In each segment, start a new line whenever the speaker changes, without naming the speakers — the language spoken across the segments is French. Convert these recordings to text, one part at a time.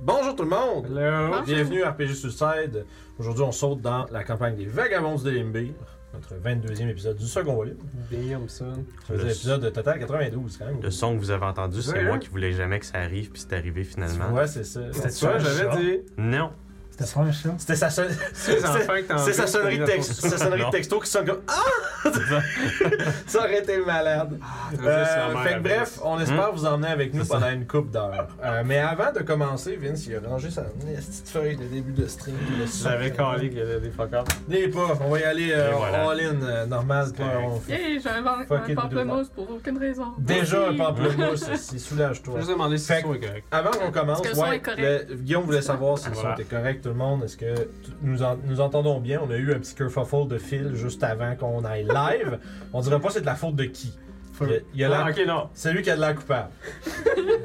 Bonjour tout le monde!
Hello.
Bienvenue à RPG Suicide. Aujourd'hui, on saute dans la campagne des Vagabonds de Limbir, notre 22e épisode du second volume.
Damn, son.
Ça veut dire
Le-
épisode de total 92 quand même.
Le son que vous avez entendu, c'est
Ouais, hein?
moi qui voulais jamais que ça arrive, puis c'est arrivé finalement.
Ouais, c'est ça.
C'était
Tu
ça,
vois,
j'avais dit.
Non.
C'était pas un chat.
C'était sa, son-
C'est
c'est sa sonnerie, de texte- sa sonnerie de
Non.
texto qui sonne comme Ah! ça aurait été malade.
Ah,
Euh, fait que bref, on espère vous emmener avec nous
Hmm? C'est ça.
pendant une coupe d'heures. Euh, mais avant de commencer, Vince, il a rangé sa petite feuille de début de stream. le son.
J'avais calé qu'il y avait des fuck up.
Des pas, on va y aller euh,
Et voilà.
all-in, normal.
C'est
pas-
correct.
on fait-
Yay, j'ai un, van-
Fuck
Eh, un
it,
pamplemousse pour aucune raison.
Déjà un
Merci.
pamplemousse, c'est
Je
soulage-toi.
vais juste demander si
Fait
le son est correct.
Avant qu'on commence,
Est-ce que le son est correct?
le- Guillaume voulait savoir si le son
Voilà.
était correct, tout le monde. Est-ce que tu- nous, en- nous entendons bien? On a eu un petit kerfuffle de fil juste avant qu'on aille live. On dirait pas c'est de la faute de qui. Il y a- il y a l'air-
Ah, ok, non.
C'est lui qui a de la coupable.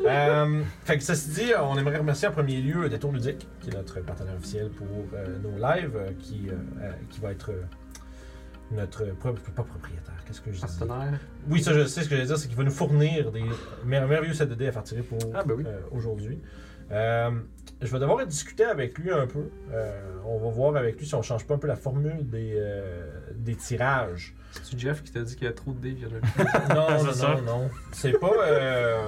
Euh, fait que ceci dit, on aimerait remercier en premier lieu Détour Ludique, qui est notre partenaire officiel pour euh, nos lives, euh, qui, euh, euh, qui va être euh, notre propre, pas propriétaire, qu'est-ce que je dis?
Partenaire.
Oui, ça je sais, ce que je veux dire, c'est qu'il va nous fournir des mer- merveilleux sets de dés à faire tirer pour
Ah, ben oui.
euh, aujourd'hui. Euh, je vais devoir discuter avec lui un peu. Euh, on va voir avec lui si on change pas un peu la formule des, euh, des tirages.
C'est-tu Jeff qui t'a dit qu'il y a trop de dés? puis il y en a-
Non,
C'est
non,
ça.
non, non. C'est pas. euh,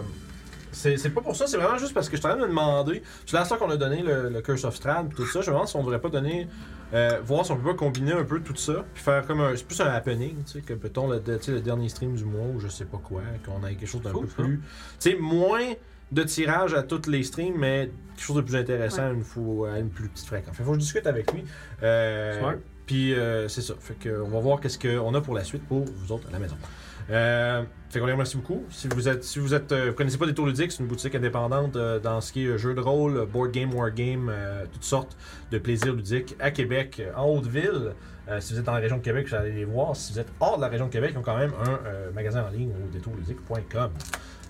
c'est c'est pas pour ça, c'est vraiment juste parce que je suis en train de me demander. C'est la fois qu'on a donné le, le Curse of Strahd pis tout ça. Je me demande si on devrait pas donner. euh, voir si on peut pas combiner un peu tout ça. Puis faire comme un. C'est plus un happening, tu sais. Que peut-on le, tu sais, le dernier stream du mois ou je sais pas quoi. Qu'on ait quelque chose d'un
Cool,
peu
hein.
plus. Tu sais, moins de tirage à toutes les streams, mais quelque chose de plus intéressant à une fois- à une plus petite fréquence. Fait faut que je discute avec lui. Euh,
Smart.
puis euh, c'est ça. Fait que on va voir qu'est-ce qu'on a pour la suite pour vous autres à la maison. Euh, fait qu'on les remercie beaucoup. Si vous êtes, si vous êtes, euh, vous connaissez pas Détour Ludique, c'est une boutique indépendante euh, dans ce qui est euh, jeux de rôle, euh, board game, war game, euh, toutes sortes de plaisirs ludiques à Québec, euh, en Haute-Ville. Euh, si vous êtes dans la région de Québec, vous allez les voir. Si vous êtes hors de la région de Québec, ils ont quand même un euh, magasin en ligne au détourludique.com.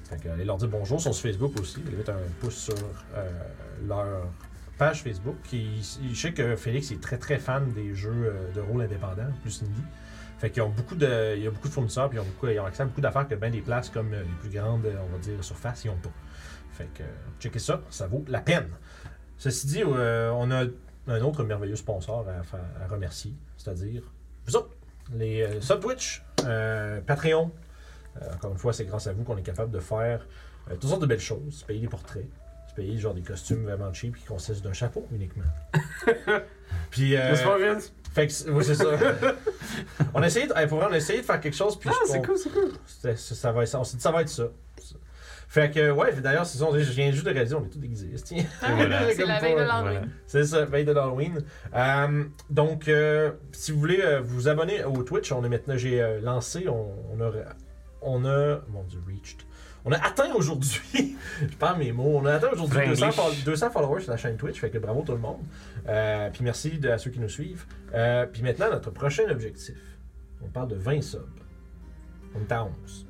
Fait que, allez leur dire bonjour Ils sont sur Facebook aussi. Allez mettre un pouce sur euh, leur page Facebook. Ils- ils- je sais que Félix est très très fan des jeux euh, de rôle indépendants, plus indie. Fait qu'ils ont beaucoup de, il y a beaucoup de fournisseurs, puis ils ont, beaucoup, ils ont accès à beaucoup d'affaires que bien des places comme euh, les plus grandes, euh, on va dire, surfaces, ils ont pas. Fait que, euh, checkez ça, ça vaut la peine. Ceci dit, euh, on a un autre merveilleux sponsor à, fa- à remercier, c'est-à-dire vous autres, les euh, sub Twitch, euh, Patreon. Euh, encore une fois, c'est grâce à vous qu'on est capable de faire euh, toutes sortes de belles choses, se payer des portraits, se payer genre des costumes vraiment cheap qui consistent d'un chapeau uniquement. puis, euh,
N'est-ce pas, Vince?
fait que, c'est- oui, c'est ça. on a essayé, de, eh, pour vrai, on a essayé de faire quelque chose, puis
Ah,
je- on-
c'est cool, c'est cool.
c'était- ça, ça va être ça. On s'est dit, ça va être ça. Fait que, ouais, puis d'ailleurs, c'est ça, on- je viens juste de réaliser, on est tous déguisés. esti.
Ah,
Voilà.
C'est la veille de l'Halloween.
C'est ça, veille de l'Halloween. Euh, donc, euh, si vous voulez euh, vous abonner au Twitch, on est maintenant, j'ai euh, lancé, on, on a, on a, mon dieu, reached. On a atteint aujourd'hui, je perds mes mots, on a atteint aujourd'hui 200,
Franglish.
fol- 200 followers sur la chaîne Twitch, fait que bravo tout le monde. Euh, puis merci de- à ceux qui nous suivent. Euh, puis maintenant, notre prochain objectif, on parle de 20 subs. On est à 11.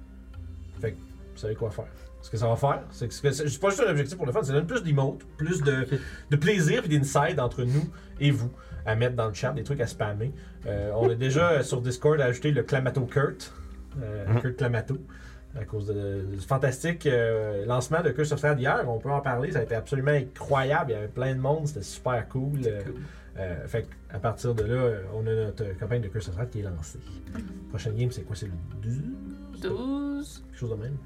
Fait que vous savez quoi faire. Ce que ça va faire, c'est que c'est- c'est pas juste un objectif pour le fun, ça donne plus d'emotes, plus de, de plaisir puis d'inside entre nous et vous à mettre dans le chat, des trucs à spammer. Euh, on a déjà euh, sur Discord ajouté le Clamato Kurt, euh,
Mhm.
Kurt Clamato, à cause de- du fantastique euh, lancement de Curse of Strahd hier. On peut en parler, ça a été absolument incroyable. Il y avait plein de monde, c'était super cool. Euh,
cool.
euh, fait à partir de là, euh, on a notre euh, campagne de Curse of Strahd qui est lancée. Prochaine game, c'est quoi C'est le 12
12.
Quelque chose de même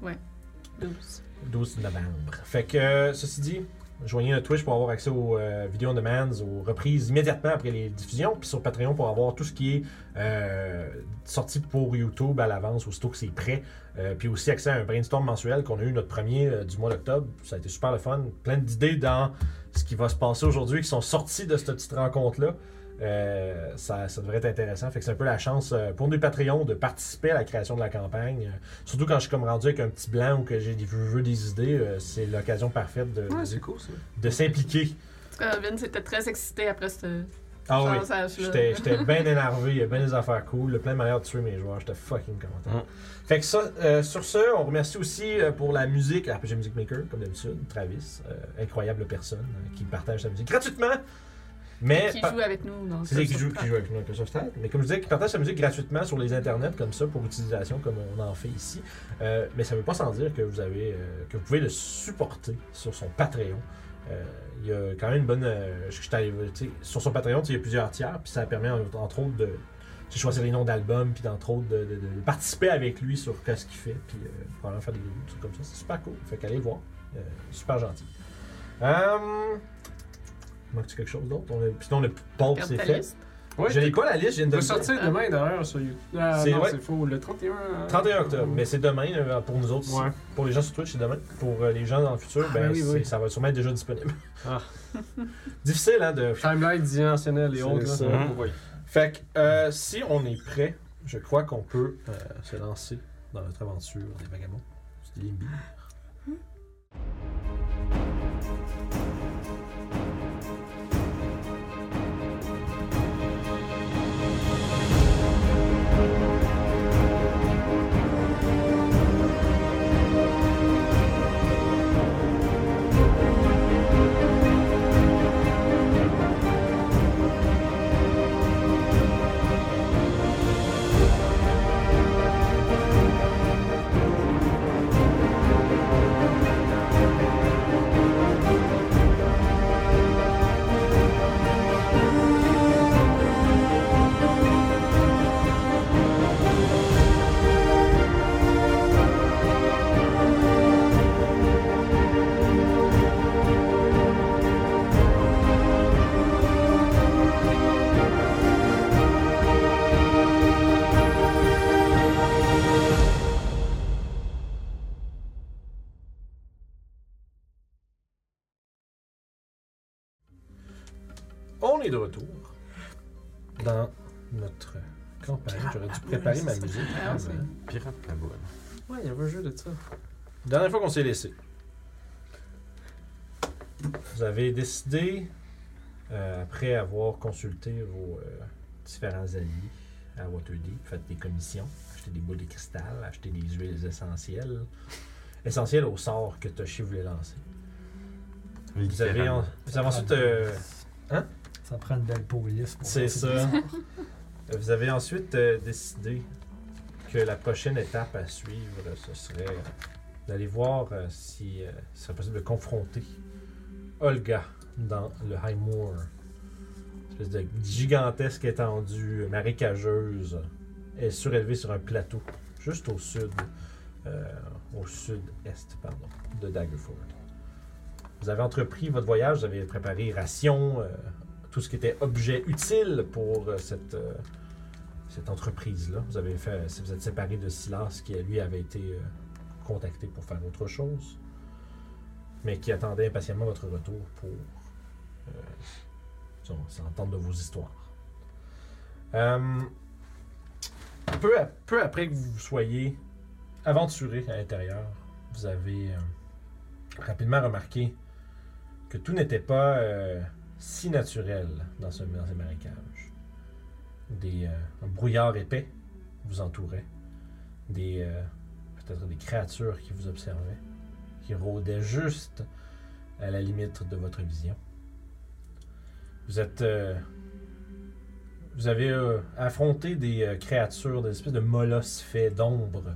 12.
12 novembre. Fait que, euh, ceci dit, joignez notre Twitch pour avoir accès aux euh, vidéos on demand, aux reprises immédiatement après les diffusions, puis sur Patreon pour avoir tout ce qui est euh, sorti pour YouTube à l'avance, aussitôt que c'est prêt. Euh, puis aussi accès à un brainstorm mensuel qu'on a eu notre premier euh, du mois d'octobre. Ça a été super le fun. Plein d'idées dans ce qui va se passer aujourd'hui qui sont sorties de cette petite rencontre-là. Euh, ça, ça devrait être intéressant. Fait que c'est un peu la chance euh, pour nous Patreons de participer à la création de la campagne. Euh, surtout quand je suis comme rendu avec un petit blanc ou que j'ai des je veux des idées, euh, c'est l'occasion parfaite de,
Ouais,
de,
c'est cool, ça.
de s'impliquer.
En tout cas, Vince était très excité après ce
Ah oui.
passage-là.
J'étais j'étais bien énervé, il y a bien des affaires cool, le plein de manières de tuer mes joueurs, j'étais fucking content.
Mm.
Fait que ça, euh, sur ce, on remercie aussi euh, pour la musique, RPG Music Maker, comme d'habitude, Travis, euh, incroyable personne euh, qui partage sa musique gratuitement, mais...
Qui
par-
joue avec nous. dans
c'est
ce-
lui qui joue, qui joue avec nous, Microsoft Tag. Mais comme je disais, qui partage sa musique gratuitement sur les internets comme ça pour utilisation, comme on en fait ici. Euh, mais ça ne veut pas sans dire que vous avez, euh, que vous pouvez le supporter sur son Patreon. euh, il y a quand même une bonne. euh, je- je t'arrive, tu sais, sur son Patreon, tu sais, il y a plusieurs tiers, puis ça permet en- entre autres de. J'ai choisi les noms d'albums, puis entre autres de, de- de participer avec lui sur ce qu'il fait, puis euh, probablement faire des vidéos, des trucs comme ça. C'est super cool. Fait qu'allez le voir. Euh, super gentil. Hum, Manque-tu quelque chose d'autre? On a- Sinon, le Paul,
Regarde
c'est
ta
fait.
liste.
Ouais,
Je n'ai pas la liste, je viens de
Il va
le dire.
sortir demain d'ailleurs sur YouTube. Ah,
C'est-
non,
ouais.
c'est faux. Le 31.
31 octobre, mais c'est demain euh, pour nous autres. ici.
euh, Ouais.
Pour les gens sur Twitch, c'est demain. Pour euh, les gens dans le futur,
Ah,
ben,
oui,
c'est-
oui.
ça va sûrement être déjà disponible.
Ah.
Difficile, hein, de...
Timeline dimensionnel et autres. là.
ça.
Ouais, ouais.
Fait que, euh, si on est prêt, je crois qu'on peut euh, se lancer dans notre aventure des vagabonds. C'est des billes. On est de retour dans notre campagne. J'aurais dû préparer ma musique. hein,
Ah, c'est-
Pirate la boule.
Ouais, il y avait un jeu de ça.
Dernière fois qu'on s'est laissé, vous avez décidé, euh, après avoir consulté vos euh, différents alliés à Waterdeep, faites des commissions, acheter des boules de cristal, acheter des huiles essentielles, essentielles au sort que Toshi voulait lancer. Vous avez, en- vous avez ensuite euh,
Ça prend une belle police. pour
C'est
passer
ça. Vous avez ensuite euh, décidé que la prochaine étape à suivre, euh, ce serait euh, d'aller voir euh, si euh, ce serait possible de confronter Olga dans le High Moor. Espèce de gigantesque étendue euh, marécageuse est surélevée sur un plateau juste au sud, euh, au sud-est, pardon, de Daggerford. Vous avez entrepris votre voyage, vous avez préparé rations, euh, tout ce qui était objet utile pour euh, cette, euh, cette entreprise-là. Vous avez fait, vous êtes séparé de Silas qui, lui, avait été euh, contacté pour faire autre chose, mais qui attendait impatiemment votre retour pour euh, disons, s'entendre de vos histoires. Euh, peu, ap- peu après que vous vous soyez aventuré à l'intérieur, vous avez euh, rapidement remarqué que tout n'était pas euh, si naturel dans, ce, dans ces marécages. Des euh, un brouillard épais vous entourait, des euh, peut-être des créatures qui vous observaient, qui rôdaient juste à la limite de votre vision. Vous êtes euh, vous avez euh, affronté des euh, créatures, des espèces de molosses faits d'ombre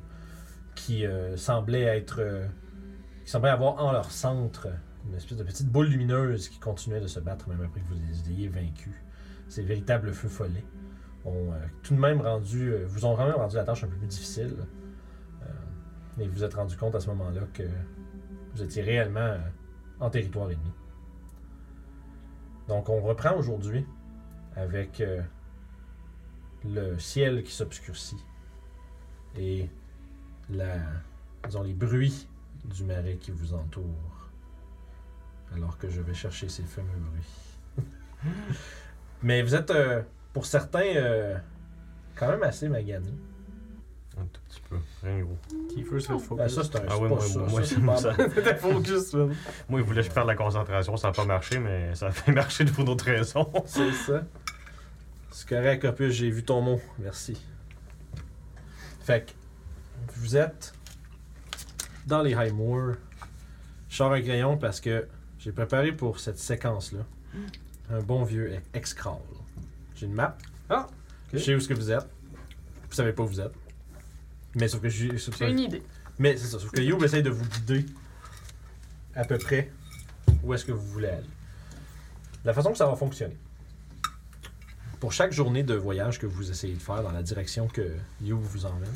qui euh, semblaient être euh, qui semblaient avoir en leur centre une espèce de petite boule lumineuse qui continuait de se battre même après que vous les ayez vaincus. Ces véritables feux follets ont euh, tout de même rendu, euh, vous ont quand même rendu la tâche un peu plus difficile. Euh, et vous vous êtes rendu compte à ce moment-là que vous étiez réellement euh, en territoire ennemi. Donc on reprend aujourd'hui avec euh, le ciel qui s'obscurcit et la, disons, les bruits du marais qui vous entoure. Alors que je vais chercher ces fameux bruits. Mais vous êtes, euh, pour certains, euh, quand même assez magané.
Un tout petit peu. Rien de gros.
Kiefer, c'est le faux.
Ah, ça, c'est un.
Ah
c'est pas
oui, moi,
ça,
moi,
ça,
moi,
c'est
ça
pas
me
bon.
sent-
T'es focus, man.
moi, il voulait que je perde la concentration, ça n'a pas marché, mais ça a fait marcher pour d'autres raisons.
C'est ça. C'est correct, Opus, j'ai vu ton mot. Merci. Fait que, vous êtes dans les High Moors. Je sors un crayon parce que j'ai préparé pour cette séquence-là un bon vieux X-Crawl. J'ai une map.
Ah,
Je sais où ce que vous êtes. Vous savez pas où vous êtes. Mais sauf que j'ai. sauf que-
J'ai une idée.
Mais c'est ça, sauf que Youb essaye de vous guider à peu près où est-ce que vous voulez aller. La façon que ça va fonctionner. Pour chaque journée de voyage que vous essayez de faire dans la direction que New vous emmène,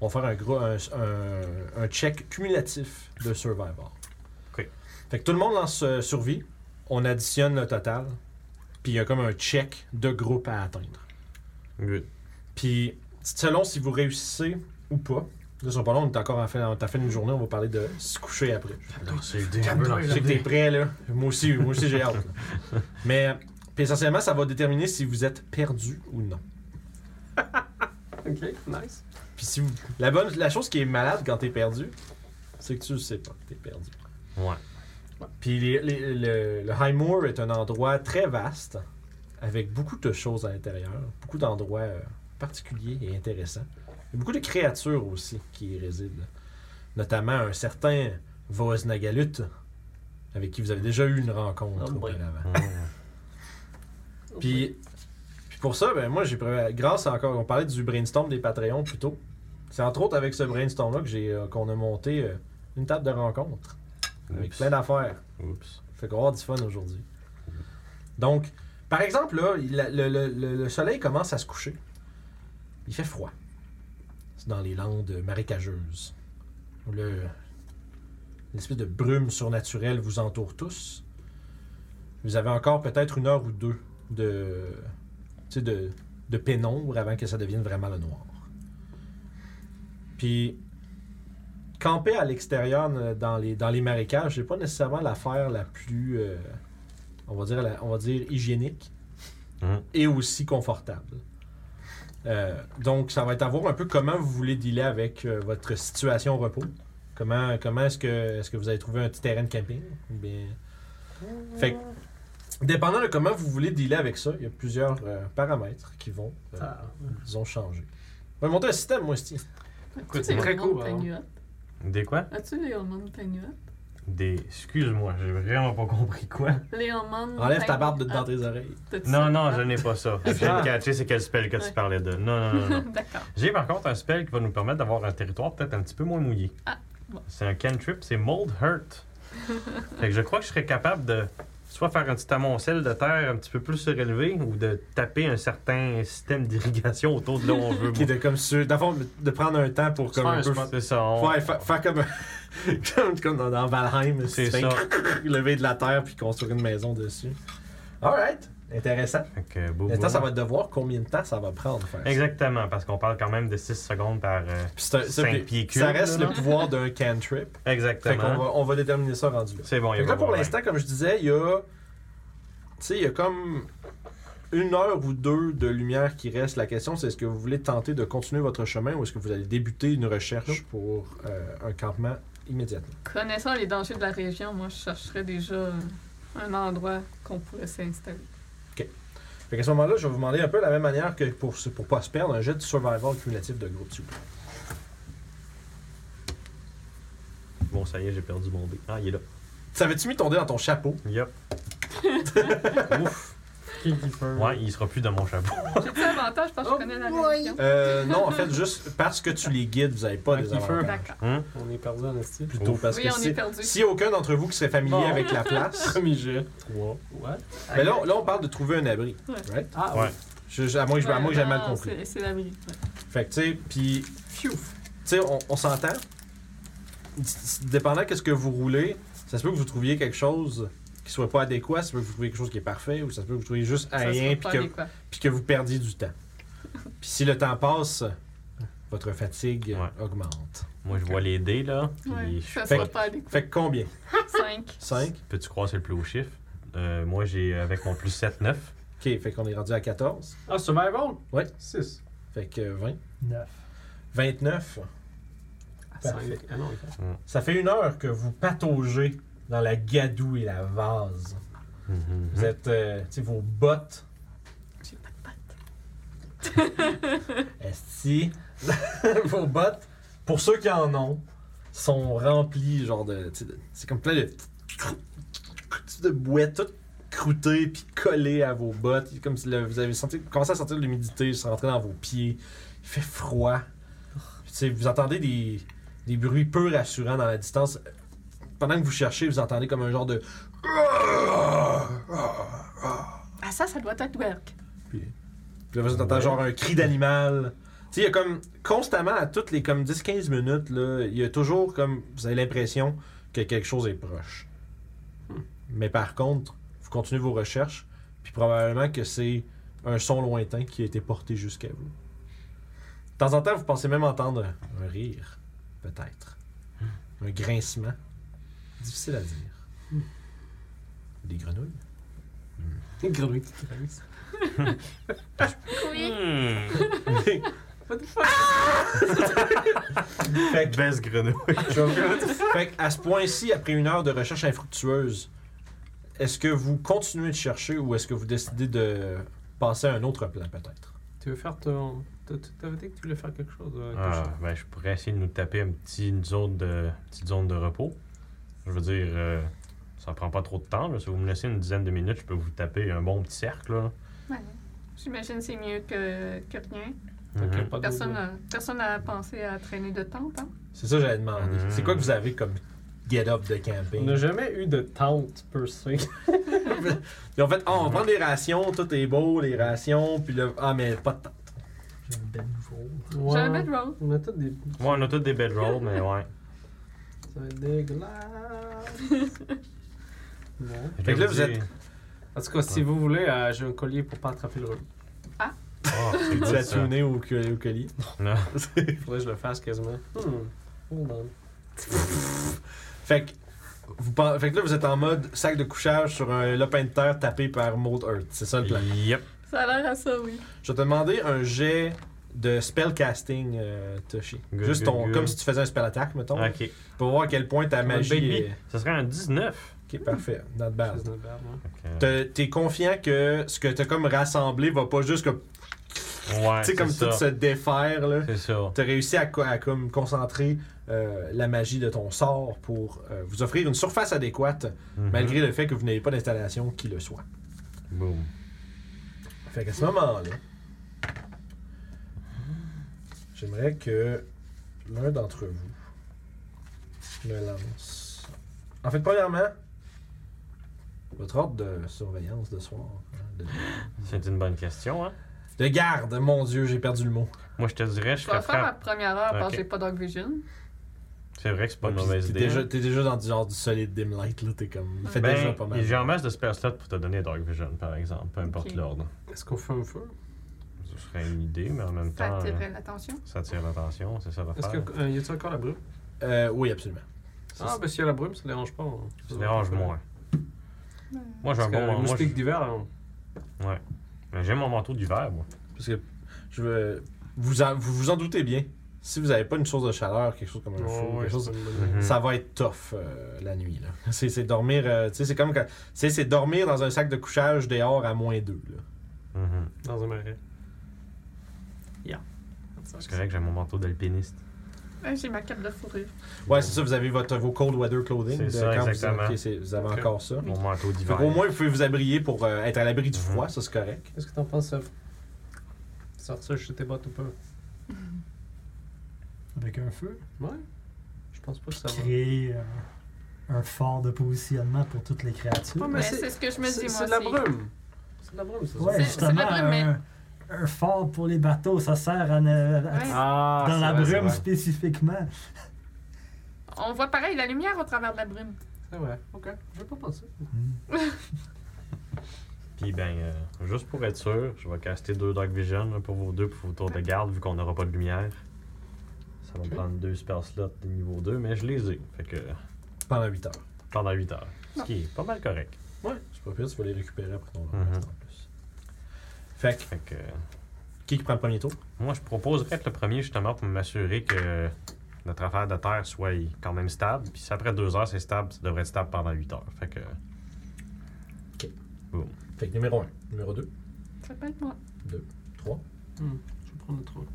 on va faire un, gros, un, un- un check cumulatif de Survivor.
Ok.
Fait que tout le monde lance euh, survie, on additionne le total, puis il y a comme un check de groupe à atteindre.
Good.
Puis, selon si vous réussissez ou pas, là, sur pas long, on est encore en fin, on est à la fin d'une journée, on va parler de se coucher après.
Ah, C'est
Je sais que t'es prêt, là. Moi aussi, moi aussi j'ai hâte. là. Mais, puis essentiellement, ça va déterminer si vous êtes perdu ou non.
Ok, nice.
Puis si vous... la, bonne, la chose qui est malade quand t'es perdu, c'est que tu le sais pas que t'es perdu.
Ouais.
Puis les- les- le, le High Moor est un endroit très vaste, avec beaucoup de choses à l'intérieur, beaucoup d'endroits euh, particuliers et intéressants. Et beaucoup de créatures aussi qui y résident, notamment un certain Voz Nagalut, avec qui vous avez déjà eu une rencontre
Oh boy.
auparavant.
Mm.
Puis, puis pour ça, ben moi, j'ai pré- grâce à encore, on parlait du brainstorm des Patreons plus tôt. C'est entre autres avec ce brainstorm-là que j'ai, euh, qu'on a monté euh, une table de rencontre avec
Oups.
plein d'affaires.
Oups.
Fait qu'on va avoir du fun aujourd'hui. Donc, par exemple, là, il- la- le, le- le- le soleil commence à se coucher. Il fait froid. C'est dans les landes marécageuses. Où le- l'espèce de brume surnaturelle vous entoure tous. Vous avez encore peut-être une heure ou deux de, tu sais, de, de pénombre avant que ça devienne vraiment le noir. Puis, camper à l'extérieur euh, dans les, dans les marécages, c'est pas nécessairement l'affaire la plus, euh, on, va dire, la- on va dire, hygiénique
Mhm.
et aussi confortable. Euh, donc, ça va être à voir un peu comment vous voulez dealer avec euh, votre situation au repos. Comment, comment est-ce que, est que vous avez trouvé un petit terrain de camping? Ou bien- Fait que, dépendant de comment vous voulez dealer avec ça, il y a plusieurs euh, paramètres qui vont, euh,
Ah,
disons, changer. On va monter un système, moi, c'est
As-tu des
très
hormones
cool, hein.
pagnottes?
Des quoi?
As-tu les hormones pagnottes?
Des. Excuse-moi, j'ai vraiment pas compris quoi.
Les hormones.
Enlève ta barbe de dans
pagnottes.
tes oreilles.
Ah, t'as-tu ça?
Non, non, je n'ai pas ça. J'ai
Ah.
catché, c'est quel spell que tu
Ouais.
parlais de. Non, non, non, non.
D'accord.
J'ai par contre un spell qui va nous permettre d'avoir un territoire peut-être un petit peu moins mouillé.
Ah, bon.
C'est un cantrip, c'est Mold Hurt. fait que je crois que je serais capable de soit faire un petit amoncelle de terre un petit peu plus surélevé ou de taper un certain système d'irrigation autour de là où on veut.
Qui était comme sûr, dans le fond, de prendre un temps pour comme
Faire
un
un
peu.
spot.
C'est ça. on-
Ouais, fa- faire comme, comme, comme dans, dans Valheim,
C'est
c'est
ça.
lever de la terre puis construire une maison dessus. Alright, intéressant.
Fait que, boum,
Maintenant,
boum.
ça va être de voir combien de temps ça va prendre faire ça.
Exactement, parce qu'on parle quand même de 6 secondes par. euh,
Puis c'est un- c'est-
Cinq
puis
pieds cubes,
ça reste
là.
le pouvoir d'un cantrip. Fait qu'on
Exactement.
va, on va déterminer ça rendu là.
C'est bon, il y a
Fait que
pas
là,
de
pour
problème.
l'instant, comme je disais, il y a. Tu sais, il y a comme une heure ou deux de lumière qui reste. La question, c'est est-ce que vous voulez tenter de continuer votre chemin ou est-ce que vous allez débuter une recherche pour euh, un campement immédiatement?
Connaissant les dangers de la région, moi, je chercherais déjà un endroit qu'on pourrait s'installer.
Fait qu'à ce moment-là, je vais vous demander un peu la même manière que pour ne pas se perdre, un jet de survival cumulatif de groupe, s'il vous plaît.
Bon, ça y est, j'ai perdu mon dé. Ah, il est là.
Ça avait-tu mis ton dé dans ton chapeau?
Yup. Ouf.
Gatekeeper.
Ouais, il sera plus dans mon chapeau.
J'ai-tu un avantage
Oh
parce que je connais la région?
Euh, non, en fait, juste parce que tu les guides, vous n'avez pas
Ah,
des
qui fait.
avantages.
D'accord.
Hein?
On est perdu en esti.
Plutôt parce
Oui,
que
on est
si,
perdu.
si aucun d'entre vous qui serait familier
Bon.
avec la place,
Premier jet.
trois.
What?
Mais là, on- là, on parle de trouver un abri.
Ouais.
Right?
Ah,
Ouais.
ouais.
Je- je- à moins que je- à moins que j'ai mal
Non,
compris.
c'est- C'est l'abri. ouais.
Fait que, tu sais, puis, tu sais, on, on s'entend. D- d- Dépendant qu'est-ce que vous roulez, ça se peut que vous trouviez quelque chose qui soit pas adéquat, ça se peut que vous trouviez quelque chose qui est parfait, ou ça se peut que vous trouviez juste
Ça se
Ah, rien,
fait
puis
pas
que,
adéquat.
puis que vous perdiez du temps. puis si le temps passe, votre fatigue
Ouais.
augmente.
Moi, je vois les dés, là. puis
Ouais,
je suis
ça
Fait
sera
que-
pas adéquat.
Fait que combien
5.
5
Peux-tu croire c'est le plus haut chiffre? Euh, moi, j'ai euh, avec mon plus 7, 9.
Ok, fait qu'on est rendu à 14.
Ah, survival?
Ouais.
6.
Fait que euh, 20.
9.
29. Parfait.
Ah non, ok.
Ça fait une heure que vous pataugez dans la gadoue et la vase.
Mhm.
Vous êtes, euh, tu sais, vos bottes.
J'ai
pas de bottes. Esti. vos bottes, pour ceux qui en ont, sont remplies, genre de. tu sais, de- C'est comme plein de. petites de bouettes toutes croûtées puis collées à vos bottes. C'est Comme si le- vous avez senti, commencé à sentir de l'humidité se rentrer dans vos pieds. Il fait froid. Puis, tu sais, vous entendez des, des bruits peu rassurants dans la distance. Pendant que vous cherchez, vous entendez comme un genre de
Ah, ça, ça doit être Werk.
Puis là, t'entends genre un cri d'animal. Tu sais, il y a comme constamment, à toutes les comme 10-15 minutes, là, il y a toujours comme, vous avez l'impression que quelque chose est proche. Mais par contre, vous continuez vos recherches, puis probablement que c'est un son lointain qui a été porté jusqu'à vous. De temps en temps, vous pensez même entendre un rire, peut-être. Un grincement. Difficile à dire. Des grenouilles.
Une grenouille qui traverse.
Oui.
What the fuck?
Fait que-
Best grenouille.
Je vais vous- fait que à ce point-ci, après une heure de recherche infructueuse, est-ce que vous continuez de chercher ou est-ce que vous décidez de passer à un autre plan peut-être?
Tu veux faire ton. t'as- tu- T'avais dit que tu voulais faire quelque chose. euh, quelque
Ah, ben, je pourrais essayer de nous taper un petit- une, zone de, petite zone de repos. Je veux dire, euh, ça prend pas trop de temps. là. Si vous me laissez une dizaine de minutes, je peux vous taper un bon petit cercle. là.
Ouais. J'imagine que c'est mieux que, que rien.
chose. Fait qu'il y a
Mhm.
Ah,
pas de-
Personne n'a personne n'a pensé à traîner de tente, hein?
C'est ça que j'avais demandé.
Mm.
C'est quoi que vous avez comme get-up de
On
camping?
n'a jamais eu de tente, per se.
Ils ont fait, Ah, on prend des rations, tout est beau, les rations, puis le... Ah, mais pas de temps.
J'ai un bel nouveau.
J'ai un
Ouais.
bedroll.
On a tous des.
Ouais, on a tous des bedrolls, mais ouais.
Ça va être dégueulasse. bon.
Fait que là, vous êtes-
En tout cas, si vous voulez, euh, j'ai un collier pour pas attraper le rouleau.
Ah, c'est
Tu
good,
l'as
ça.
tuné au, col- au colis.
Non.
Il faudrait que je le fasse quasiment. Hmm. Hold on.
Fait que, vous, pen- fait que là, vous êtes en mode sac de couchage sur un lopin de terre tapé par Mold Earth. C'est ça le plan.
Yep.
Ça a l'air à ça, oui.
Je vais te demander un jet de spellcasting, euh, Toshi.
Good,
Juste
good,
ton,
good.
comme si tu faisais un spell attack, mettons.
Ok.
Pour voir à quel point ta magie
Baby.
est...
Ça serait un 19.
Ok, parfait. Not bad.
Fils de merde, hein.
Ok.
T'es t'es confiant que ce que t'as comme rassemblé va pas juste comme,
Ouais,
tu sais,
c'est
comme
ça.
tout se défaire, là.
C'est ça.
T'as réussi à, co- à comme concentrer euh, la magie de ton sort pour euh, vous offrir une surface adéquate,
Mhm.
malgré le fait que vous n'ayez pas d'installation qui le soit.
Boom.
Fait qu'à ce moment-là, j'aimerais que l'un d'entre vous me lance. En fait, premièrement, votre ordre de surveillance de soir, hein, de,
C'est une bonne question, hein?
de garde, mon Dieu, j'ai perdu le mot.
Moi, je te dirais, je
Je vais
ferais
faire ma
faire.
première heure parce que
Ok.
j'ai pas Dog Vision.
C'est vrai que c'est pas une
Ah, Puis
mauvaise
t'es
idée. hein?
déjà, t'es déjà dans du genre du solide dim light, là, t'es comme. Il fait
Ben,
déjà pas mal.
J'ai en masse de spare slots pour te donner Dark Vision, par exemple, peu importe
Ok.
l'ordre.
Est-ce qu'on fait un feu?
Ce serait une idée, mais en même
Ça
temps,
attire
euh,
l'attention.
ça attire l'attention, c'est ça
Est-ce
l'affaire.
que euh, y a-t-il encore la brume?
Euh, oui, absolument. Ça,
Ah,
c'est-
ben s'il y a la brume, ça dérange pas. hein.
Ça dérange moins. Moi, j'ai un
Parce que
bon
le
moi,
moustique
j'ai-
d'hiver, hein,
mais J'ai mon manteau d'hiver, moi.
Parce que je veux. Vous en, vous, vous en doutez bien. Si vous n'avez pas une source de chaleur, quelque chose comme un
Ouais,
four,
ouais,
quelque chose
c'est une bonne idée.
Mhm.
ça va être tough euh, la nuit. là. C'est c'est dormir, euh, tu sais, c'est comme quand, tu sais, c'est dormir dans un sac de couchage dehors à moins 2.
Mhm.
dans un marais. Yeah.
C'est correct, j'ai mon manteau d'alpiniste.
Ouais, j'ai ma cape de fourrure.
Ouais, c'est ça, vous avez votre, vos cold weather clothing.
C'est
de
ça,
quand vous-
exactement.
ok, c'est- vous avez
Ok.
encore ça.
Mon manteau
Fait
d'hiver.
qu'au moins, vous pouvez vous abrier pour euh, être à l'abri du froid,
Mhm.
ça c'est correct.
Qu'est-ce que t'en penses, Soph? Sortir chez tes bottes ou pas?
Avec un feu.
Ouais. Je pense pas que ça va.
Créer euh, un fort de positionnement pour toutes les créatures.
Ouais, mais
Mais
c'est-
c'est ce que je me
C'est
dis,
c'est
moi
de la
aussi.
brume. C'est de la brume, ça.
Ouais,
C'est-
justement,
c'est la brume, mais-
un, un fort pour les bateaux, ça sert à, ne- à-
Ouais.
Ah,
dans
c'est
la
vrai, c'est
brume
vrai.
spécifiquement.
On voit pareil la lumière au travers de la brume.
C'est vrai. Ok. J'ai pas pensé.
Puis, ben, euh, juste pour être sûr, je vais caster deux Dark Vision, un pour vos deux, pour vos tours de garde, vu qu'on n'aura pas de lumière. Ça va me
Ok.
prendre deux spell slots de niveau 2, mais je les ai. Fait que euh,
Pendant 8 heures.
pendant 8 heures. Ce qui est pas mal correct.
Ouais. C'est pas pire, tu vas les récupérer après ton
Mhm.
en plus. Fait que,
Fait que. euh,
qui qui prend le premier tour
Moi, je proposerais être le premier justement pour m'assurer que notre affaire de terre soit quand même stable. Puis si après deux heures c'est stable, ça devrait être stable pendant huit heures. Fait que.
Fait que numéro 1, numéro 2,
Ça peut être moi.
3.
Hmm, Je vais prendre le trou.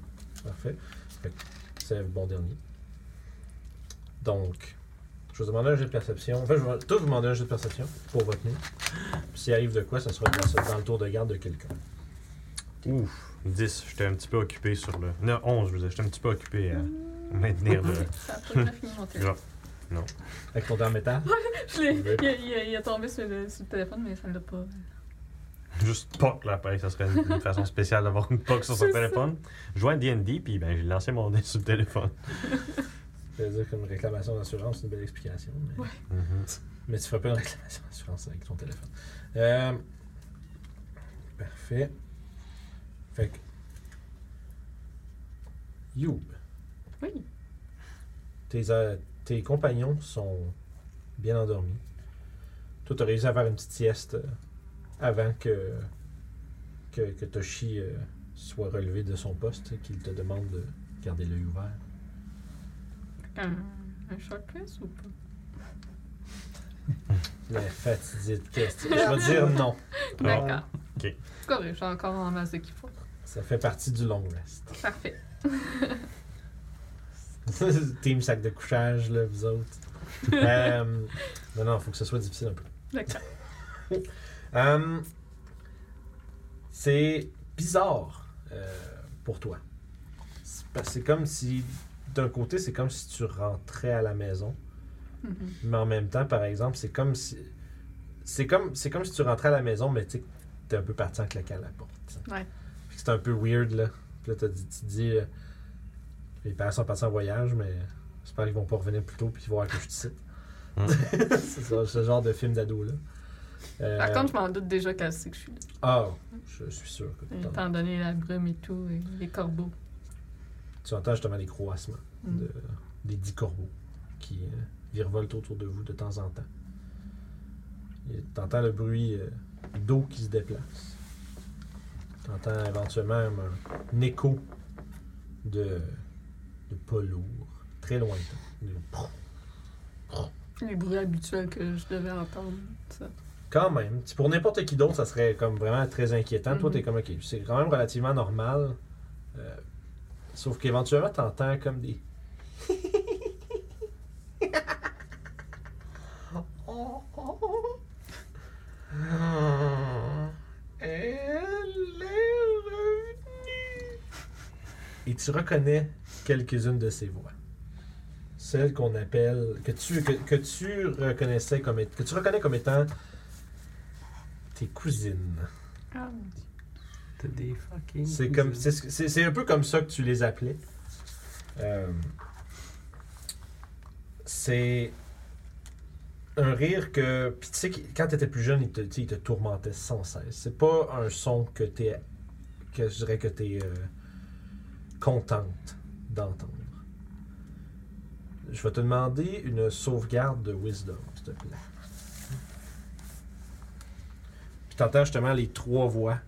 Parfait. Fait que c'est bon dernier. Donc, je vais vous demander un jeu de perception. En fait, je vais tous vous demander un jeu de perception pour votre nuit. Puis s'il arrive de quoi, ça sera dans, dans le tour de garde de quelqu'un.
Ouf! 10. J'étais un petit peu occupé sur le. Non, 11, je veux dire. J'étais un petit peu occupé à maintenir le.
Ça a pas fini mon
Genre.
téléphone.
Avec ton dé en métal.
Je l'ai- il, a- il a- il a tombé sur le, sur le téléphone, mais ça ne l'a pas.
Juste POC là, pareil, ça serait une façon spéciale d'avoir une POC sur son
C'est ça.
téléphone. Je jouais à DD, puis ben, j'ai lancé mon dé sur le téléphone.
C'est-à-dire qu'une réclamation d'assurance, c'est une belle explication. Mais,
Ah.
mais tu feras pas une réclamation d'assurance avec ton téléphone. Euh, Parfait. Fait que. Youb,
Oui.
tes, euh, tes compagnons sont bien endormis. Toi, t'as réussi à faire une petite sieste euh, avant que, que, que Toshi euh, soit relevé de son poste et qu'il te demande de garder l'œil ouvert.
Un, un short press ou pas?
La fatidique question. Je vais dire non.
D'accord.
Ah. ok.
C'est correct, j'ai encore en masse de qu'il faut.
Ça fait partie du long rest.
Parfait.
Team sac de couchage, là, vous autres. Euh, non, non, faut que ce soit difficile un peu.
D'accord.
Hum, c'est bizarre euh, pour toi. C'est parce que c'est comme si, d'un côté, c'est comme si tu rentrais à la maison,
Mhm.
mais en même temps, par exemple, c'est comme si. C'est comme, c'est comme si tu rentrais à la maison, mais tu sais, que t'es un peu parti en claquant la porte. tu sais.
Ouais.
Fait que c'est un peu weird, là. Puis là, t'as dit- tu te dis. euh, mes parents sont partis en voyage, mais j'espère qu'ils vont pas revenir plus tôt puis qu'ils vont voir que je te cite.
Mm.
c'est ça, ce genre de film d'ado, là. Euh,
Par contre, je m'en doute déjà qu'elle sait que je suis là.
ah, je suis sûr que tu entends,
Étant donné la brume et tout, et les corbeaux.
tu entends justement les croassements
Mm.
de- des dix corbeaux qui euh, virevoltent autour de vous de temps en temps. Tu entends le bruit euh, d'eau qui se déplace. Tu entends éventuellement même un, un écho de, de pas lourd, très lointain. de prouf.
Les bruits habituels que je devais entendre. Ça.
Quand même, tu- pour n'importe qui d'autre, ça serait comme vraiment très inquiétant. Toi,
Mhm.
t'es comme, ok, c'est quand même relativement normal. euh, sauf qu'éventuellement, t'entends comme des. Et tu reconnais quelques-unes de ces voix. Celles qu'on appelle, que tu, que, que tu reconnaissais comme, étant- que tu reconnais comme étant tes cousines.
Ah,
T'as des fucking.
C'est comme,
cousines.
c'est ce que- c'est c'est un peu comme ça que tu les appelais. Euh, c'est un rire que, puis tu sais, qu'il- quand t'étais plus jeune, il te, tu sais, il te tourmentait sans cesse. C'est pas un son que t'es, que je dirais que t'es euh, contente d'entendre. Je vais te demander une sauvegarde de wisdom, s'il te plaît. Puis t'entends justement les trois voix.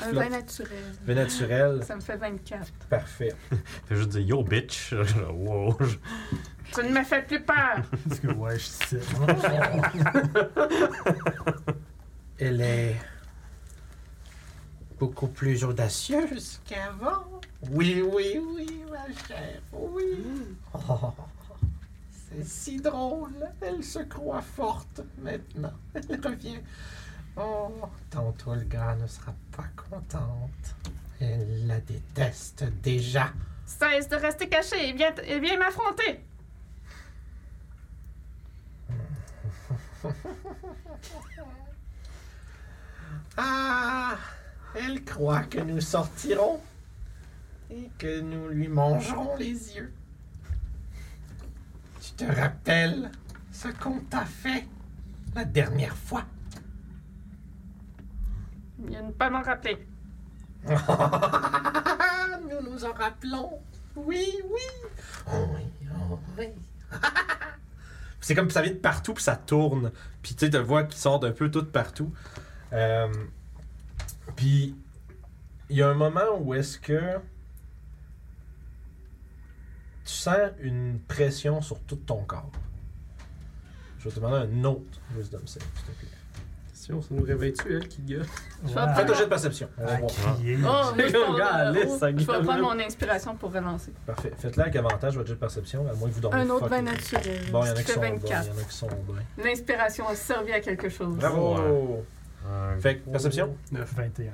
un vin naturel.
Mais naturel.
Ça me fait 24.
Parfait.
Fait juste dire Yo, bitch. wow.
Ça ne me fait plus peur!
Parce que ouais, je sais.
Elle est beaucoup plus audacieuse qu'avant. Oui, oui, oui, ma chère, oui. Oh, c'est si drôle. Elle se croit forte maintenant. Elle revient. Oh, tantôt le gars ne sera pas contente. Elle la déteste déjà.
Cesse de rester caché et viens, et viens m'affronter!
Ah Elle croit que nous sortirons et que nous lui mangerons les yeux. Tu te rappelles ce qu'on t'a fait la dernière fois
Viens ne pas m'en rappeler.
Ah, Nous nous en rappelons. Oui, oui. Oh oui, oh oui. C'est comme ça vient de partout, puis ça tourne. Puis tu sais, de voix qui sort d'un peu tout partout. Euh, puis il y a un moment où est-ce que tu sens une pression sur tout ton corps. Je vais te demander un autre wisdom save, s'il te plaît.
Question, ça nous réveille-tu, elle qui gueule
Ouais.
Faites un jet de perception. On va
Ah,
voir.
crier.
Oh,
C'est
je
comme, regarde, laisse ça
vais
gueuler.
prendre mon inspiration pour relancer.
Parfait. Faites-le avec avantage, votre jet de perception, à moins que vous dormiez.
Un autre vin
fucking-
naturel.
Bon, il y en
ce
a
qui
qui
fait
sont bons. Il y
24.
en a qui sont bons.
L'inspiration a servi à quelque chose.
Bravo!
Un-
Oh.
Oh.
Fait que, perception,
9.
21.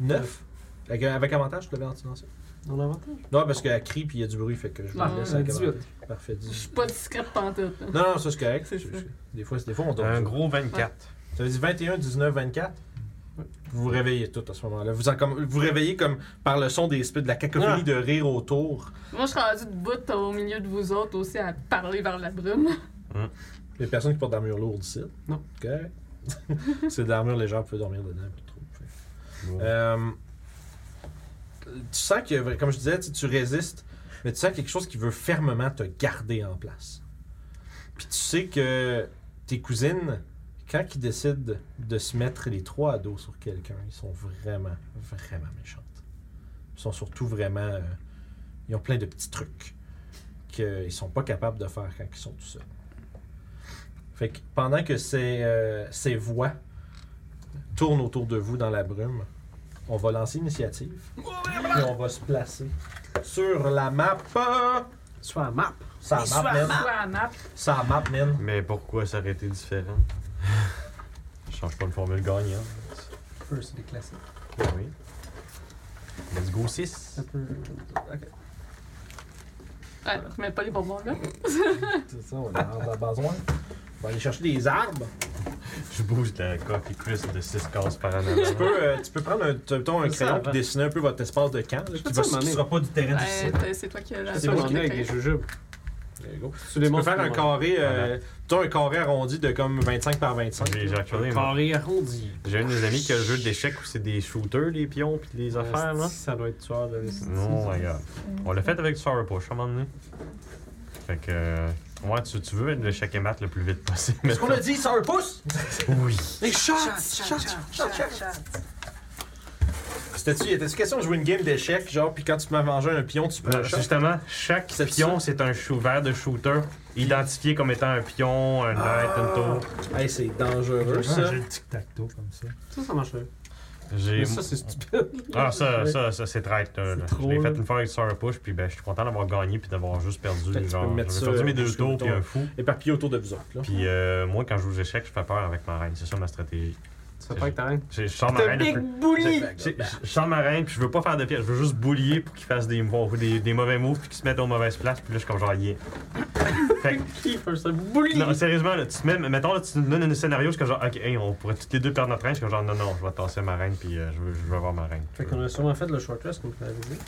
9. Avec, avec avantage, tu l'avais en silencieux.
On a inventé.
Non, parce qu'elle crie puis il y a du bruit, fait que je vous
Ah,
laisse
euh,
à
18.
Parfait,
Je
18.
suis pas discrète pantoute. là.
Non, non, ça c'est correct.
C'est
Je-
ça.
je- Des fois, des fois on tombe.
Un
sur-
gros 24.
Ça veut dire 21, 19, 24.
Ouais.
Vous vous réveillez tout à ce moment-là. Vous en comme, vous réveillez comme par le son des de la cacophonie
Ah.
de rire autour.
Moi, je suis rendue debout au milieu de vous autres aussi à parler vers la brume.
Il y a personne qui porte d'armure lourde ici.
Non.
OK. C'est de l'armure légère, vous pouvez dormir dedans, pas de trouble. Fait que, euh, tu sens que, comme je disais, tu, tu résistes, mais tu sens quelque chose qui veut fermement te garder en place. Puis tu sais que tes cousines, quand ils décident de se mettre les trois à dos sur quelqu'un, ils sont vraiment, vraiment méchantes. Ils sont surtout vraiment. euh, ils ont plein de petits trucs qu'ils sont pas capables de faire quand ils sont tout seuls. Fait que pendant que ces, euh, ces voix tournent autour de vous dans la brume, on va lancer l'initiative. Et on va se placer sur la map.
Soit à map.
Ça
Soit
map, man.
à map.
Ça map, man.
Mais pourquoi s'arrêter différent? Je change pas une formule gagnante.
First, c'est des classiques.
Oui. Let's go 6.
Ça peut. Ok.
Ouais, remets pas les bonbons là.
C'est ça, on a besoin. On va aller chercher des arbres.
Je bouge la coque et Chris de 6 cases par an.
Tu peux, euh, tu peux prendre un, tu- mettons un
C'est ça,
crayon
avant.
et dessiner un peu votre espace de camp. là, qui
fais
va-
ça,
qui
mané.
sera pas du terrain
Ouais,
difficile.
t'as- c'est toi qui as la
C'est
C'est
Ah, ça
moi
qu'on
qui
a avec des jujubes.
There you go.
Tu les
Tu peux
montres
faire un
comment.
carré, euh, tu as un carré arrondi de comme 25 par 25.
J'ai j'ai accordé, moi.
Carré arrondi.
J'ai un de mes amis qui a un jeu d'échecs où c'est des shooters, les pions, puis les
Euh,
affaires, là.
Ça doit être tueur
Oh
de
Non, regarde. On l'a fait avec du Sour Push à un moment donné. Fait que. euh, Ouais, tu, tu veux mettre le chèque et mat le plus vite possible.
Est-ce qu'on a dit ça un pouce?
Oui.
Les shots! C'était-tu, était-tu question de jouer une game d'échecs, genre, puis quand tu m'as mangé un pion, tu prends
Non,
un shot?
Euh, justement, chaque
C'est
pion, c'est un chou vert de shooter, identifié comme étant un pion,
Ah.
un knight, un tour.
Hey, c'est dangereux,
Ah, J'ai
ça.
un tic-tac-toe comme ça.
Ça, ça marche.
J'ai.
Mais ça, c'est stupide.
Ah, ça, ça, ça c'est traite. là.
C'est
Je
trop,
l'ai
là.
fait une fois avec Sour Push, puis ben, je suis content d'avoir gagné, puis d'avoir juste
Fait
perdu.
que Ben, tu peux
Genre,
mettre
j'avais
ça
perdu mes deux
jusqu'au
tours, puis un
bouton.
fou.
Éparpillé autour de vous autres, là.
Puis euh, moi, quand je joue aux échecs, je fais peur avec ma reine. C'est ça ma stratégie.
Tu fais pas avec ta reine.
J'ai- Je sors ma
T'es
reine.
big
un peu-
C'est
bully!
fait,
J'ai-
là.
Je sors ma reine, puis je veux pas faire de pire. Je veux juste boulier pour qu'il fasse des, mo- des, des mauvais moves, puis qu'il se mette aux mauvaises places, puis là, je suis comme genre, yeah. fait que-
Qui fait ça? Bully!
Non, sérieusement, là, tu te mets, mettons, là, tu nous donnes un scénario, je suis comme genre, ok, hey, on pourrait toutes les deux perdre notre reine, je suis comme genre, non, non, je vais tasser ma reine, puis euh, je, veux, je veux avoir ma reine.
Fait qu'on a sûrement fait le short rest, comme tu l'avais dit.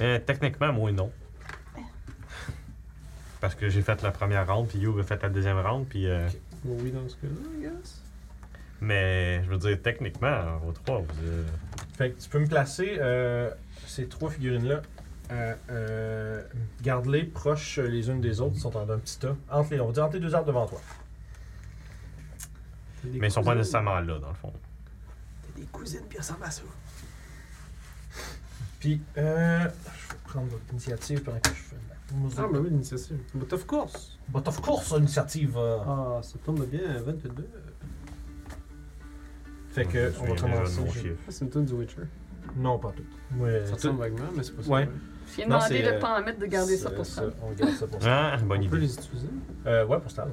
Euh, techniquement, moi, non. Parce que j'ai fait la première ronde, puis You a fait la deuxième ronde, puis. euh,
Ok.
Bon, oui, dans ce cas-là, I guess.
Mais je veux dire, techniquement, vos trois, vous. euh,
Fait que tu peux me placer euh, ces trois figurines-là. Euh, euh, Garde-les proches euh, les unes des autres, ils sont en un petit tas. Entre les, on va dire entre les deux arbres devant toi.
Mais ils sont pas nécessairement là, dans le fond.
T'as des cousines, puis ça va ça.
Puis, euh, je vais prendre votre initiative pendant que je fais la musique.
Ah, bah oui, l'initiative. But of course!
But of course, initiative. euh.
Ah, ça tombe bien, 22.
Fait que, on va commencer.
Ah, c'est une tune du Witcher.
Non, pas tout.
Euh,
Ouais,
Ça
tout-
ressemble vaguement, mais c'est pas ça.
Ouais.
J'ai
Non,
demandé
c'est,
de
euh,
pas en mettre de garder ça
c'est-
pour ça.
On garde ça pour ça.
Ah, bonne
On peut
idée.
les utiliser.
Euh, ouais, pour Star, ouais.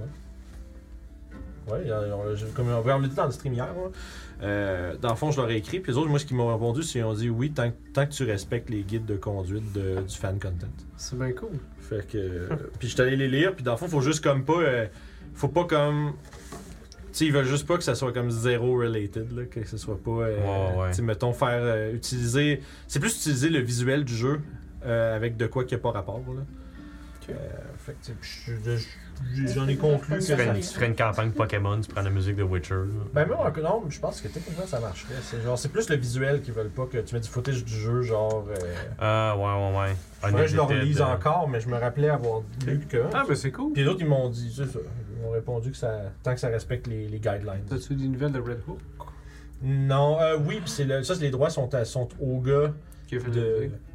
Ouais, y a- y a- on l'a- comme on, on l'a dit dans le stream hier, là, euh, dans le fond, je leur ai écrit, puis les autres, moi, ce qu'ils m'ont répondu, c'est qu'ils ont dit oui, tant, que- tant que tu respectes les guides de conduite de- du fan content.
C'est bien cool.
Fait que. euh, puis je suis allé les lire, puis dans le fond, faut juste comme pas. euh, faut pas comme. Tu sais, ils veulent juste pas que ça soit comme zéro related, là, que ce soit pas. euh,
Ouais, ouais.
Tu sais, mettons, faire. euh, utiliser. C'est plus utiliser le visuel du jeu euh, avec de quoi qui a pas rapport, là. Euh, fait que, tu sais, puis je- je- j'en ai conclu que
Tu ferais,
ça.
une, tu ferais une campagne Pokémon, tu prends la musique de Witcher. là.
Ben, moi, encore- non, je pense que techniquement ça marcherait. C'est genre, c'est plus le visuel qu'ils veulent pas que tu mettes du footage du jeu, genre. Euh,
Ah, ouais, ouais, ouais.
faudrait que je le relise
Unedited, euh,
encore, mais je me rappelais avoir lu que.
Ah, ben c'est cool.
Puis les autres, ils m'ont dit, c'est ça. Ils m'ont répondu que ça, tant que ça respecte les, les guidelines.
T'as-tu des nouvelles de Red Hook
Non, euh, oui, puis c'est le, ça, c'est les droits sont, à- sont au gars
qui a fait
de.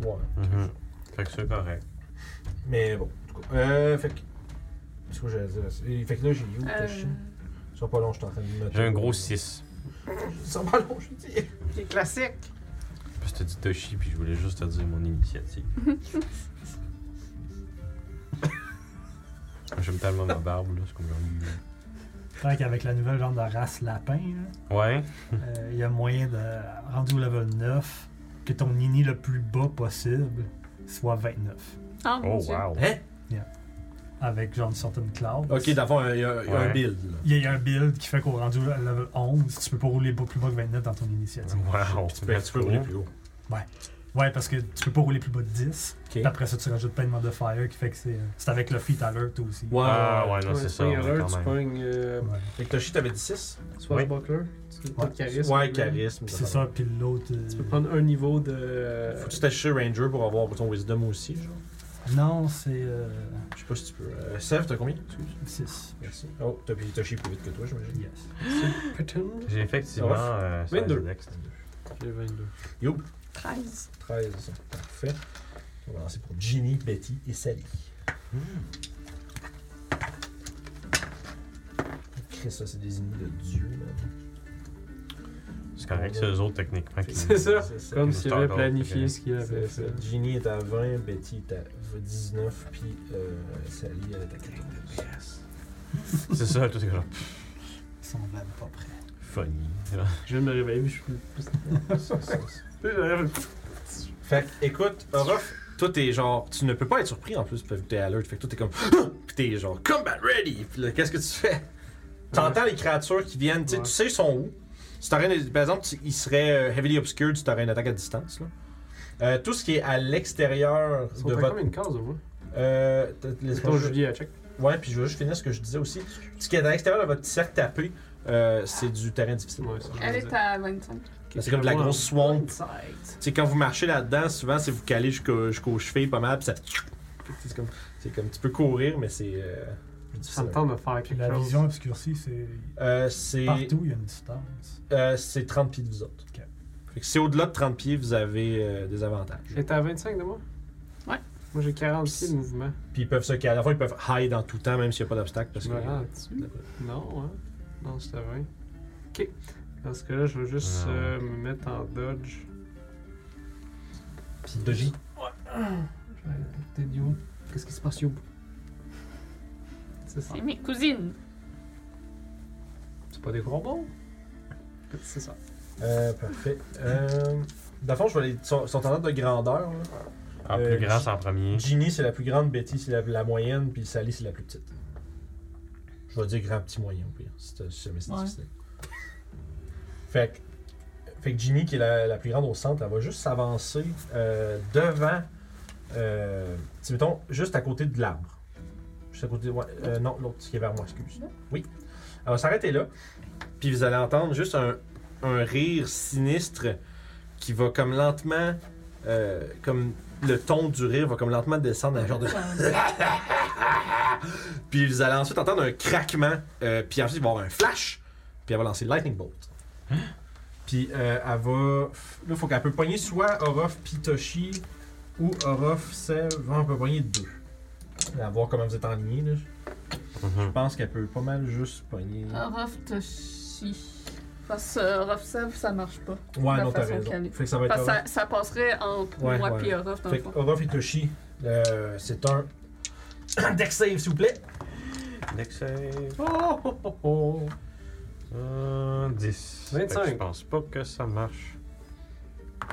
le
Ouais.
mhm. Fait que c'est correct.
Mais bon, en tout cas. Euh, fait que. C'est quoi que j'allais dire? C'est- Fait que là, j'ai eu.
Euh,
Ça sera pas long, je suis en train de me.
J'ai un gros 6.
Ça sera pas long, je dis.
Les classiques.
Parce que t'as dit Toshi, puis je voulais juste te dire mon initiative. J'aime tellement ma barbe, là, c'est comme genre...
Tant qu'avec la nouvelle genre de race lapin, là,
Ouais.
euh, il y a moyen de. Rendu au level 9, que ton nini le plus bas possible soit 29.
Ah, mon
Oh,
Dieu.
wow.
Hein?
Avec genre une certaine classe.
Ok, d'avant, il y a, il y a
Ouais.
un build. là.
Il y a- il y a un build qui fait qu'au rendu à level 11, tu peux pas rouler plus bas que 29 dans ton initiative.
Wow.
Tu peux, tu peux rouler plus haut.
Ouais, parce que tu peux pas rouler plus bas de 10.
Ok.
Puis
Ah,
après ça, tu rajoutes plein de modifiers qui fait que c'est. euh, C'est avec le feat alert aussi.
Ouais.
Ah, ouais, non, c'est ça.
Tu
ouais,
pognes erreur, tu
quand même.
pognes euh,
Ouais.
Fait que Toshi, t'avais dit 6.
Swashbuckler, tu t'as de charisme.
Ouais, charisme. Euh,
Puis c'est ça, puis l'autre. euh,
Tu peux prendre un niveau de. euh,
Faut-tu t'acheter Ranger pour avoir ton Wisdom aussi, genre?
Non, c'est
Je sais pas si tu peux. Euh, Sev, t'as combien? Excuse.
6.
Merci. Oh, t'as pris Toshi plus vite que toi, j'imagine.
Yes.
Pattern.
J'ai effectivement.
Ouais.
euh, ça,
22.
c'est next.
J'ai 22.
13.
13, parfait. On va lancer pour Ginny, Betty et Sally. Hmm. Chris, ça, c'est des ennemis de Dieu, là.
C'est correct, c'est eux autres techniquement. qui-
C'est ça.
ça.
Comme
c'est
s'il avait
encore-
planifié ce qu'il avait
euh, C'est
fait.
ça. Ginny est à 20, Betty est à 19, puis euh, Sally, elle est à 14.
C'est ça, tout est genre
Ils sont même pas prêts.
funny.
Je viens de me réveiller, mais je suis plus. plus-
Fait que, écoute, Orof, toi t'es genre, tu ne peux pas être surpris en plus, parce que t'es alert. Fait que toi t'es comme, Ah! pis t'es genre, combat ready. Puis là, qu'est-ce que tu fais? T'entends les créatures qui viennent, tu sais-
Ouais.
tu sais, ils sont où? Si t'aurais, une- par exemple, tu- ils seraient euh, heavily obscured, tu t'aurais une attaque à distance. Là. Euh, tout ce qui est à l'extérieur
Ils sont
de
à
votre.
combien de cases au moins
Euh, t-
C'est
laisse-moi
ton
juste-
Julie à check.
Ouais, puis je vais juste finir ce que je disais aussi. Ce qui est à l'extérieur de votre cercle tapé, euh, c'est du terrain difficile.
Ouais, ça, je
Elle
veux
est
dire.
à 25.
C'est comme de la
Ouais.
grosse swamp.
Side.
C'est quand vous marchez là-dedans, souvent c'est vous calez jusqu'au- jusqu'aux chevilles pas mal, puis ça. C'est comme, c'est comme tu peux courir, mais c'est. euh, plus
Ça
difficile.
me tente de faire
Puis
quelque
la
chose.
vision obscurcie, c'est.
Euh, c'est
Partout, il y a une distance.
euh, c'est 30 pieds de vous autres.
Ok.
Fait que si au-delà de 30 pieds, vous avez euh, des avantages.
Elle est à 25 de moi
Ouais.
Moi j'ai 46 de mouvement.
Puis ils peuvent se caler. À la fois, ils peuvent hide en tout temps, même s'il n'y a pas d'obstacle. Parce
Je
que.
me rends dessus. Non, hein? Non, c'était 20. Ok. Dans ce cas-là, je vais juste
Non.
euh, me mettre en dodge.
Puis Doji.
Je vais aller à côté de You. Qu'est-ce qui se passe, You? C'est ça.
C'est mes cousines.
C'est pas des gros bons? C'est ça.
Euh, parfait. Euh, dans le fond, je vais aller. Sont, sont en ordre de grandeur. là.
En
Euh,
plus grand, c'est en premier.
Ginny, c'est la plus grande, Betty, c'est la, la moyenne, puis Sally, c'est la plus petite. Je vais dire grand, petit, moyen, au pire, si t'as- si jamais c'est
Ouais.
difficile. Fait que, fait que Ginny, qui est la, la plus grande au centre, elle va juste s'avancer euh, devant, euh, tu sais, mettons, juste à côté de l'arbre. Juste à côté, ouais, euh, non, l'autre qui est vers moi, excuse. Oui. Elle va s'arrêter là, puis vous allez entendre juste un, un rire sinistre qui va comme lentement, euh, comme le ton du rire va comme lentement descendre à un genre de... Puis vous allez ensuite entendre un craquement, euh, puis ensuite il va y avoir un flash, puis elle va lancer Lightning Bolt. Hein? Puis euh, elle va. Là, faut qu'elle peut pogner soit Orof Pitoshi ou Orof Sev. On peut pogner deux. À voir comment vous êtes en ligne. là. Je
Mhm.
pense qu'elle peut pas mal juste pogner.
Rof Toshi. Parce que Rof Sev, ça marche pas.
ouais,
la
non, t'as
façon
raison.
qu'elle est.
Fait que ça va être
Parce que
Orof.
ça, ça passerait entre
Ouais,
moi
ouais.
et Orof dans
Fait
le
que
fond.
Orof Pitoshi, euh, c'est un. Deck save, s'il vous plaît.
Next save.
Oh, oh, oh, oh.
Euh, 10. Fait que
25.
Je pense pas que ça marche.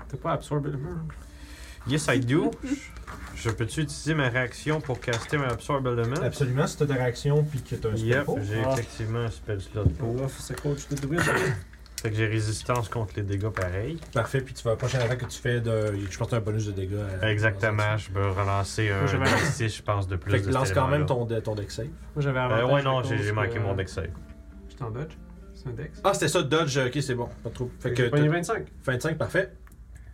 T'as pas absorbé le mur?
Yes, I do. Je- Je peux-tu utiliser ma réaction pour caster ma Absorb Element?
Absolument, si t'as des réactions puis que t'as un
Hein? Yep,
spell
j'ai
Ah.
effectivement un spell slot pour.
Olaf, c'est coach de druide.
Fait que j'ai résistance contre les dégâts pareil.
Parfait, puis tu vas la prochaine attaque que tu fais, de, je pense que t'as un bonus de dégâts. euh, à-
Exactement, je peux relancer un
Moi, j'avais un-
6, je pense, de plus.
Fait que
de
lance
cet
quand même ton,
élément-là.
de- ton deck save.
Moi j'avais
Euh,
avantage.
ouais, non,
à
j'ai
cause
j'ai manqué
que-
mon deck save.
J'étais en dodge. C'est un dex.
Ah, c'était ça, dodge, ok, c'est bon, pas de trouble. Fait que
J'ai pogné
t'as
25.
25, parfait.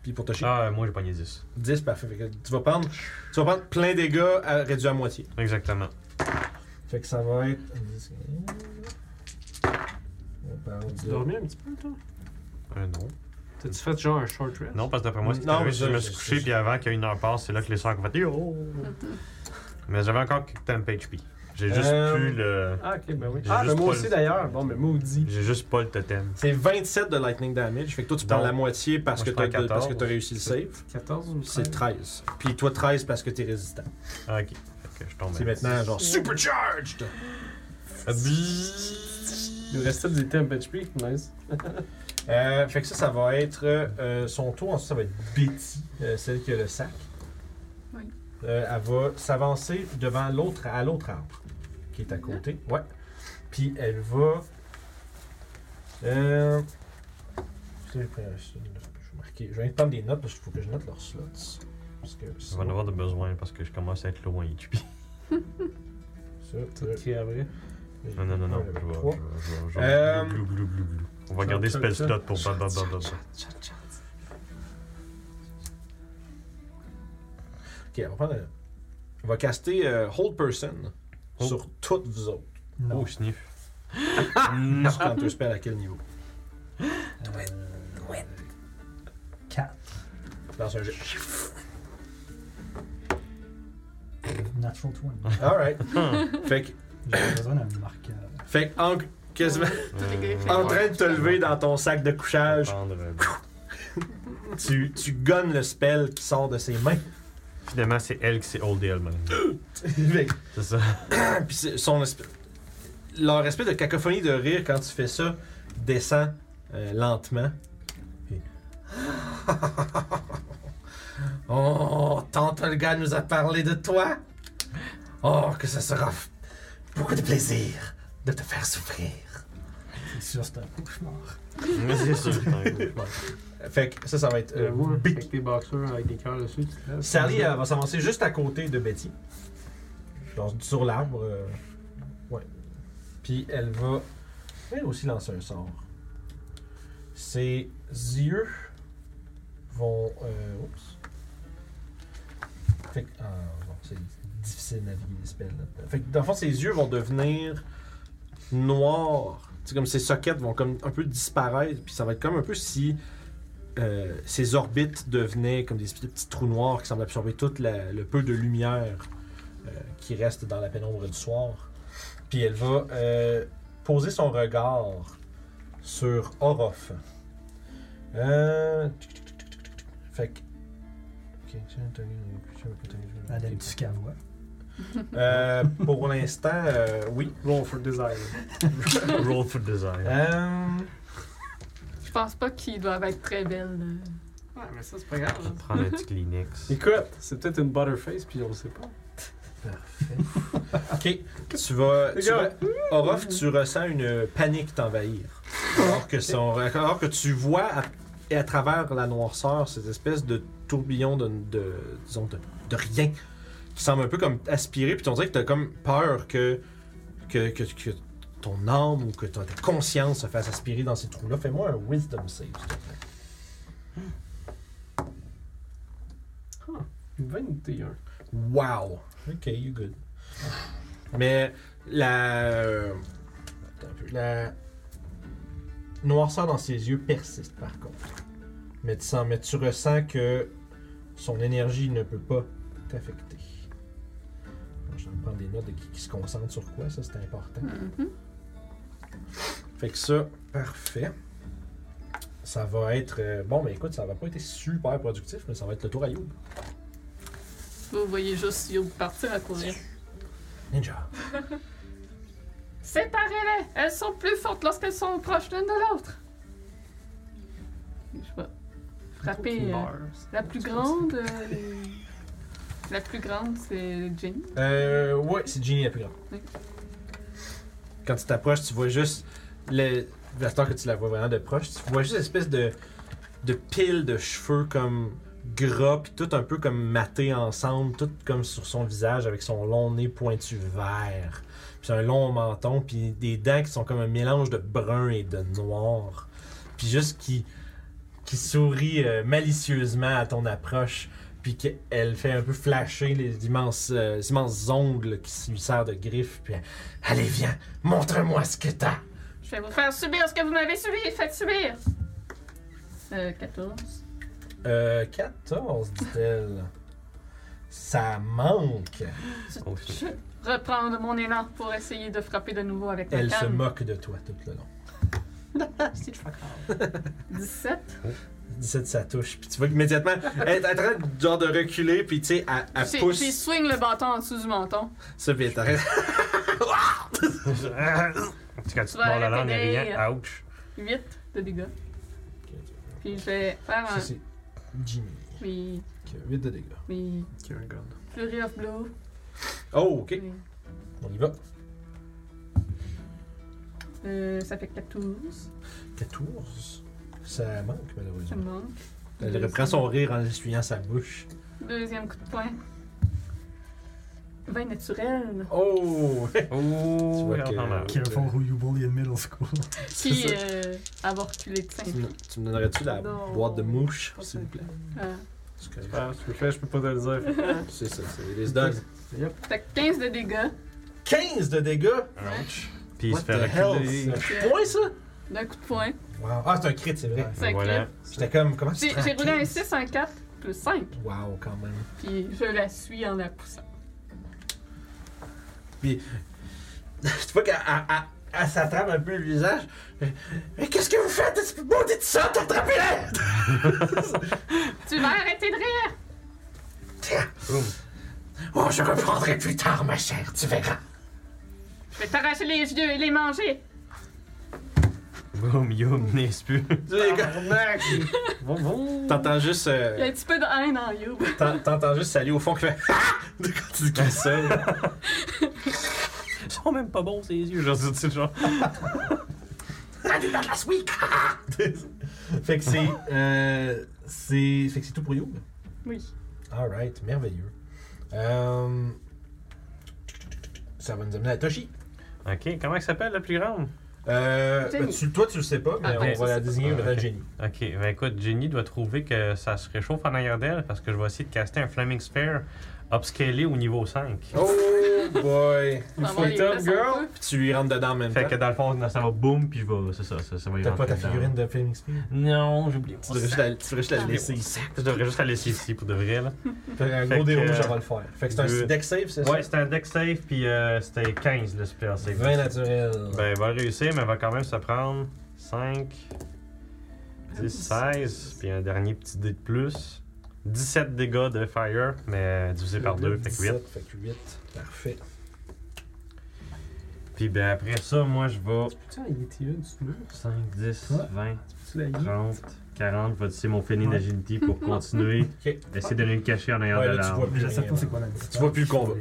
Puis pour toucher,
Ah, euh, moi j'ai pogné 10.
10, parfait. Fait que tu vas prendre, tu vas prendre plein de dégâts à- réduits à moitié.
Exactement.
Fait que ça va être.
Tu dormis un petit peu, toi?
Euh, non.
T'as-tu fait genre un short rest?
Non, parce que d'après moi, c'est
Non,
arrivé,
je-
je me
je-
suis
je-
couché,
je-
puis avant qu'il y ait une heure passe, c'est là que les sœurs ont fait Yo! Mais j'avais encore quelques temp HP. J'ai juste
Euh,
plus le.
Ah, ok, ben oui.
J'ai
Ah,
juste
ben moi
pas
aussi
le-
d'ailleurs. Bon, mais maudit.
J'ai juste pas le totem.
C'est 27 de lightning damage. Fait que toi, tu prends
Donc,
la moitié parce
moi,
que
je prends
t'as de- parce que
14.
t'as réussi le save.
14 ou
Puis c'est 13. Puis toi, 13 parce que t'es résistant.
Ah, ok. Fait que je tombe.
C'est maintenant genre
Ouais.
supercharged!
Ah, bzzz.
Il nous restait des temps HP, nice.
Euh, fait que ça, ça va être euh, son tour. Ensuite, ça va être Betty, euh, celle qui a le sac.
Oui.
Euh, elle va s'avancer devant l'autre, à l'autre arbre qui est à côté. Ouais. Puis elle va. Euh... Je vais marquer. Je vais prendre des notes parce qu'il faut que je note leurs slots. Parce que
Je vais en avoir de besoin parce que je commence à être loin. HP.
ça,
Tout
euh,
qui est vrai.
Non, non, non, non. Je vais.
Trois.
je vais- je vais- je
Euh,
vais- glou, glou, glou, glou, glou. On va garder spell slot pour. ba- ba- ba- ba- ba.
Ok, on va prendre. un- On va caster euh, Hold Person
Oh.
sur toutes vous autres.
Non.
Oh, sniff. Non.
Sur Counter Spell à quel niveau
euh, Quatre.
Dans un jet.
Natural 20.
Alright. fait que.
J'avais besoin d'un marqueur.
Fait que en, quasiment
Euh,
en train de te lever dans ton sac de
Je
couchage,
vais prendre, euh,
tu, tu gonnes le spell qui sort de ses mains.
Finalement, c'est elle qui s'est holdée elle-même.
Fait que-
C'est ça.
Puis c'est- son esp- leur espèce de cacophonie de rire quand tu fais ça descend euh, lentement. Puis- oh, tante Olga nous a parlé de toi. Oh, que ce sera f- beaucoup de plaisir de te faire souffrir.
C'est sûr, c'est un cauchemar.
Mais c'est sûr. c'est un cauchemar.
Fait que ça, ça va être. euh,
J'avoue, hein,
Betty.
avec tes boxeurs avec des cœurs dessus, tu te lèves.
Sally elle va s'avancer juste à côté de Betty. Dans- sur l'arbre. euh, ouais. Puis elle va. Elle aussi lancer un sort. Ses yeux vont. euh, oups. Fait que. ah, bon, c'est difficile de naviguer les spells là-dedans. Fait que dans le fond, ses yeux vont devenir noirs. C'est comme ses sockets vont comme un peu disparaître. Puis ça va être comme un peu si euh, ses orbites devenaient comme des espèces de petits trous noirs qui semblent absorber tout la- le peu de lumière euh, qui reste dans la pénombre du soir. Puis elle va euh, poser son regard sur Orof. Euh... tic, tic, tic, tic, tic, tic, tic. Fait que... Ok, tiens, t'as eu- t'as eu- t'as eu- t'as eu-
Elle a du cavois.
Euh, pour l'instant, euh, oui.
Roll for desire.
Roll for desire.
Euh,
Je pense pas qu'ils doivent être très belles. euh.
Ouais, mais ça, c'est pas grave. hein.
Je
là.
vais prendre un petit Kleenex.
Écoute, c'est peut-être une butterface, puis on le sait pas.
ok, tu vas...
Les
Tu
gars.
vas Orof, tu ressens une panique t'envahir. Alors que, son- alors que tu vois à, et à travers la noirceur cette espèce de tourbillon de, de- disons, de, de rien qui semble un peu comme aspiré, puis on dirait que t'as comme peur que, que, que, que ton âme ou que ta ta conscience se fasse aspirer dans ces trous-là. Fais-moi un wisdom save, s'il te plaît.
21.
Wow! Ok, you good. Mais la. euh, attends un peu, La noirceur dans ses yeux persiste par contre. Mais tu, sens, mais tu ressens que son énergie ne peut pas t'affecter. Alors, Je vais prendre des notes de qui, qui se concentre sur quoi, ça c'est important.
Mhm.
Fait que ça, parfait. Ça va être. euh, bon, mais écoute, ça va pas être super productif, mais ça va être le tour à Youb.
Vous voyez juste Youb partir à courir.
Ninja.
Séparez-les! Elles sont plus fortes lorsqu'elles sont proches l'une de l'autre! Je vais
Qui
frapper. euh,
meurt, c'est-
la plus grande. euh, la plus grande, c'est Jenny.
Euh, ouais, c'est Ginny la plus grande.
Oui.
Quand tu t'approches, tu vois juste. Le... La que tu la vois vraiment de proche, tu vois juste une espèce de, de pile de cheveux comme gras, puis tout un peu comme maté ensemble, tout comme sur son visage avec son long nez pointu vert. Puis un long menton, puis des dents qui sont comme un mélange de brun et de noir. Puis juste qui, qui sourit euh, malicieusement à ton approche puis qu'elle fait un peu flasher les immenses, euh, les immenses ongles qui s- lui servent de griffes, puis elle, Allez, viens, montre-moi ce que t'as!
Je vais vous faire subir ce que vous m'avez subi! Faites subir! Euh, 14.
Euh, 14, dit-elle. Ça manque!
Oh, shit.
Je reprends de mon élan pour essayer de frapper de nouveau avec ma
Elle se
canne.
moque de toi tout le long.
C'est le fuck off.
17.
17, ça touche, puis tu vois immédiatement, elle est en train de, genre, de reculer, puis tu sais, elle, elle
J'ai- J'y
pousse.
swing le bâton en dessous du menton.
Ça, puis elle t'arrête.
Ah! Tu sais, Quand tu te
vas
mords la langue en
répéter.
riant, ouch.
8 de dégâts. Puis je vais faire
Ça,
un.
c'est Jimmy,
Puis.
qui a 8 de dégâts.
Puis.
Qui a un gun.
Flurry of Blue.
Oh, ok.
puis, Mm.
On y va.
euh, ça fait 14.
14. Ça manque,
Ça
malheureusement.
me manque.
Elle
Deuxième-
reprend son rire en essuyant sa bouche.
Deuxième coup de poing. 20 naturel.
Oh! Tu
Oh,
vois
il en
que-
a marre.
Careful who you bully in middle school.
Puis
ça.
euh, avoir reculé de 5
tu, me, tu me donnerais-tu la
Non.
boîte de mouche, s'il vous plaît?
Euh,
C'est correct.
Ah, ce que je fais, je peux pas te le dire.
C'est ça, c'est les dogs.
Fait que 15 de dégâts.
15 de dégâts!
Ah, Ouch. Puis il
What
se fait
the hell?
reculer.
C'est un point, ça?
D'un coup de poing.
Wow. Ah, c'est un crit, c'est vrai.
Ça
Voilà.
crit.
J'étais comme, comment tu
J'ai
te
j'ai roulé un
rends
6, un 4, plus 5.
15? Wow, quand même.
Puis je la suis en la poussant.
tu vois qu'elle elle- elle- elle s'attrape un peu le visage. Mais, mais qu'est-ce que vous faites? C'est beau, dites ça, t'attrapez-la!
Tu vas arrêter de rire!
Oh, je reprendrai plus tard, ma chère, tu verras.
Je vais t'arracher les yeux et les manger!
Boum, youm, n'est-ce plus.
Tu sais, comme-
Bon, bon.
T'entends juste. euh,
Il y a un petit peu de haine en you.
t'en- T'entends juste saluer au fond qui fait Ah! Quand tu dis qu'il seul.
Ils sont même pas bons, ses yeux. Genre, c'est le genre.
Ah! fait que c'est. euh, c'est. Fait que c'est tout pour You.
Oui.
Alright, merveilleux. Euh, Ça va nous amener à Toshi.
Ok, comment elle s'appelle la plus grande
Euh,
Jenny.
ben, tu- toi, tu le sais pas, mais
Ah,
on
ben,
va
ça,
la
c'est
désigner
pas-
une vraie
ok.
Jenny.
Ok, ben écoute, Jenny doit trouver que ça se réchauffe en arrière d'elle parce que je vais essayer de caster un Flaming Sphere upscalé au niveau 5.
Oh boy!
Il faut les fesses un peu.
Puis tu lui rentres dedans en même
Fait que
temps.
dans le fond, ça va boum, puis je vais- c'est ça, ça, ça va y
T'as pas
rentrer
ta
dedans.
figurine de Phoenix Spear?
Non, j'ai oublié.
Tu devrais juste la- tu devrais juste la
Ah.
laisser ici.
Je devrais juste la laisser ici pour de vrai. Là.
Fait un
Fait
gros
que,
dérouge,
euh,
on va le faire. Fait que c'est un
deux.
deck save, c'est
Ouais,
ça?
c'était un deck safe, puis euh, c'était 15 le spell save.
20 naturel.
Ben, elle va le réussir, mais elle va quand même se prendre 5, 10, 16, puis un dernier petit dé de plus. 17 dégâts de fire, mais divisé par 2, fait que 8.
17, Fait que 8. Parfait.
Puis ben après ça, moi je vais
Putain, il était une, tu veux
5, 10,
Ouais.
20,
Tu l'as eu
30, 40. Je vais utiliser mon feigné
Ouais.
d'agility pour continuer.
Ok.
Essayer de le cacher en arrière
Ouais,
de
là, tu
l'arbre.
vois
Mais je sais pas c'est quoi la distance.
Tu vois plus le combat.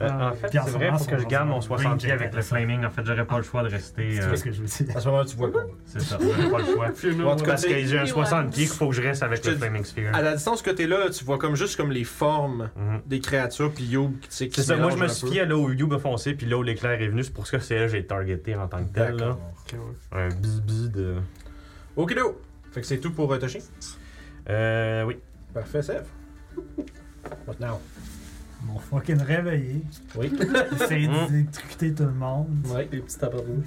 Euh, en fait,
Puis en
c'est
ce
vrai,
moment,
faut
son-
que je garde mon
son-
60
range
avec le flaming. En fait, j'aurais pas le choix de rester.
Tu
euh,
vois ce que je veux dire?
À ce moment-là, tu vois le combat.
C'est ça, j'aurais pas le choix.
En tout cas,
Parce que
c'est-
j'ai un
Ouais.
60 qu'il faut que je reste avec
Je te
le
dis-
flaming sphere.
à la distance que t'es là, là, tu vois comme juste comme les formes
Mhm.
des créatures, puis Yo, tu sais, qui
C'est
se
ça, moi je me
mélangent un
suis
peu.
fié à là où Youb a foncé, puis là où l'éclair est venu, c'est pour ça que c'est là que j'ai targeté en tant que tel. Là.
D'accord.
Un bisbi de.
Okido! Fait que c'est tout pour euh, Toshi.
Euh, oui.
Parfait, Sèvres. What now?
Mon fucking réveillé.
Oui.
Essayer
Mm.
d'électrocuter tout le monde.
Ouais.
Des petits tapas rouges.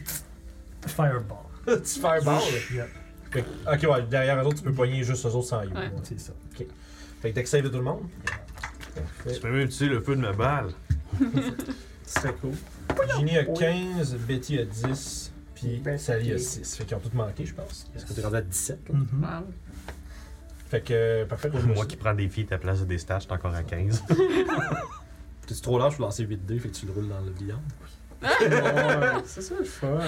Fireball.
tu fais un ball.
Yep,
Ok, ouais, derrière eux autres, tu peux poigner juste eux autres sans You.
Ouais.
ouais.
c'est ça.
Fait que deck save de tout le monde. Parfait.
Tu peux même utiliser le feu de ma balle.
Très cool. Ginny a 15, Betty a 10, puis
Ben,
Sally a
ok.
6. Fait qu'ils ont tous manqué, je pense. Parce que t'es rendu à 17. là.
Mhm.
Wow.
Fait que, euh, parfait. roule-moi
Moi
ça.
qui prends des filles à ta place de des stats, je suis encore à 15.
T'es trop large pour lancer 8 dés, fait que tu le roules dans le billard.
Ouais, C'est ça le fun.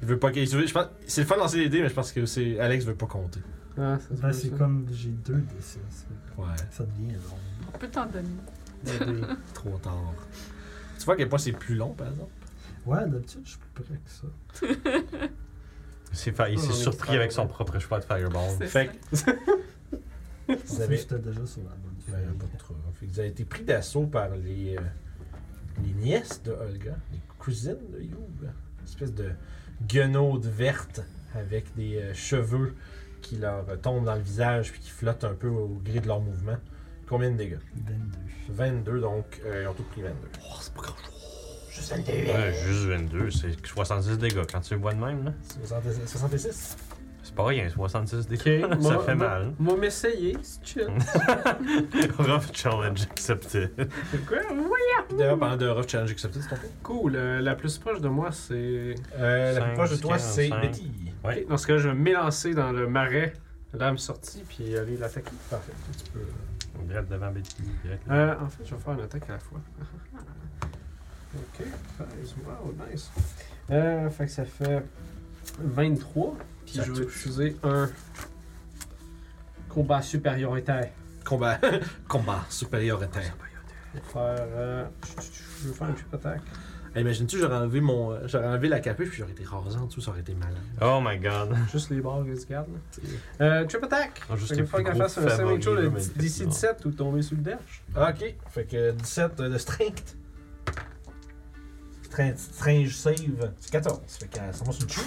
Je veux pas qu'il- je veux- je pense- C'est le fun de lancer les dés, mais je pense que c'est. Alex veut pas compter.
Ah, ça se
Ben,
peut,
c'est
ça.
comme j'ai deux d ça. ça-
Ouais,
Ça devient long.
On peut t'en donner.
trop tard. Tu vois à quel point c'est plus long, par exemple.
Ouais, d'habitude, je suis plus près que ça.
C'est fa- Il s'est surpris avec son propre choix de fireball.
C'est
Fait
ça.
Je pensais
avez-
que j'étais déjà sur la bonne
Ouais,
feuille.
pas trop. Ben, Fait que vous avez été pris d'assaut par les, euh, les nièces de Olga, les cousines de Youb. Une espèce de guenaude verte avec des euh, cheveux qui leur euh, tombent dans le visage puis qui flottent un peu au gré de leur mouvement. Combien de dégâts
22.
22, donc euh, ils ont tous pris 22. Oh, c'est pas grand Juste 22.
Ouais, juste 22, c'est 66 dégâts. Quand tu le vois de même, là,
66
c'est pas rien, 66 dégâts. ça
moi-
fait mal.
Moi, m'essayer, c'est chill.
Rough challenge accepted.
C'est quoi? Oui!
Puis D'ailleurs, parlant de Rough Challenge Accepted, c'est ton tour.
Cool. euh, la plus proche de moi, c'est.
Euh, La
Cinq,
plus proche de toi,
quinze,
c'est
cinq.
Betty.
Ouais.
Ok, Dans ce cas, je vais m'élancer dans le marais, l'âme sortie, puis aller l'attaquer.
Parfait. Tu peux.
Direct devant Betty. direct devant.
Euh, en fait, je vais faire une attaque à la fois.
oh,
ok, nice. Wow, nice. Euh, fait que ça fait 23, puis
Puis
Ça
je vais
touche.
utiliser un combat supérioritaire.
Combat. Combat supérieur éteint.
Je vais faire. euh, je vais faire une chip attack.
Imagine-tu, j'aurais enlevé, mon, euh, j'aurais enlevé la capuche puis j'aurais été rasé en dessous, ça aurait été malade.
Oh my god.
Juste les barres que tu gardes. là. Euh, trip attack.
Ah, juste
Fait qu'il
les
faut
plus
qu'elle
gros
fasse un saving
favoris,
throw
là,
de
mais
d'ici
effectivement.
17 ou tomber sous le dash.
Ok, fait que 17 de strength. Strength, strange save, c'est 14. Fait que euh, ça va sur le chou.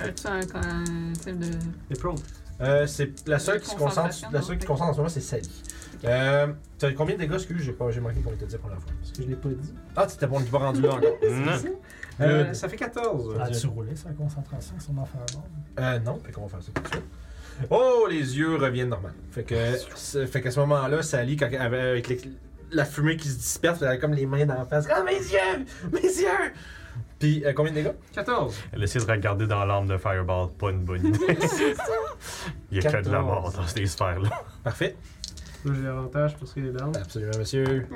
As-tu un quand- un type de.
Et pro.
Euh, c'est la seule qui se concentre,
Concentration,
la
non?
seule qui se concentre en ce moment, c'est Sally. Euh, T'as combien de dégâts, excuse, j'ai pas, j'ai manqué combien t'as dit la première fois.
Parce que je l'ai pas dit.
Ah, t'étais bon, t'es pas rendu là encore.
Non.
Euh,
Good.
ça fait 14.
Ah, tu roulais sa concentration sur ma fireball.
Euh, non, fait qu'on va faire ça tout de suite. Oh, les yeux reviennent normal. Fait que, c'est- fait qu'à ce moment-là, Sally, quand elle avait- avec les- la fumée qui se disperse, elle avait comme les mains dans la face. Ah, mes yeux! Mes yeux! Puis, euh, combien de dégâts?
14.
Elle essaie de regarder dans l'arme de Fireball, pas une bonne idée. Il y a que de la mort dans ces sphères-là.
Parfait.
Là, j'ai l'avantage parce qu'il est down.
Absolument, monsieur.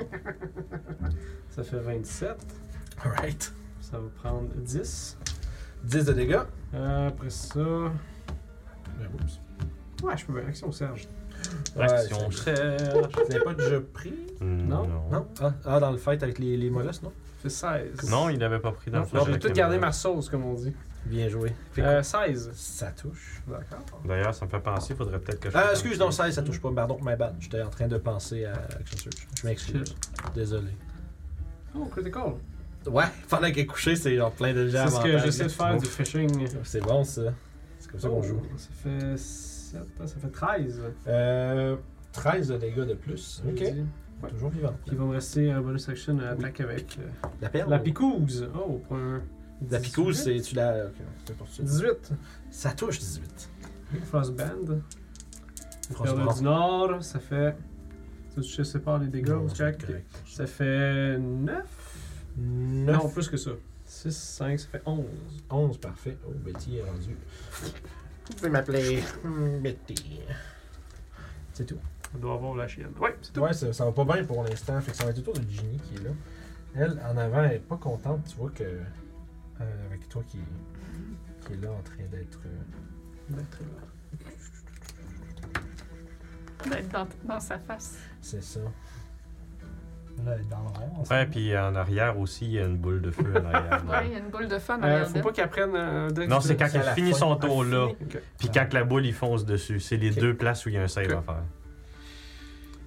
Ça fait 27.
Alright.
Ça va prendre 10.
10 de dégâts. Ben,
Euh, après ça. Ouais, je peux faire action, Serge.
Action
c'est-
cherche.
Vous n'avez pas déjà pris?
Non.
Non? Ah, ah, dans le fight avec les, les mollusques, non?
Ça fait 16.
Non, il n'avait pas pris dans
Non,
le
je vais
avec
tout
les
garder ma
mains.
sauce, comme on dit.
Bien joué. Fait que
Euh, 16.
Ça touche.
D'accord.
D'ailleurs, ça me fait penser, il faudrait peut-être que je.
Ah,
fasse un
excuse,
petit-
non, 16, ça touche pas. Pardon, my bad. J'étais en train de penser à Action Search. Je m'excuse. Désolé.
Oh, critical.
Ouais, pendant qu'elle est couchée, c'est genre plein de gens.
C'est ce que
avantages.
j'essaie de faire du Oh. fishing.
C'est bon ça. C'est comme ça qu'on joue.
Ça fait 7, ça fait 13.
Euh, 13 de dégâts de plus.
je dis. Ouais.
Toujours vivant.
Puis il va me rester un bonus action à attaque avec euh,
La perle.
la picouse. Oh, pour un.
La picouse,
18.
c'est tu la. ok, c'est pour ça.
18.
Ça touche 18.
Frostband. Perle du
Franchement.
Nord, ça fait. Ça, je sépare les dégâts,
Non,
ou
c'est
check.
correct.
Ça fait 9. Non,
Neuf.
plus que ça. 6, 5, ça fait 11.
11, parfait. Oh, Betty est rendue. Vous pouvez m'appeler hmm, Betty. C'est tout.
On doit avoir la chienne. Ouais, c'est tout.
Ouais, ça, ça va pas bien pour l'instant. Fait que ça va être le tour de Ginny qui est là. Elle, en avant, elle est pas contente, tu vois, que. euh, avec toi qui, qui est là en train d'être. euh,
D'être là.
d'être dans, dans sa face?
c'est ça.
Là, elle est dans le rond.
Ouais, puis en arrière aussi, il y a une boule de feu en arrière.
Ouais, il y a une boule de feu en
Ah. Euh,
arrière
faut pas qu'elle prenne. euh, direct-
Non, c'est quand
C'est à
il
la
finit
fin. Ah,
son tour là.
Ok.
Puis quand que la boule, il fonce dessus. C'est les
Ok.
deux places où il y a un save
Ok.
à faire.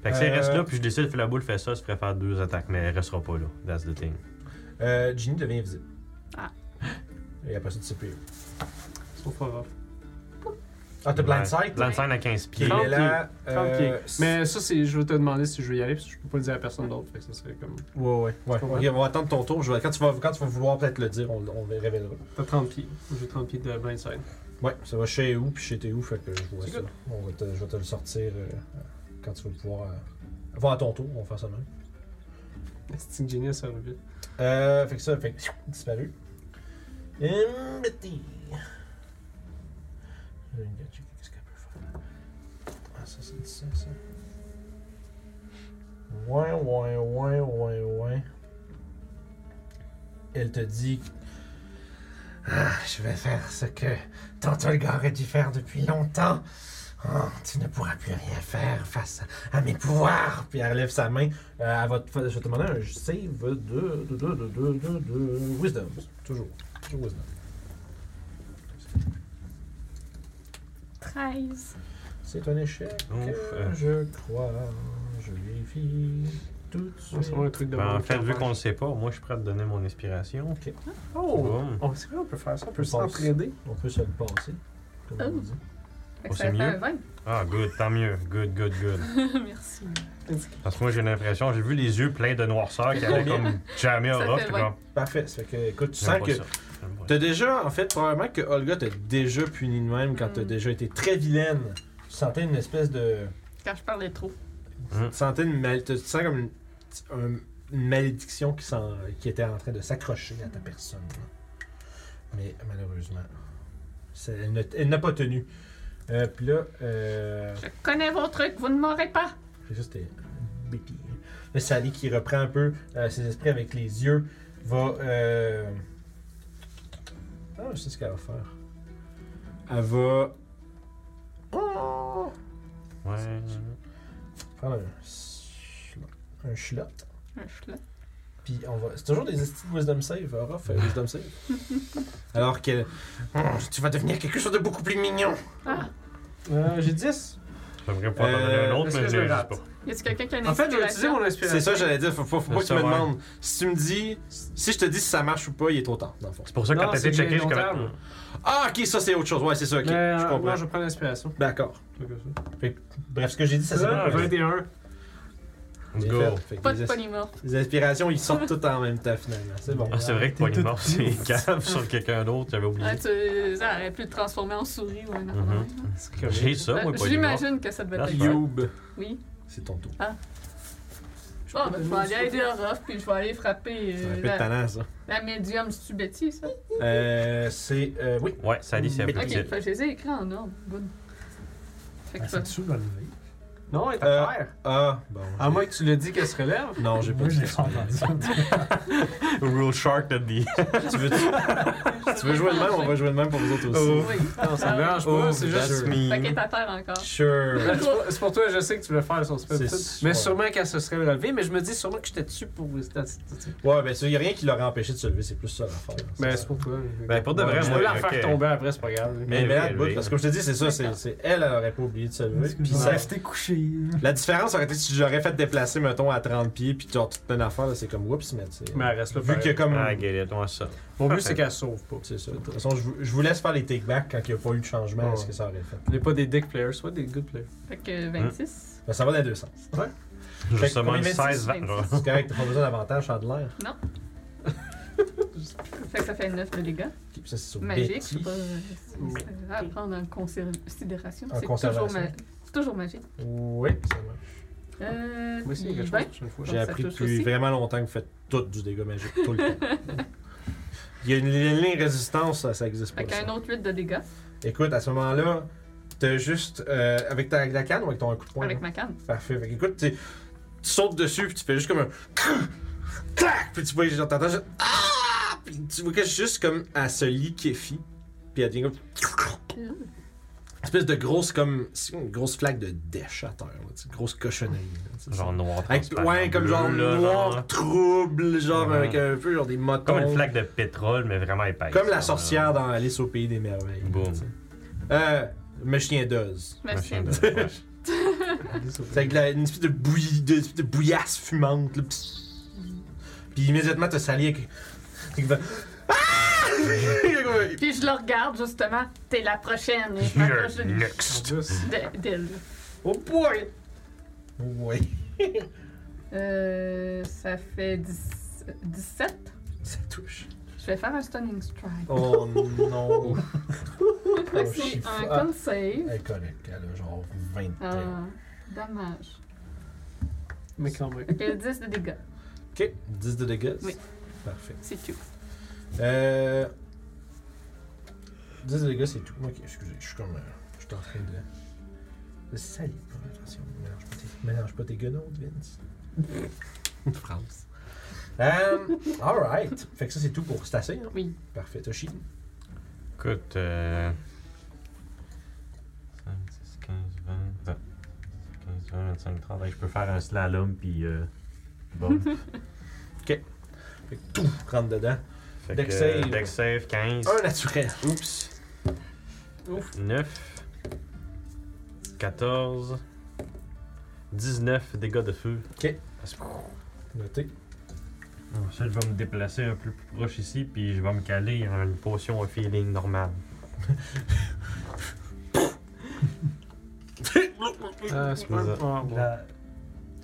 Fait que si elle
Euh,
reste là, puis je décide que la boule fait ça, je pourrais faire deux attaques, mais elle restera pas là. That's the thing.
Euh, Ginny devient invisible.
Ah.
Et après ça, tu sais plus.
Sauf pas grave.
Ah, t'as Blindsight?
Blind-
Blindsight à 15
Qui
pieds.
est
Tranquille.
là. euh,
Tranquille. Mais ça, c'est, je vais te demander si je veux y aller, parce que je peux pas le dire à personne d'autre. Fait que ça serait comme.
Ouais, ouais, ouais.
comprends?
Ok, on va attendre ton tour. Je vais- Quand, tu vas, quand tu vas vouloir peut-être le dire, on, on le révélera.
T'as 30 pieds. J'ai 30 pieds de blindside.
Ouais, ça va chez où, puis chez t'es où, fait que je vois
C'est
ça.
good.
On va te- je vais te le sortir euh, quand tu vas pouvoir. euh, voir à ton tour, on va faire ça même.
C'est une génie, ça revient.
Euh, fait que ça, fait que, disparu. Hum, Betty. Je vais regarder qu'est-ce qu'elle peut faire. Ah, ça, c'est ça, ça. Ouais, ouais, ouais, ouais, ouais. Elle te dit. Ah, je vais faire ce que Tantolga aurait dû faire depuis longtemps. Oh, tu ne pourras plus rien faire face à, à mes pouvoirs. Puis elle lève sa main. Euh, elle va te, fa- je vais te demander un save de, de, de, de, de, de, de Wisdom. Toujours. Toujours Wisdom.
13.
C'est un échec,
Ouf, euh.
je crois. Je vérifie tout de
On
suite.
se voit un truc de
Ben, en
monde
fait,
qui
vu
en
qu'on le sait pas, moi je suis prêt à te donner mon inspiration.
parle. Oh!
Boum.
Oh, c'est vrai, on peut faire ça, on peut
On pense.
s'entraider.
On peut se le passer. Comme on
Oh.
dit.
Fait que
Oh,
ça
c'est
fait
mieux.
un 20.
Ah, good, tant mieux. Good, good, good.
Merci.
Parce que moi j'ai l'impression, j'ai vu les yeux pleins de noirceur qui allaient comme jamais
Ça
au
fait
puis
vingt.
comme.
Parfait. Ça fait que, écoute, tu
J'aime
sens
pas
que.
ça. J'aime pas ça.
T'as déjà, en fait, probablement que Olga t'a déjà puni de même quand t'as
Mm.
déjà été très vilaine. Tu sentais une espèce de.
Quand je parlais trop.
Tu sentais une mal... Tu sens comme une, un- une malédiction qui, s'en- qui était en train de s'accrocher à ta personne. là. Mais malheureusement, c'est- elle ne- elle n'a pas tenu. Euh, Puis là, euh,
Je connais vos trucs, vous ne m'aurez pas.
c'est ça, c'était Betty. Le Sally qui reprend un peu euh, ses esprits avec les yeux va. euh, Ah, je sais ce qu'elle va faire. Elle va. Oh!
Ouais.
Prendre un. schl- Un schlot.
Un chelot.
Puis on va. C'est toujours des esti de Wisdom Save, Aura fait Wisdom Save. Alors que. Hum, tu vas devenir quelque chose de beaucoup plus mignon.
Ah!
Euh, j'ai 10.
J'aimerais pouvoir t'en donner
Euh,
un autre,
est-ce
mais
que
je
je
l'ai
le
juste
rate?
pas.
Y a-tu quelqu'un qui a une
En fait, je vais utiliser
inspiration?
mon inspiration.
C'est ça, j'allais dire. Faut, faut, faut pas
Faut
que tu me
savoir.
demandes. Si tu me dis. Si je te dis si ça marche ou pas, il est trop tard, dans le fond.
C'est pour ça que quand
Non,
t'as été
c'est
checké, j'ai
indomptable.
comme.
Ah, ok, ça c'est autre chose. Ouais, c'est ça, ok.
Mais,
je
euh,
comprends.
Moi, je prends l'inspiration.
D'accord.
Truc comme ça. Ah,
Bref, ce que j'ai dit, ça c'est
Ça,
bien.
va, ouais.
21.
Let's go.
Fait que
Pas
les
de
ins-
polymorphe.
Les inspirations, ils sortent toutes en même temps finalement. C'est bon.
Ah, c'est vrai que
T'es tout-
Polymorph, c'est cave sur quelqu'un d'autre, j'avais oublié.
Ouais, tu... Ça aurait pu le transformer en souris ou un
Mm-hmm.
enfant.
Mhm. J'ai ça, moi,
hein. Euh,
Polymorph.
J'imagine que ça devait
That's
être
right.
ça.
Youb,
Oui.
c'est ton tour.
Bon, ben, je vais aller aider Orof, puis je vais aller frapper
C'est
euh,
un peu de
la,
talent, ça.
la médium. C'est-tu Betty, ça?
Euh, c'est. Euh, oui.
Ouais, Sally, c'est un peu
Ok,
difficile.
fait que je les ai écrits en ordre. Good. Fait que
Ah,
je vais-
C'est sous dans le nez.
Non, elle est
Euh,
à terre.
Ah, bon.
À moins que tu le dis qu'elle se relève.
Non, j'ai pas
Moi,
dit
je l'ai
ça.
pas entendu.
Rule Shark de D.
Tu veux, tu veux jouer le même On va jouer le même pour vous autres aussi.
Oui. Ah,
Non, ça me dérange pas.
Oh,
c'est
that's
juste.
me.
Fait qu'elle est à terre encore.
Sure.
C'est pour- C'est pour toi, je sais que tu veux faire son spell.
C'est
tout.
sûr.
Mais sûrement qu'elle se serait relevée, mais je me dis sûrement que j'étais dessus pour.
Ouais, ben, il y a rien qui l'aurait empêché de se lever, c'est plus ça l'affaire.
Mais c'est pour toi.
Ben, pour de vrai,
je
moi,
peux la
ok.
faire tomber après, c'est pas grave.
Mais, mais là,
Oui,
elle bout,
oui.
parce que comme je te dis, c'est ça, c'est, c'est elle, elle aurait pas oublié de se lever. Puis ça-
resté couché.
la différence aurait été si j'aurais fait déplacer, mettons, à 30 pieds, puis genre toute pleine affaire, là, c'est comme oups, mais tu sais.
Mais elle reste là. Ah,
Vu
pareil.
que comme.
Ah, get it, ouais, ça.
Mon but, c'est qu'elle se sauve pas.
C'est ça. De toute façon, je vous, je vous laisse faire les take-back quand il n'y a pas eu de changement à ce que ça aurait fait.
On n'est pas des dick players, soit des good players.
Fait que 26.
Ben, ça va dans les deux sens.
Je
Fait
suis seulement
combien,
16
26?
genre.
C'est correct, t'as pas besoin d'avantage, Chandler.
Fait que ça fait 9 de dégâts.
Ok, ça, c'est sur
Magique,
Betty.
c'est pas. euh, c'est à prendre en considération.
En
C'est toujours,
conservation.
ma- c'est toujours magique.
Oui, ça marche.
Euh,
Moi aussi, il y a quelque chose
20.
la prochaine fois.
J'ai
Donc, ça
appris
touche
depuis
aussi.
vraiment longtemps que vous faites tout du dégât magique, tout le temps. Il y a une li- ligne résistance, ça, ça existe pas.
Fait qu'un
ça.
autre 8 de dégâts
Écoute, à ce moment-là, t'as juste. euh, avec ta, la canne ou avec ton coup de poing
avec
là?
ma canne.
Parfait. Fait qu'écoute, tu tu sautes dessus, puis tu fais juste comme un. Clac! Puis tu vois, genre, t'entends juste. Ah! Puis tu vois que juste comme. Elle se liquéfie, puis elle devient comme.
Mm.
Une espèce de grosse, comme. c'est Une grosse flaque de dèche à terre, là, tu sais, une grosse cochonnerie. là, tu sais,
Genre noir.
Avec-
transparent,
ouais, comme
bleu,
genre
là,
noir,
genre.
trouble, genre
Ouais.
avec un peu genre des motons.
Comme une flaque de pétrole, mais vraiment épaisse.
Comme la
genre,
sorcière
là.
dans Alice au Pays des Merveilles.
Boum.
Euh, Machien Doz.
Ma
Machin
chienne.
de- ouais.
C'est avec la- une espèce de, bouillie, de, de bouillasse fumante. là, pss. Puis immédiatement, t'as sali avec. avec le- Ah!
Puis je le regarde justement. T'es la prochaine. Et je
You're
m'approche de-
next.
de- d'elle.
oh boy! Oh Ouais.
Euh, ça fait 10 17.
Ça touche.
Je vais faire un stunning strike.
Oh non.
Fait que
oh,
c'est
chiffre.
un
Ah.
con save.
Elle est correcte, elle a genre 20.
Ah, dommage.
Mais quand même.
Et 10 de dégâts.
Ok, 10 de dégâts.
Oui.
Parfait.
C'est cute.
Euh. 10 dégâts, c'est tout. Ok, excusez, je suis comme. euh, je suis en train de. de salir. Attention, mélange pas tes, mélange pas tes guenaudes, Vince. France. Um, Alright. Fait que ça, c'est tout pour. C'est assez, hein?
Oui.
Parfait, Toshi.
Écoute, euh... 5, 6, 15, 20... 15, 20, 25, 30. Hey, je peux faire un slalom, puis... Euh... Bon.
Fait que tout rentre dedans.
Fait
Deck
que,
save.
euh, Deck save, 15,
Un naturel. Oups.
9, 14, 19 dégâts de feu.
Ok. Noté.
Ensuite, je vais me déplacer un peu plus proche ici, puis je vais me caler en une potion au feeling normale.
Euh, c'est pas
C'est ça.
Ah, bon.
La-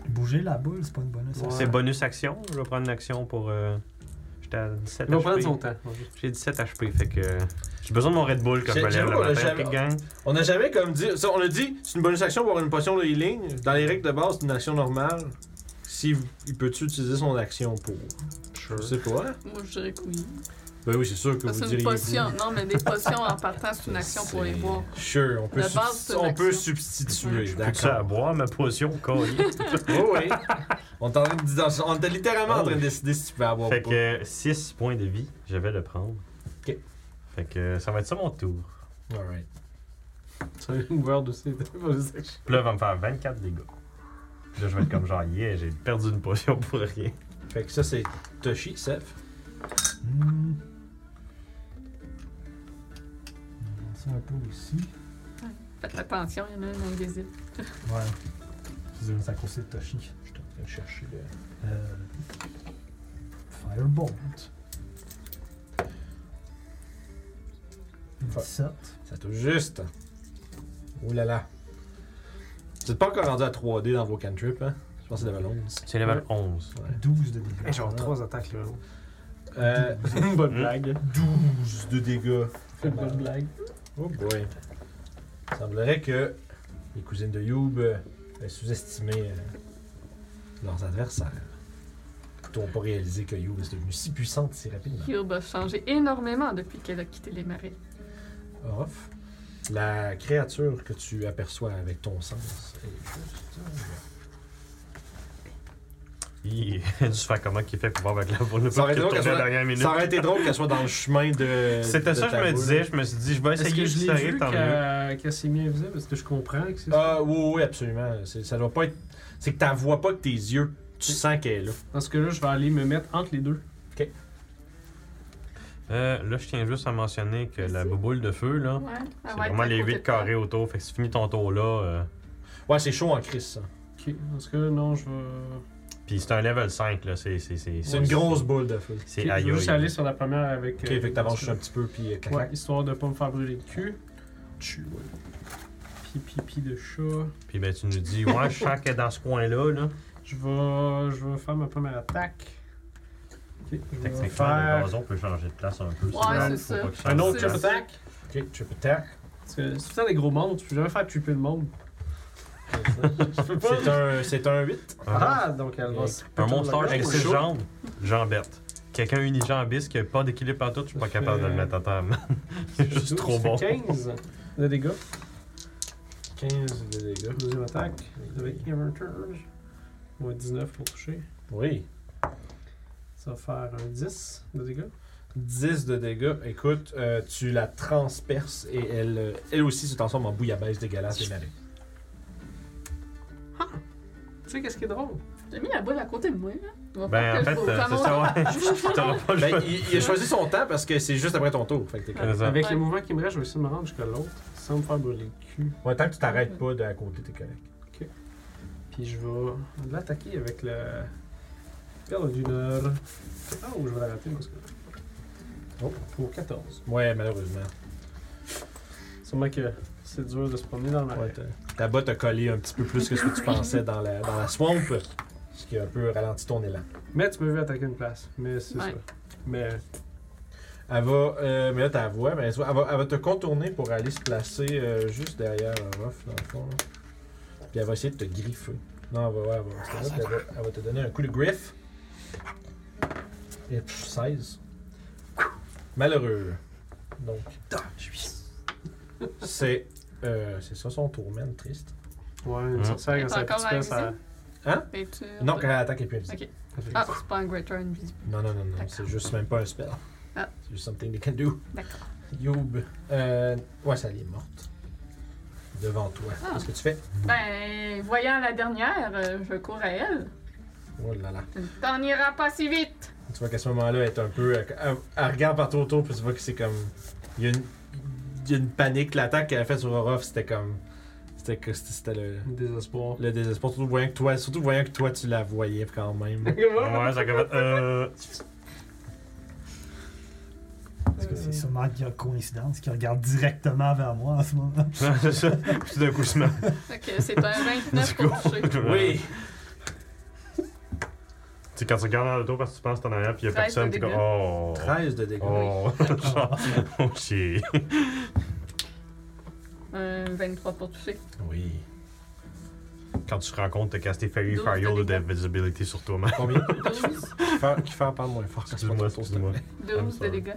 Bouger la boule, c'est pas une bonne action.
Ouais.
C'est bonus action. Je vais prendre une action pour... Euh... J'étais à 17
Il va
HP.
prendre son temps.
J'ai 17 HP, fait que euh, j'ai besoin de mon Red Bull quand je
J'ai-
me lève
j'avoue
le
qu'on a
matin,
jamais-
ok, gang?
On n'a jamais comme dit. ça, on a dit, c'est une bonus action pour avoir une potion de healing. Dans les règles de base, c'est une action normale. Si il peut-tu utiliser son action pour. Je sais pas. hein?
Moi, je dirais que oui.
Ben oui, c'est sûr que
Ah,
vous
C'est
diriez.
une potion.
oui.
Non, mais des potions en partant, c'est une action pour les
C'est-
boire.
Sure, on peut,
La base,
substi-
c'est une
on peut
action.
substituer.
Faut que ça à
D'accord.
boire ma potion, colis.
Oh, oui. Ah On est en train de dire- on était littéralement en
Oh.
train de décider si tu pouvais avoir
fait
ou pas.
que 6 points de vie, je vais le prendre.
Ok.
Fait que ça va être ça mon tour.
Alright.
C'est une world aussi. Vas-y.
Puis là, elle va me faire 24 dégâts. Puis Là, je vais être comme genre, yeah, j'ai perdu une potion pour rien.
Fait que ça, c'est Toshi, Seth.
Hmm. On va avancer un peu aussi.
Faites attention, il y en a un dans le désir.
Ouais. Je vais s'accrocher de Toshi.
Je suis en train de chercher le.
Euh, Firebolt. 17.
Ça touche juste. Ouh là là. Vous êtes pas encore rendu à 3D dans vos cantrips, hein? Je pense que c'est level 11.
C'est level 11.
12 de dégâts.
Hey, Eh, genre 3 attaques là.
Euh,
Une bonne
Hmm.
blague.
12 de dégâts.
Une bonne blague.
Oh boy. Il semblerait que les cousines de Youb euh, aient sous-estimé euh, leurs adversaires. Plutôt ont pas réalisé que Youb est devenu si puissante si rapidement.
Cube a changé énormément depuis qu'elle a quitté les marais.
Off. La créature que tu aperçois avec ton sens est juste.
Il a dû se faire comment qu'il fait pour voir avec la boule.
Ça aurait été
Qu'il
drôle
tourne
qu'elle
la
soit-
dernière minute.
Ça aurait été drôle qu'elle soit dans le chemin de.
C'était
de
ça, je
ta
me
boule.
disais. Je me suis dit, je vais
Est-ce
essayer
que
si
je
ça
l'ai
arrive,
vu
tant mieux.
qu'elle qu'elle s'est mis invisible? Est-ce que je comprends que c'est ça?
Ah, oui, oui, absolument. C'est- Ça doit pas être. C'est que t'en vois pas que tes yeux. Tu sens qu'elle est là.
Parce que là, je vais aller me mettre entre les deux.
Euh, là, je tiens juste à mentionner que la
Merci.
boule de feu, là,
Ouais, elle
c'est
va être
vraiment
à
les
côté
8
de toi.
carrés autour. Fait que si tu finis ton tour là, euh,
Ouais, c'est chaud en crise, ça.
Ok. Parce que non, je vais.
puis c'est un level 5, là. C'est c'est- c'est-
C'est une grosse boule de feu.
C'est
Ok,
aïe
Je vais juste
aïe.
aller sur la première avec.
Ok,
euh,
fait que t'avances juste un petit peu, puis euh, clac,
Ouais,
clac,
histoire de pas me faire brûler le cul.
tu. ouais.
Pi pi pi de chat.
Puis ben, tu nous dis, ouais, je sens qu'elle est dans ce coin-là, là.
Je vais. Je vais faire ma première attaque. Ok, je vais
Techniquement, le
faire.
gazon peut changer de place un peu.
Ouais, c'est
sinon, faut
ça.
pas qu'il change
Un
de
autre
C'est-
trip
place.
attack.
Ok, tu peux tac.
Parce que c'est tout le temps des gros mondes, tu peux jamais faire triper le monde. Je peux pas.
C'est un, c'est un 8.
Ah, donc elle va se
Un
péter
monstre
la gueule.
avec
Oh,
six
chaud.
jambes, jambette. Quelqu'un unijambiste qui a pas d'équilibre partout, je suis pas
Ça
capable de
fait-
le mettre à terre, man. Il est juste
Douze,
trop
ça
bon.
fait 15 de dégâts.
15 de dégâts.
Deuxième attaque avec Invertage. Moi 19 pour toucher.
Oui.
Ça va faire un 10 de dégâts.
10 de dégâts. Écoute, euh, tu la transperces et elle, euh, elle aussi se transforme en bouillabaisse dégueulasse et marée.
Tu sais qu'est-ce qui est drôle?
J'ai mis la boule à côté de moi, là. Il va
Ben,
falloir que
en fait,
je vous-
euh, c'est ça, ouais. T'auras pas le
Ben,
choix.
il, il a choisi son temps parce que c'est juste après ton tour. Fait que t'es correct.
C'est ça.
Avec
Ouais.
les mouvements qui me restent, je vais essayer de me rendre jusqu'à l'autre sans me faire brûler le cul.
Ouais, tant que tu t'arrêtes pas de à côté, t'es correct.
Puis je vais l'attaquer avec le. Perle d'une heure. Oh, je vais l'arrêter, parce que.
Oh.
Pour 14.
Ouais, malheureusement.
Sûrement que c'est dur de se promener dans la.
Ouais, t'as- ta botte a collé un petit peu plus que ce que tu pensais dans la, dans la swamp, ce qui a un peu ralenti ton élan.
Mais tu m'as vu attaquer une place. Mais c'est
Ouais.
ça. Mais.
Elle va, euh, mais là ta voix, mais elle, va, elle va te contourner pour aller se placer euh, juste derrière Ruff, dans le fond. là. Puis elle va essayer de te griffer. Non, elle va, ouais, elle va rester là, puis elle, va, elle va te donner un coup de griffe. Et pff, 16. Malheureux. Donc, c'est euh, c'est ça son tourment triste.
Ouais, une
Hein?
sorcière, quand
T'es
ça
encore
petit peu, ça.
invisible?
Hein?
Et tu-
Non, quand elle attaque, elle est plus invisible.
Ok. Ah, c'est pas un Greater Invisible.
Non, non, non, non,
D'accord.
c'est juste même pas un spell.
Ah.
C'est juste something they can do.
D'accord.
Youb. Euh, ouais, ça, elle est morte. Devant toi.
Ah.
Qu'est-ce que tu fais?
Ben, voyant la dernière, euh, je cours à elle.
Oh là là.
Tu ne t'en iras pas si vite!
Tu vois qu'à ce moment-là, elle est un peu. Elle, elle- elle regarde partout autour, puis tu vois que c'est comme. Il y a une, il y a une panique. L'attaque qu'elle a faite sur Orof, c'était comme. C'était que- c'était- c'était le,
Désespoir.
le désespoir. Surtout voyant, que toi, surtout voyant que toi, tu la voyais quand même.
Ouais, ça va euh,
Parce
Euh.
que c'est sûrement qu'il y a coïncidence qu'il regarde directement vers moi en ce moment.
c'est ça. Puis d'un coup, se met.
Fait que c'est un 29 pour toucher.
oui!
Tu sais, quand tu regardes dans le dos parce que tu penses que t'es en arrière, puis il y a
Treize
personne,
de
t'es comme,
dégâts.
oh.
13 de dégâts.
Oh. Genre, oh, shit.
Un 23 pour toucher.
Oui.
Quand tu te rends compte, t'as casté Fairy
Douze
Fire
de
Yell
dégâts.
d'invisibilité sur toi-même.
Combien?
12,
qui fait- qui fait en parle moins fort quand Ah, c'est pas
Excuse-moi,
ton tour, s'il te
excuse-moi.
plaît.
12 de
sorry.
dégâts.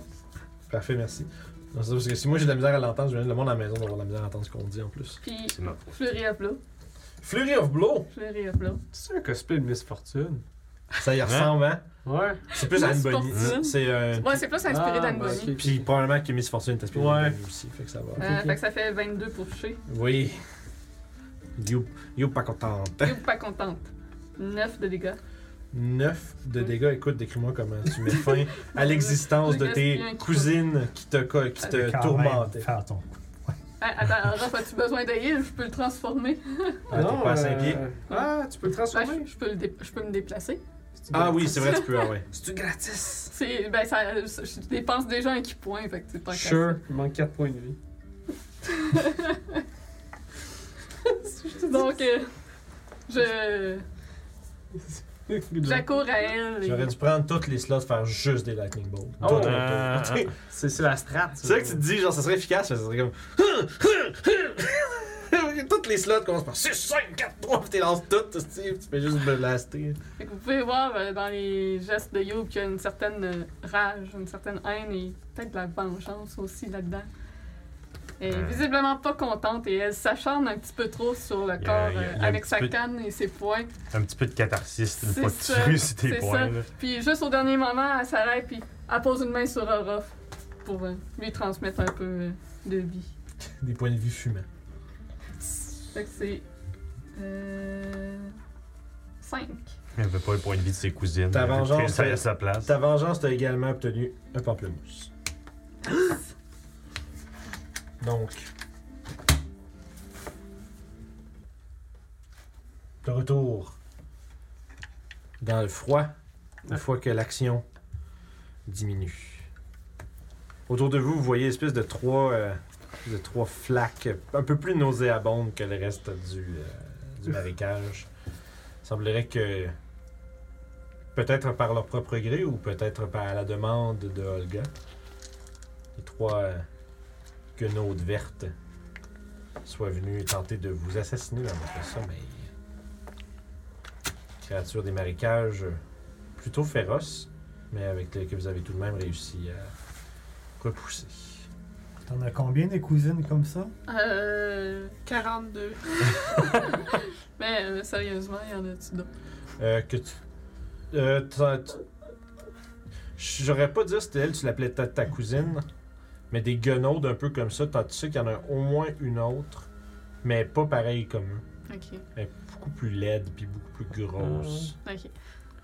Parfait, merci. Non, c'est parce que si moi j'ai de la misère à l'entendre, je viens de le monde à la maison d'avoir de la misère à entendre ce qu'on dit en plus.
Puis,
C'est notre faute.
Fleury of Blow.
Flurry of Blow!
Fleury of Blow.
C'est un cosplay de Miss Fortune.
Ça y ressemble, hein?
Ouais.
C'est plus
Miss
Anne Bonny.
Fortune.
C'est un.
Ouais, c'est plus inspiré
Ah,
d'Anne
bah,
Bonny.
ok, ok.
Puis probablement que Miss Fortune est inspirée
Ouais.
d'Anne Bonny aussi. Fait que ça va.
Euh,
ok.
Fait que ça fait 22 pour toucher.
Oui. You, you pas contente.
Et ou pas contente. 9 de dégâts.
9 de
Oui.
dégâts. Écoute, décris-moi comment tu mets fin à l'existence de
Je gaspille un
tes
coup.
cousines qui te, co- qui te
Quand
tourmentaient.
même, Faire ton
Ah, attends, Raph, as-tu besoin d'Aïl? Je peux le transformer.
Ah, t'es pas à cinq
euh,
pieds.
Ah, tu peux le
Ah,
transformer.
je, je peux le dé- je peux me déplacer.
C'est-tu
Ah oui,
gratis?
c'est vrai, tu peux, ah ouais.
C'est-tu gratis?
C'est, ben, ça, je dépense déjà un qui point, fait que c'est pas
Sure. Il manque 4 points de vie.
Donc, euh, je, j'accours à elle. et-
J'aurais dû prendre toutes les slots, faire juste des Lightning Bolts.
Oh,
Toutes, toutes,
euh,
toutes.
C'est c'est la strat.
C'est vrai que tu te dis, genre, ça serait efficace, mais ça serait comme. Toutes les slots commencent par 6, 5, 4, 3, puis t'es lances toutes, tu sais, tu fais juste blaster.
Fait que vous pouvez voir euh, dans les gestes de Youb qu'il y a une certaine euh, rage, une certaine haine et peut-être de la vengeance aussi là-dedans. Elle est
Hmm.
visiblement pas contente et elle s'acharne un petit peu trop sur le
Il y
corps
a- il y a-
euh,
il y a un
avec
petit
sa
peu de-
canne et ses poings.
Un petit peu de catharsis une
C'est
fois que tu
ça,
réussis tes
c'est
points.
ça.
là.
Puis juste au dernier moment, elle s'arrête puis elle pose une main sur Orof pour euh, lui transmettre un peu euh, de vie.
Des points de vue fumants.
Fait que c'est... Euh, 5.
Il avait pas le point de vie de ses cousines.
Ta
Il avait
vengeance,
pris ça à
c'est-
sa place.
Ta vengeance t'a également obtenu un pamplemousse. Donc. De retour dans le froid, une fois que l'action diminue. Autour de vous, vous voyez une espèce de trois, euh, de trois flaques un peu plus nauséabondes que le reste du, euh, du marécage. Il semblerait que Peut-être par leur propre gré ou peut-être par la demande de Olga. Les trois euh, quenaudes vertes soient venues tenter de vous assassiner dans votre sommeil. euh, Créatures des marécages euh, plutôt féroces, mais avec lesquelles vous avez tout de même réussi à repousser.
T'en as combien des cousines comme ça
Euh, 42. Mais euh, sérieusement, il y en a-tu d'autres?
Euh, que tu. Euh, t'as- tu- J'aurais pas dire c'était elle, tu l'appelais ta, ta cousine, mais des guenaudes un peu comme ça, t'as- tu sais qu'il y en a au moins une autre, mais pas pareille comme eux.
Ok,
Elle est beaucoup plus laide puis beaucoup plus grosse.
ok.
Puis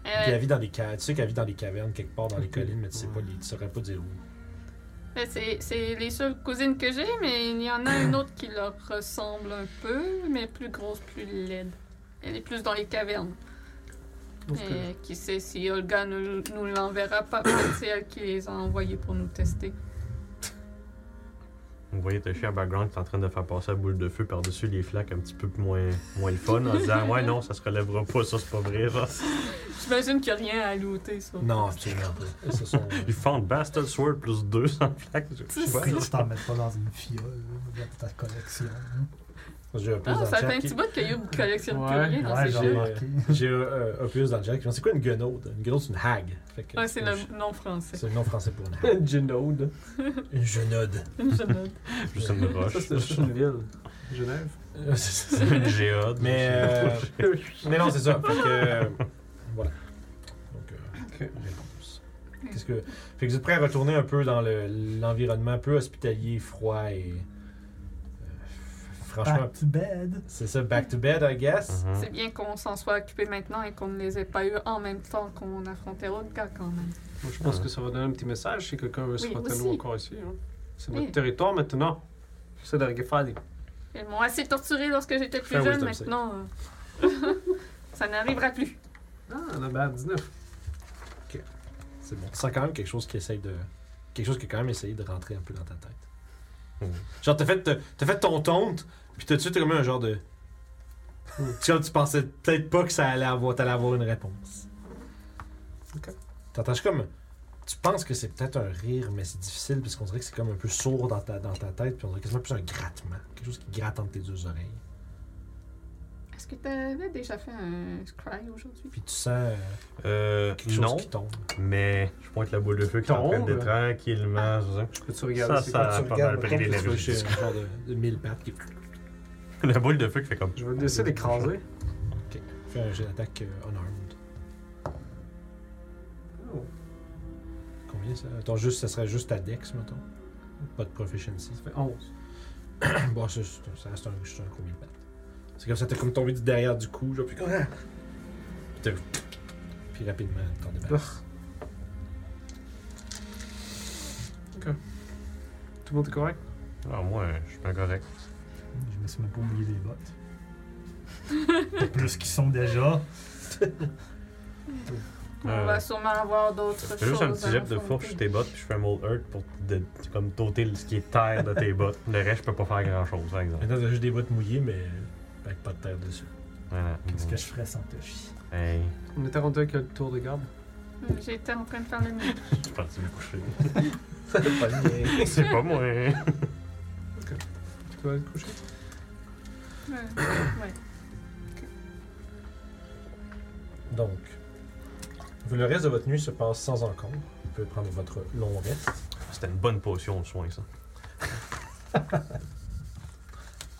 elle
Euh,
vit dans des cavernes. Tu sais qu'elle vit dans des cavernes quelque part dans les
Ok.
collines, mais tu sais pas, les- tu saurais pas dire où.
ben, c'est c'est les seules cousines que j'ai, mais il y en a une autre qui leur ressemble un peu, mais plus grosse, plus laide. Elle est plus dans les cavernes.
Parce que-
Et qui sait si Olga ne nous l'enverra pas, peut-être c'est elle qui les a envoyés pour nous tester.
Vous voyez Toshi à background qui est en train de faire passer la boule de feu par-dessus les flaques un petit peu moins, moins le fun en disant Ouais, non, ça se relèvera pas, ça c'est pas vrai. Genre.
J'imagine qu'il n'y a rien à looter, ça.
Non, absolument pas. Ce sont,
Ils font Bastard Sword plus 200 flaques.
C'est
Je sais
ça.
pas que tu t'en mets pas dans une fiole là, de ta collection. hein.
j'ai Opus
Ah,
dans
ça
le
fait un
chat.
petit
qui-
bout que Youb collectionne plus
Ouais,
rien dans
Ouais,
ses
j'ai
j'ai-
jeux.
remarqué.
J'ai euh, Opus dans le chat qui dit, C'est quoi une guenaude Une guenaude, c'est une hag. Fait que-
Ouais, Ah, c'est le nom français.
C'est le nom français pour une hag.
euh,
Genode.
Une genode.
Je note.
Juste une roche.
Ça, c'est juste une ville. Genève.
Euh, c'est-
C'est une géode.
Mais, euh, mais non, c'est ça. Fait que. euh, voilà. Donc, euh,
Ok.
réponse. Qu'est-ce que. Fait que vous êtes prêts à retourner un peu dans le- l'environnement un peu hospitalier, froid et. euh, franchement,
Back to bed.
c'est ça, back to bed, I guess.
Mhm.
C'est bien qu'on s'en soit occupé maintenant et qu'on ne les ait pas eu en même temps qu'on affrontait Rodka quand même.
Moi, je pense que ça va donner un petit message si quelqu'un veut se
Oui,
frotter à nous
aussi.
encore ici. hein. C'est notre
Oui.
territoire maintenant. C'est de faire des.
Ils m'ont assez torturé lorsque j'étais
Fais
plus
un
jeune,
wisdom save.
maintenant. euh, ça n'arrivera plus.
Ah, on a bad 19.
C'est bon. Tu sens quand même quelque chose qui essaye de. Quelque chose qui a quand même essayé de rentrer un peu dans ta tête.
Mhm.
Genre, t'as fait, t'as fait ton tonte, puis t'as tout de suite comme un genre de.
Mhm.
Tu vois, tu pensais peut-être pas que ça allait avoir, t'allais avoir une réponse.
Ok.
T'entends, je suis comme. Tu penses que c'est peut-être un rire, mais c'est difficile, parce qu'on dirait que c'est comme un peu sourd dans ta, dans ta tête, puis on dirait quasiment plus un grattement. Quelque chose qui gratte entre tes deux oreilles.
Est-ce que t'avais déjà fait un scry aujourd'hui?
Puis tu sens euh,
Euh,
quelque chose
non,
qui tombe.
mais je pointe la boule de feu qui est en train de
Tombe.
tranquillement. je
Peux-tu
sais.
regarder
Ça,
c'est
ça
quoi?
a
tu
pas mal
regardes,
pris
mettons,
les
tu vois, c'est
lèvres.
un genre de, de mille pattes qui
La boule de feu qui fait comme.
Je vais le laisser l'écraser.
fait un jet d'attaque euh, unarmed.
Oh,
combien ça Attends, juste, ça serait juste ta dex, mettons. Pas de proficiency.
Ça fait 11.
Bon, ça, c'est un- ça reste un, juste un combien de pattes. C'est comme ça, t'es comme tombé du derrière du cou, genre, puis comme. Ah! Puis, t'as- puis rapidement, t'en débarrasses.
Tout le monde est correct?
Ah, moi, je suis pas correct.
Je me suis même pas oublié les bottes. Plus qu'ils sont déjà.
On
Euh,
va sûrement avoir d'autres choses.
Fais juste un petit
à
jet de
affronter.
fourche sur tes bottes, puis je fais un mold hurt pour de- comme t'ôter ce qui est terre de tes bottes. Le reste, je peux pas faire grand chose, par
Ah!
exemple.
Maintenant, t'as juste des bottes mouillées, mais avec pas de terre dessus.
Voilà.
Qu'est-ce que je ferais sans Toshi?
Hey,
On était rendu avec le tour de garde.
Euh, J'étais en train de faire le mien.
je suis parti me coucher.
Ça fait pas de bien.
C'est pas moi. hein.
Tu vas te coucher?
Ouais. Ouais.
Donc, le reste de votre nuit se passe sans encombre. Vous pouvez prendre votre long reste.
C'était une bonne potion de soin, ça.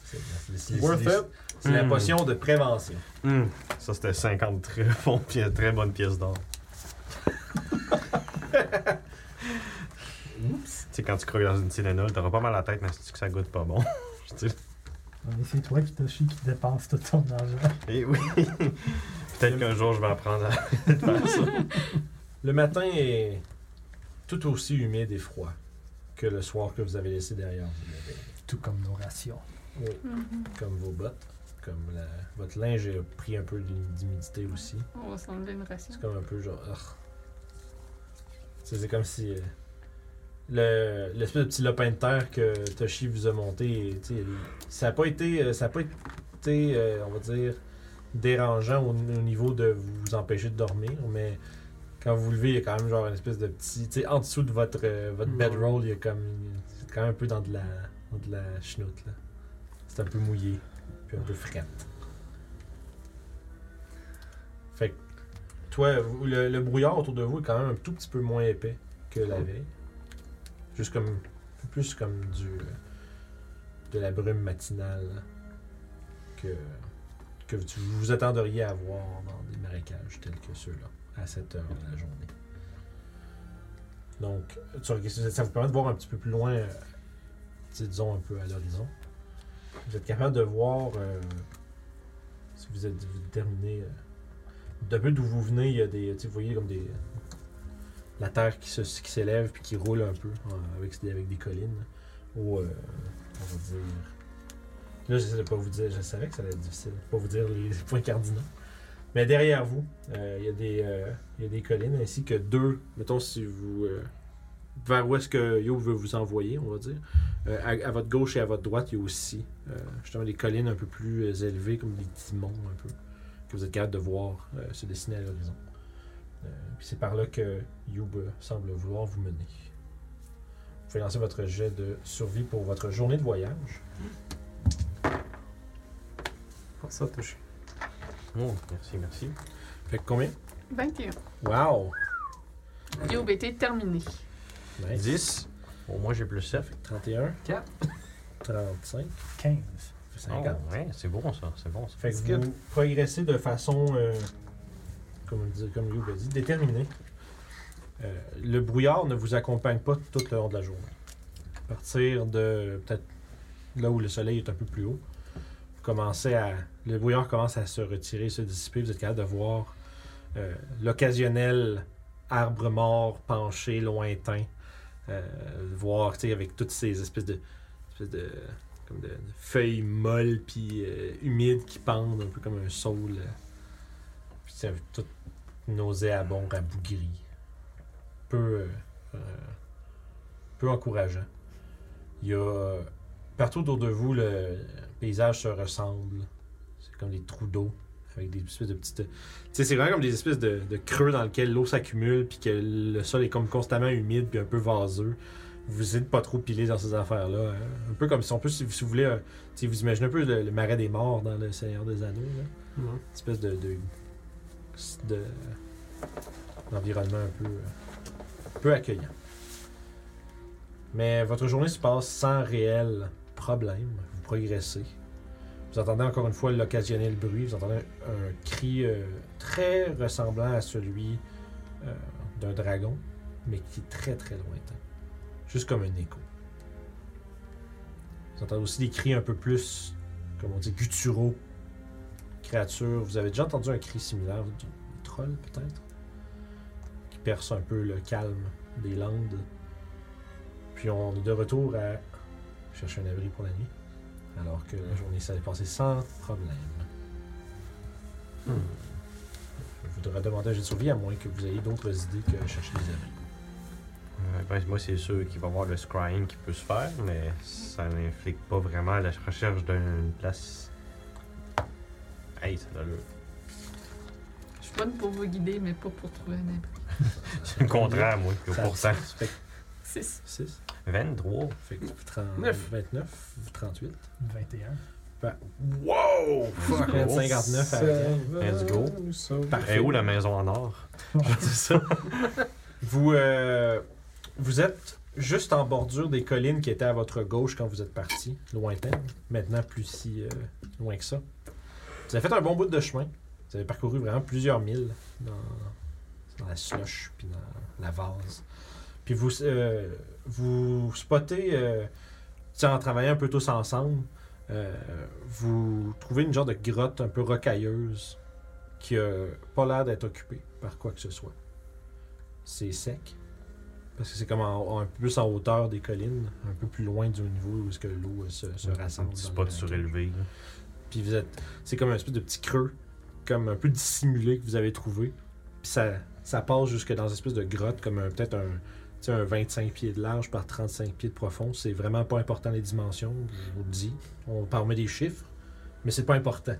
C'est- c'est- c'est-
Worth
c'est-
it? Hmm.
C'est la
Mm.
potion de prévention.
Hum, Ça, c'était 50 très, bons pièces- très bonnes pièces d'or. Oups. Tu sais, quand tu croques dans une Tylenol, t'auras pas mal à la tête, mais c'est que ça goûte pas bon. Tu sais,
Mais c'est toi qui Toshi qui dépense tout ton argent.
Eh oui. Peut-être qu'un jour, je vais apprendre à faire ça.
Le matin est tout aussi humide et froid que le soir que vous avez laissé derrière vous. la veille.
Tout comme nos rations.
Mhm.
Comme vos bottes, comme la- votre linge a pris un peu d'hum- d'humidité aussi.
On va s'enlever une ration.
C'est comme un peu genre. Urgh. C'est c'est comme si. euh, le- L'espèce de petit lopin de terre que Toshi vous a monté, tu sais, ça n'a pas été, euh, ça a pas été euh, on va dire, dérangeant au, au niveau de vous empêcher de dormir, mais quand vous vous levez, il y a quand même genre une espèce de petit. Tu sais, en dessous de votre, euh, votre
Ouais.
bedroll, il y a comme. C'est quand même un peu dans de la, dans de la chenoute, là. C'est un peu mouillé, puis un peu frette. Fait que, toi, vous- le, le brouillard autour de vous est quand même un tout petit peu moins épais que la veille. Juste comme. Plus comme du. euh, de la brume matinale là, que, que tu- vous vous attenderiez à voir dans des marécages tels que ceux-là, à cette heure de la journée. Donc, tu reg- ça vous permet de voir un petit peu plus loin, euh, tu sais, disons un peu à l'horizon. Vous êtes capable de voir, euh, si vous êtes vous déterminé, euh, d'un peu d'où vous venez, il y a des, tu sais, vous voyez comme des, la terre qui se- qui s'élève puis qui roule un peu euh, avec, avec des collines. Ou, euh, on va dire. Là, j'essaie de pas vous dire, je savais que ça allait être difficile, de pas vous dire les points cardinaux. Mais derrière vous, euh, il y, a des, euh, il y a des collines ainsi que deux, mettons si vous. euh, vers où est-ce que Yo veut vous envoyer, on va dire. Euh, à, à votre gauche et à votre droite, il y a aussi euh, justement des collines un peu plus euh, élevées, comme des timons un peu, que vous êtes capable de voir euh, se dessiner à l'horizon. Euh, puis c'est par là que Youb euh, semble vouloir vous mener. Vous pouvez lancer votre jet de survie pour votre journée de voyage.
Pour ça, touché.
Oh, merci, merci.
Fait que combien
21.
Wow
Yob était terminé.
Nice.
10. Au moins, j'ai plus 7.
31.
Quatre.
35.
15.
Fait 50.
Oh, ouais, c'est bon ça, c'est bon ça.
Fait que
That's good.
vous progressez de façon, euh, comme, on dit- comme Youb a dit, déterminée. Euh, le brouillard ne vous accompagne pas tout le long de la journée. À partir de peut-être là où le soleil est un peu plus haut, vous commencez à, le brouillard commence à se retirer, se dissiper. Vous êtes capable de voir euh, l'occasionnel arbre mort penché, lointain. Euh, voir tu sais, avec toutes ces espèces de, espèces de, comme de, de feuilles molles puis euh, humides qui pendent un peu comme un saule. euh. Puis c'est tout nauséabond, rabougri. Peu, euh, euh, peu encourageant. Il y a euh, partout autour de vous le paysage se ressemble. C'est comme des trous d'eau avec des espèces de petites. Tu sais, c'est vraiment comme des espèces de, de creux dans lesquels l'eau s'accumule puis que le sol est comme constamment humide puis un peu vaseux. Vous êtes pas trop pilé dans ces affaires-là. hein. Un peu comme si on peut, si vous, si vous voulez, euh, tu sais, vous imaginez un peu le, le marais des morts dans Le Seigneur des Anneaux. Là une espèce de, de, de- d'environnement un peu, euh, peu accueillant. Mais votre journée se passe sans réel problème. Vous progressez. Vous entendez encore une fois l'occasionnel bruit. Vous entendez un, un cri euh, très ressemblant à celui euh, d'un dragon mais qui est très très lointain. Juste comme un écho. Vous entendez aussi des cris un peu plus, comme on dit, gutturaux. Créatures. Vous avez déjà entendu un cri similaire du troll, peut-être Qui perce un peu le calme des landes. Puis on est de retour à chercher un abri pour la nuit. Alors que la journée s'est passée sans problème.
Hmm.
Je voudrais demander un jet de survie, à moins que vous ayez d'autres idées que chercher des abris.
Euh, ben, moi, c'est sûr qu'il va y avoir le scrying qui peut se faire, mais ça n'implique pas vraiment la recherche d'une place. Hey, ça a l'allure.
Je suis bonne pour vous guider, mais pas pour trouver un abri.
C'est le contraire, moi, que pour ça.
Fait que
C'est
6,
23.
fait que 30,
Neuf.
29, 38.
21.
Ben, wow! Fuck, man, 59 à
Let's go.
Euh,
Ah, Nous sommes-
Parfait. Et où la maison en or? C'est ça.
Vous, euh, vous êtes juste en bordure des collines qui étaient à votre gauche quand vous êtes parti, lointaines, maintenant plus si euh, loin que ça. Vous avez fait un bon bout de chemin. Vous avez parcouru vraiment plusieurs milles dans, dans la slush puis dans la vase. Puis vous, euh, vous spottez, euh, tu sais, en travaillant un peu tous ensemble, euh, vous trouvez une genre de grotte un peu rocailleuse qui a pas l'air d'être occupée par quoi que ce soit c'est sec. Parce que c'est comme en- en- un peu plus en hauteur des collines, un peu plus loin du niveau où est-ce que l'eau euh, se, se
Un
rassemble.
petit
dans
spot
le lac.
surélevé. là.
Puis vous êtes. C'est comme un espèce de petit creux, comme un peu dissimulé que vous avez trouvé. Puis ça, ça passe jusque dans une espèce de grotte, comme un- peut-être un, tu sais, un 25 pieds de large par 35 pieds de profond. C'est vraiment pas important les dimensions, je vous le dis. On parle des chiffres, mais c'est pas important.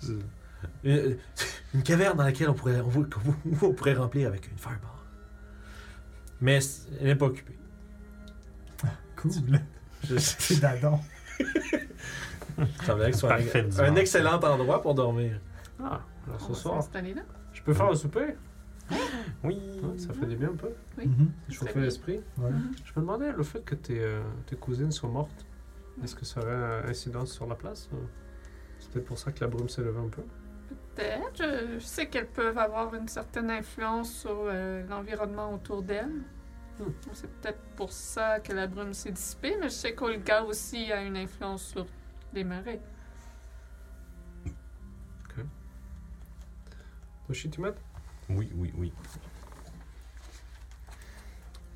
C'est- une, Euh, une caverne dans laquelle on pourrait, on, on- on pourrait remplir avec une fireball. Mais c'est- elle n'est pas occupée.
Cool.
Je-
C'est dadon.
Ça me que ce soit
Parfait
un, un
dimanche.
excellent endroit pour dormir.
Ah, alors ce
On va
soir,
s'installer là.
je peux faire un souper?
Oui.
Hein, ça fait du bien un peu.
Oui.
Mhm.
Je chauffer l'esprit.
Ouais.
Je me demandais, le fait que tes, euh, tes cousines soient mortes, est-ce que ça aurait un incidence sur la place? ou- C'est peut-être pour ça que la brume s'est levée un peu.
Peut-être. Je, je sais qu'elles peuvent avoir une certaine influence sur euh, l'environnement autour d'elles.
Hmm.
Donc, C'est peut-être pour ça que la brume s'est dissipée, mais je sais qu'Olga aussi a une influence sur les marais.
Toshi, tu m'aides?
Oui, oui, oui.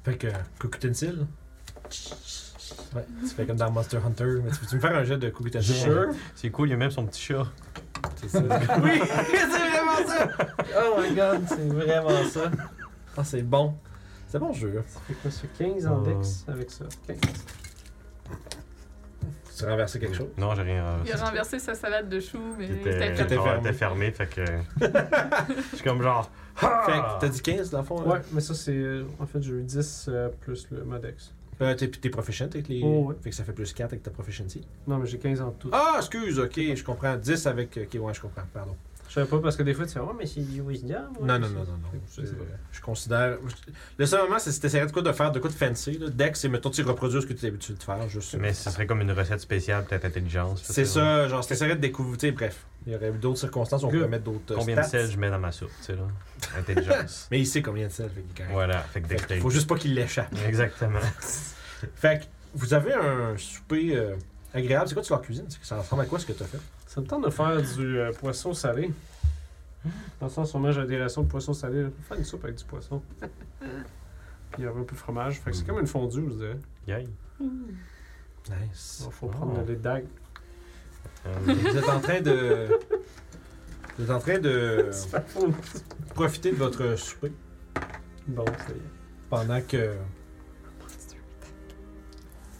Fait que, Cocutensil. Ouais, tu fais comme dans Monster Hunter. Mais tu peux-tu me faire un jet de Cocutensil?
Sure. C'est cool, il y a même son petit chat.
C'est ça. oui, c'est vraiment ça! Oh my god, c'est vraiment ça. Ah, c'est bon. C'est bon jeu.
Ça fait quoi, ça? 15 en
Euh.
dex avec ça? 15.
Tu renversais quelque chose?
Non, j'ai rien. euh,
Il a renversé sa salade de choux, mais
C'était
c'était
C'était fermé.
fait.
fermé. Était fermé, fait que. Je suis comme genre.
Ah! Fait que t'as dit 15 dans le fond? hein?
Ouais, mais ça, c'est. euh, En fait, j'ai eu 10 euh, plus le ma dex.
Là? Euh, t'es, t'es proficient avec les.
Oh, ouais.
Fait que ça fait plus 4 avec ta proficiency.
Non, mais j'ai 15 en tout.
Ah, excuse, ok, je comprends. 10 avec. Ok, ouais, je comprends, pardon.
Je savais pas parce que des fois, tu sais, oh, mais c'est du wisdom. ouais,
Non,
mais
non,
c'est-
non, non, non.
c'est-
Je,
c'est vrai.
je considère. Le seul moment, c'est si t'essaierais de quoi de faire de quoi de fancy. Là. Dex, c'est mettons, tu reproduis ce que tu es habitué de faire. Juste.
Mais ce serait comme une recette spéciale, peut-être intelligence. peut-être,
c'est
euh,
ça, genre, si t'essaierais de découvrir. tu sais, Bref, il y aurait eu d'autres circonstances, on
Good.
pourrait mettre d'autres. euh,
Combien de
stats.
sel je mets dans ma soupe, tu sais, là Intelligence.
Mais il sait combien de sel, fait qu'il est correct.
voilà, fait que
Fait qu'il faut
dextérité.
juste pas qu'il l'échappe.
Exactement.
Fait que vous avez un souper euh, agréable. C'est quoi tu leur cuisines C'est que Ça ressemble à quoi ce que t'as fait
Ça me tente de faire du euh, poisson salé. Dans le sens, on mange à des rations de poisson salé. là. Faire une soupe avec du poisson. Puis il y avait un peu de fromage. Fait que
Mm.
c'est comme une fondue, je dirais.
Yay.
Nice.
Il faut prendre
Oh.
Ah.
les dagues.
Euh,
vous êtes en train de. Vous êtes en train de profiter de votre souper.
Bon, ça y est.
pendant que.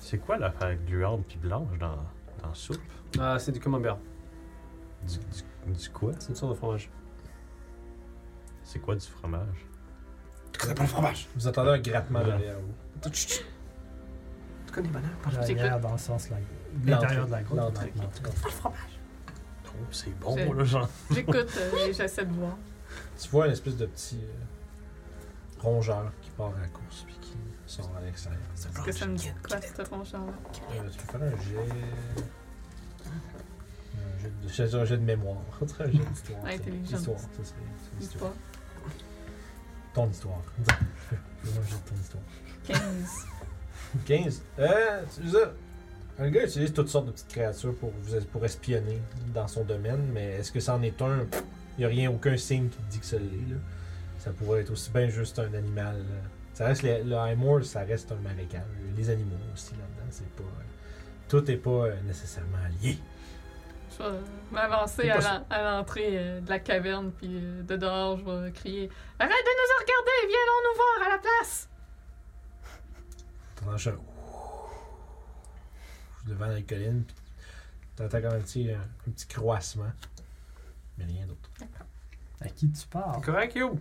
c'est quoi l'affaire gluante puis blanche dans, dans la soupe
Ah, c'est du camembert.
du, du, du quoi
C'est une sorte de fromage.
C'est quoi du fromage
Tu connais pas le fromage Vous entendez un grattement
Ouais.
derrière vous.
Tu connais bananes?
L'arrière dans le sens, like, l'intérieur de la grotte.
L'entrée.
ouais.
Oh, c'est bon,
C'est-
là, genre.
hmm, J'écoute euh, et j'essaie de voir.
Tu vois une espèce de petit euh, rongeur qui part à la course puis qui sort à l'extérieur.
Est-ce que ça me dit quoi, ce rongeur-là?
Euh, tu peux faire un jet. Un jet de, c'est un jet de mémoire. un jet d'histoire.
Intelligence.
Histoire, ça serait- c'est une histoire.
Histoire.
Ton histoire. Fais-moi un jet de ton histoire.
15.
15. Euh, c'est ça. Un gars utilise toutes sortes de petites créatures pour, vous- pour espionner dans son domaine, mais est-ce que c'en est un Il n'y a rien, aucun signe qui dit que ça l'est. là. Ça pourrait être aussi bien juste un animal. là. Ça reste les- le Highmore, ça reste un marécage. Les animaux aussi là-dedans, c'est pas. euh, tout n'est pas euh, nécessairement lié.
Je vais m'avancer
C'est
à
pas
l'en- à l'entrée euh, de la caverne, puis euh, de dehors, je vais crier Arrête de nous regarder, viens nous voir à la place
T'entends un devant la colline, puis t'entends comme un petit, un, un petit croissement, mais rien d'autre.
À qui tu parles?
Correct, yo!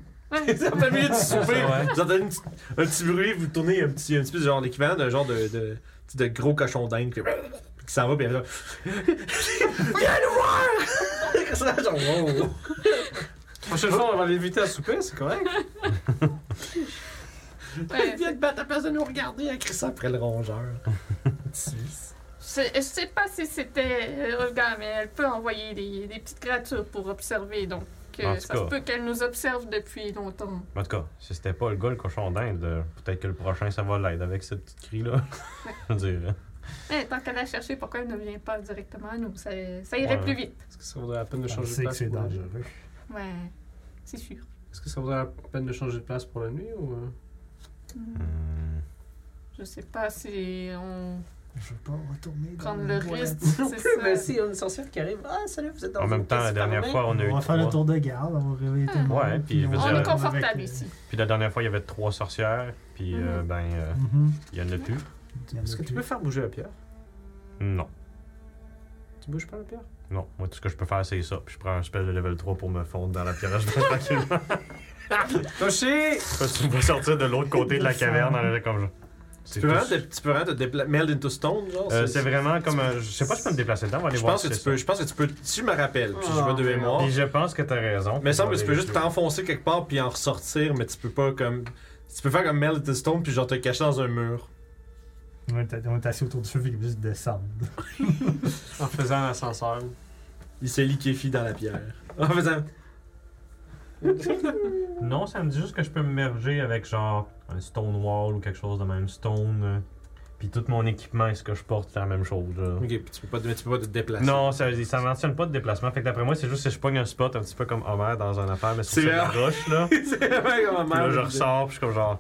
Ouais.
Ça fait mieux de souper.
Ouais.
Vous entendez une petite- un petit bruit, vous tournez un petit, un petit peu genre l'équivalent d'un genre de, de, de gros cochon d'Inde qui, qui s'en va, puis elle est là. Viens nous voir! Comme ça, genre, wow.
Prochaine fois, on va l'éviter à souper, c'est correct.
Ouais,
Viens te battre à place de nous regarder, elle crie ça après le rongeur. Suisse.
c'est- je sais pas si c'était Olga, mais elle peut envoyer des, des petites créatures pour observer, donc euh,
En tout
ça se
cas.
peut qu'elle nous observe depuis longtemps.
Mais En tout cas, si c'était pas le gars, le cochon d'Inde, euh, peut-être que le prochain, ça va l'aide avec cette petite cri-là. Je veux dire. hein.
Eh, tant qu'elle a cherché, pourquoi elle ne vient pas directement à nous Ça, ça irait
Ouais.
plus vite.
Est-ce que ça vaudrait la peine de
Ah, Je
changer de
sais que
place
c'est
pour la nuit?
dangereux.
Ouais, c'est sûr.
Est-ce que ça vaudrait la peine de changer de place pour la nuit ou. euh?
Hmm.
Je sais pas si on
Je veux pas retourner dans
prend
Hum,
le
le risque, c'est ça.
on une sorcière qui arrive. Ah, salut, vous êtes
En même temps, la dernière fois, on a eu
On va faire le
trois.
tour de garde, on va réveiller tout le monde.
Ouais, puis je veux
Ah.
va
on
dire-
est
avec-
confortable
euh,
ici.
Puis la dernière fois, il y avait trois sorcières, puis euh,
Mhm.
ben, euh,
Mhm.
il y en a plus.
Il y en a
Est-ce que tu
plus.
peux faire bouger la pierre
Non,
Tu bouges pas la pierre
non. Moi, tout ce que je peux faire, c'est ça. Puis je prends un spell de level 3 pour me fondre dans la pierre à genoux tranquillement.
Toshi
Parce que tu me vois sortir de l'autre côté de la caverne en allant comme ça.
Tu
C'est
peux
tout.
vraiment te, tu peux vraiment te dépla- meld into stone, genre?
Euh, c'est vraiment comme un- Je sais pas si je peux me déplacer dedans, on va aller
Je
voir.
pense, que
si
tu
c'est
peux, je pense que tu peux. Si je me rappelle, puis si je
Ah,
veux de
mais
mémoire.
ça. Puis je pense que t'as raison.
Mais il semble que tu
Puis je
peux juste
vais
t'enfoncer quelque part puis en ressortir, mais tu peux pas comme. Tu peux faire comme Melt the Stone puis genre te cacher dans un mur.
On est- on est assis autour du feu, fait qu'il peut juste descendre.
En faisant l'ascenseur.
Il se liquéfie dans la pierre. En faisant.
Non, ça me dit juste que je peux me merger avec genre un stone wall ou quelque chose de même stone. euh, Puis tout mon équipement et ce que je porte, c'est la même chose. là.
Ok, puis tu peux pas, mais tu peux pas te déplacer.
Non, ça, ça mentionne pas de déplacement. Fait que d'après moi, c'est juste que je pogne un spot un petit peu comme Homer dans un affaire, mais
C'est
c'est sur la
vrai.
roche là. Puis
c'est vraiment comme
là,
un
je
merde.
ressors, puis je suis comme genre.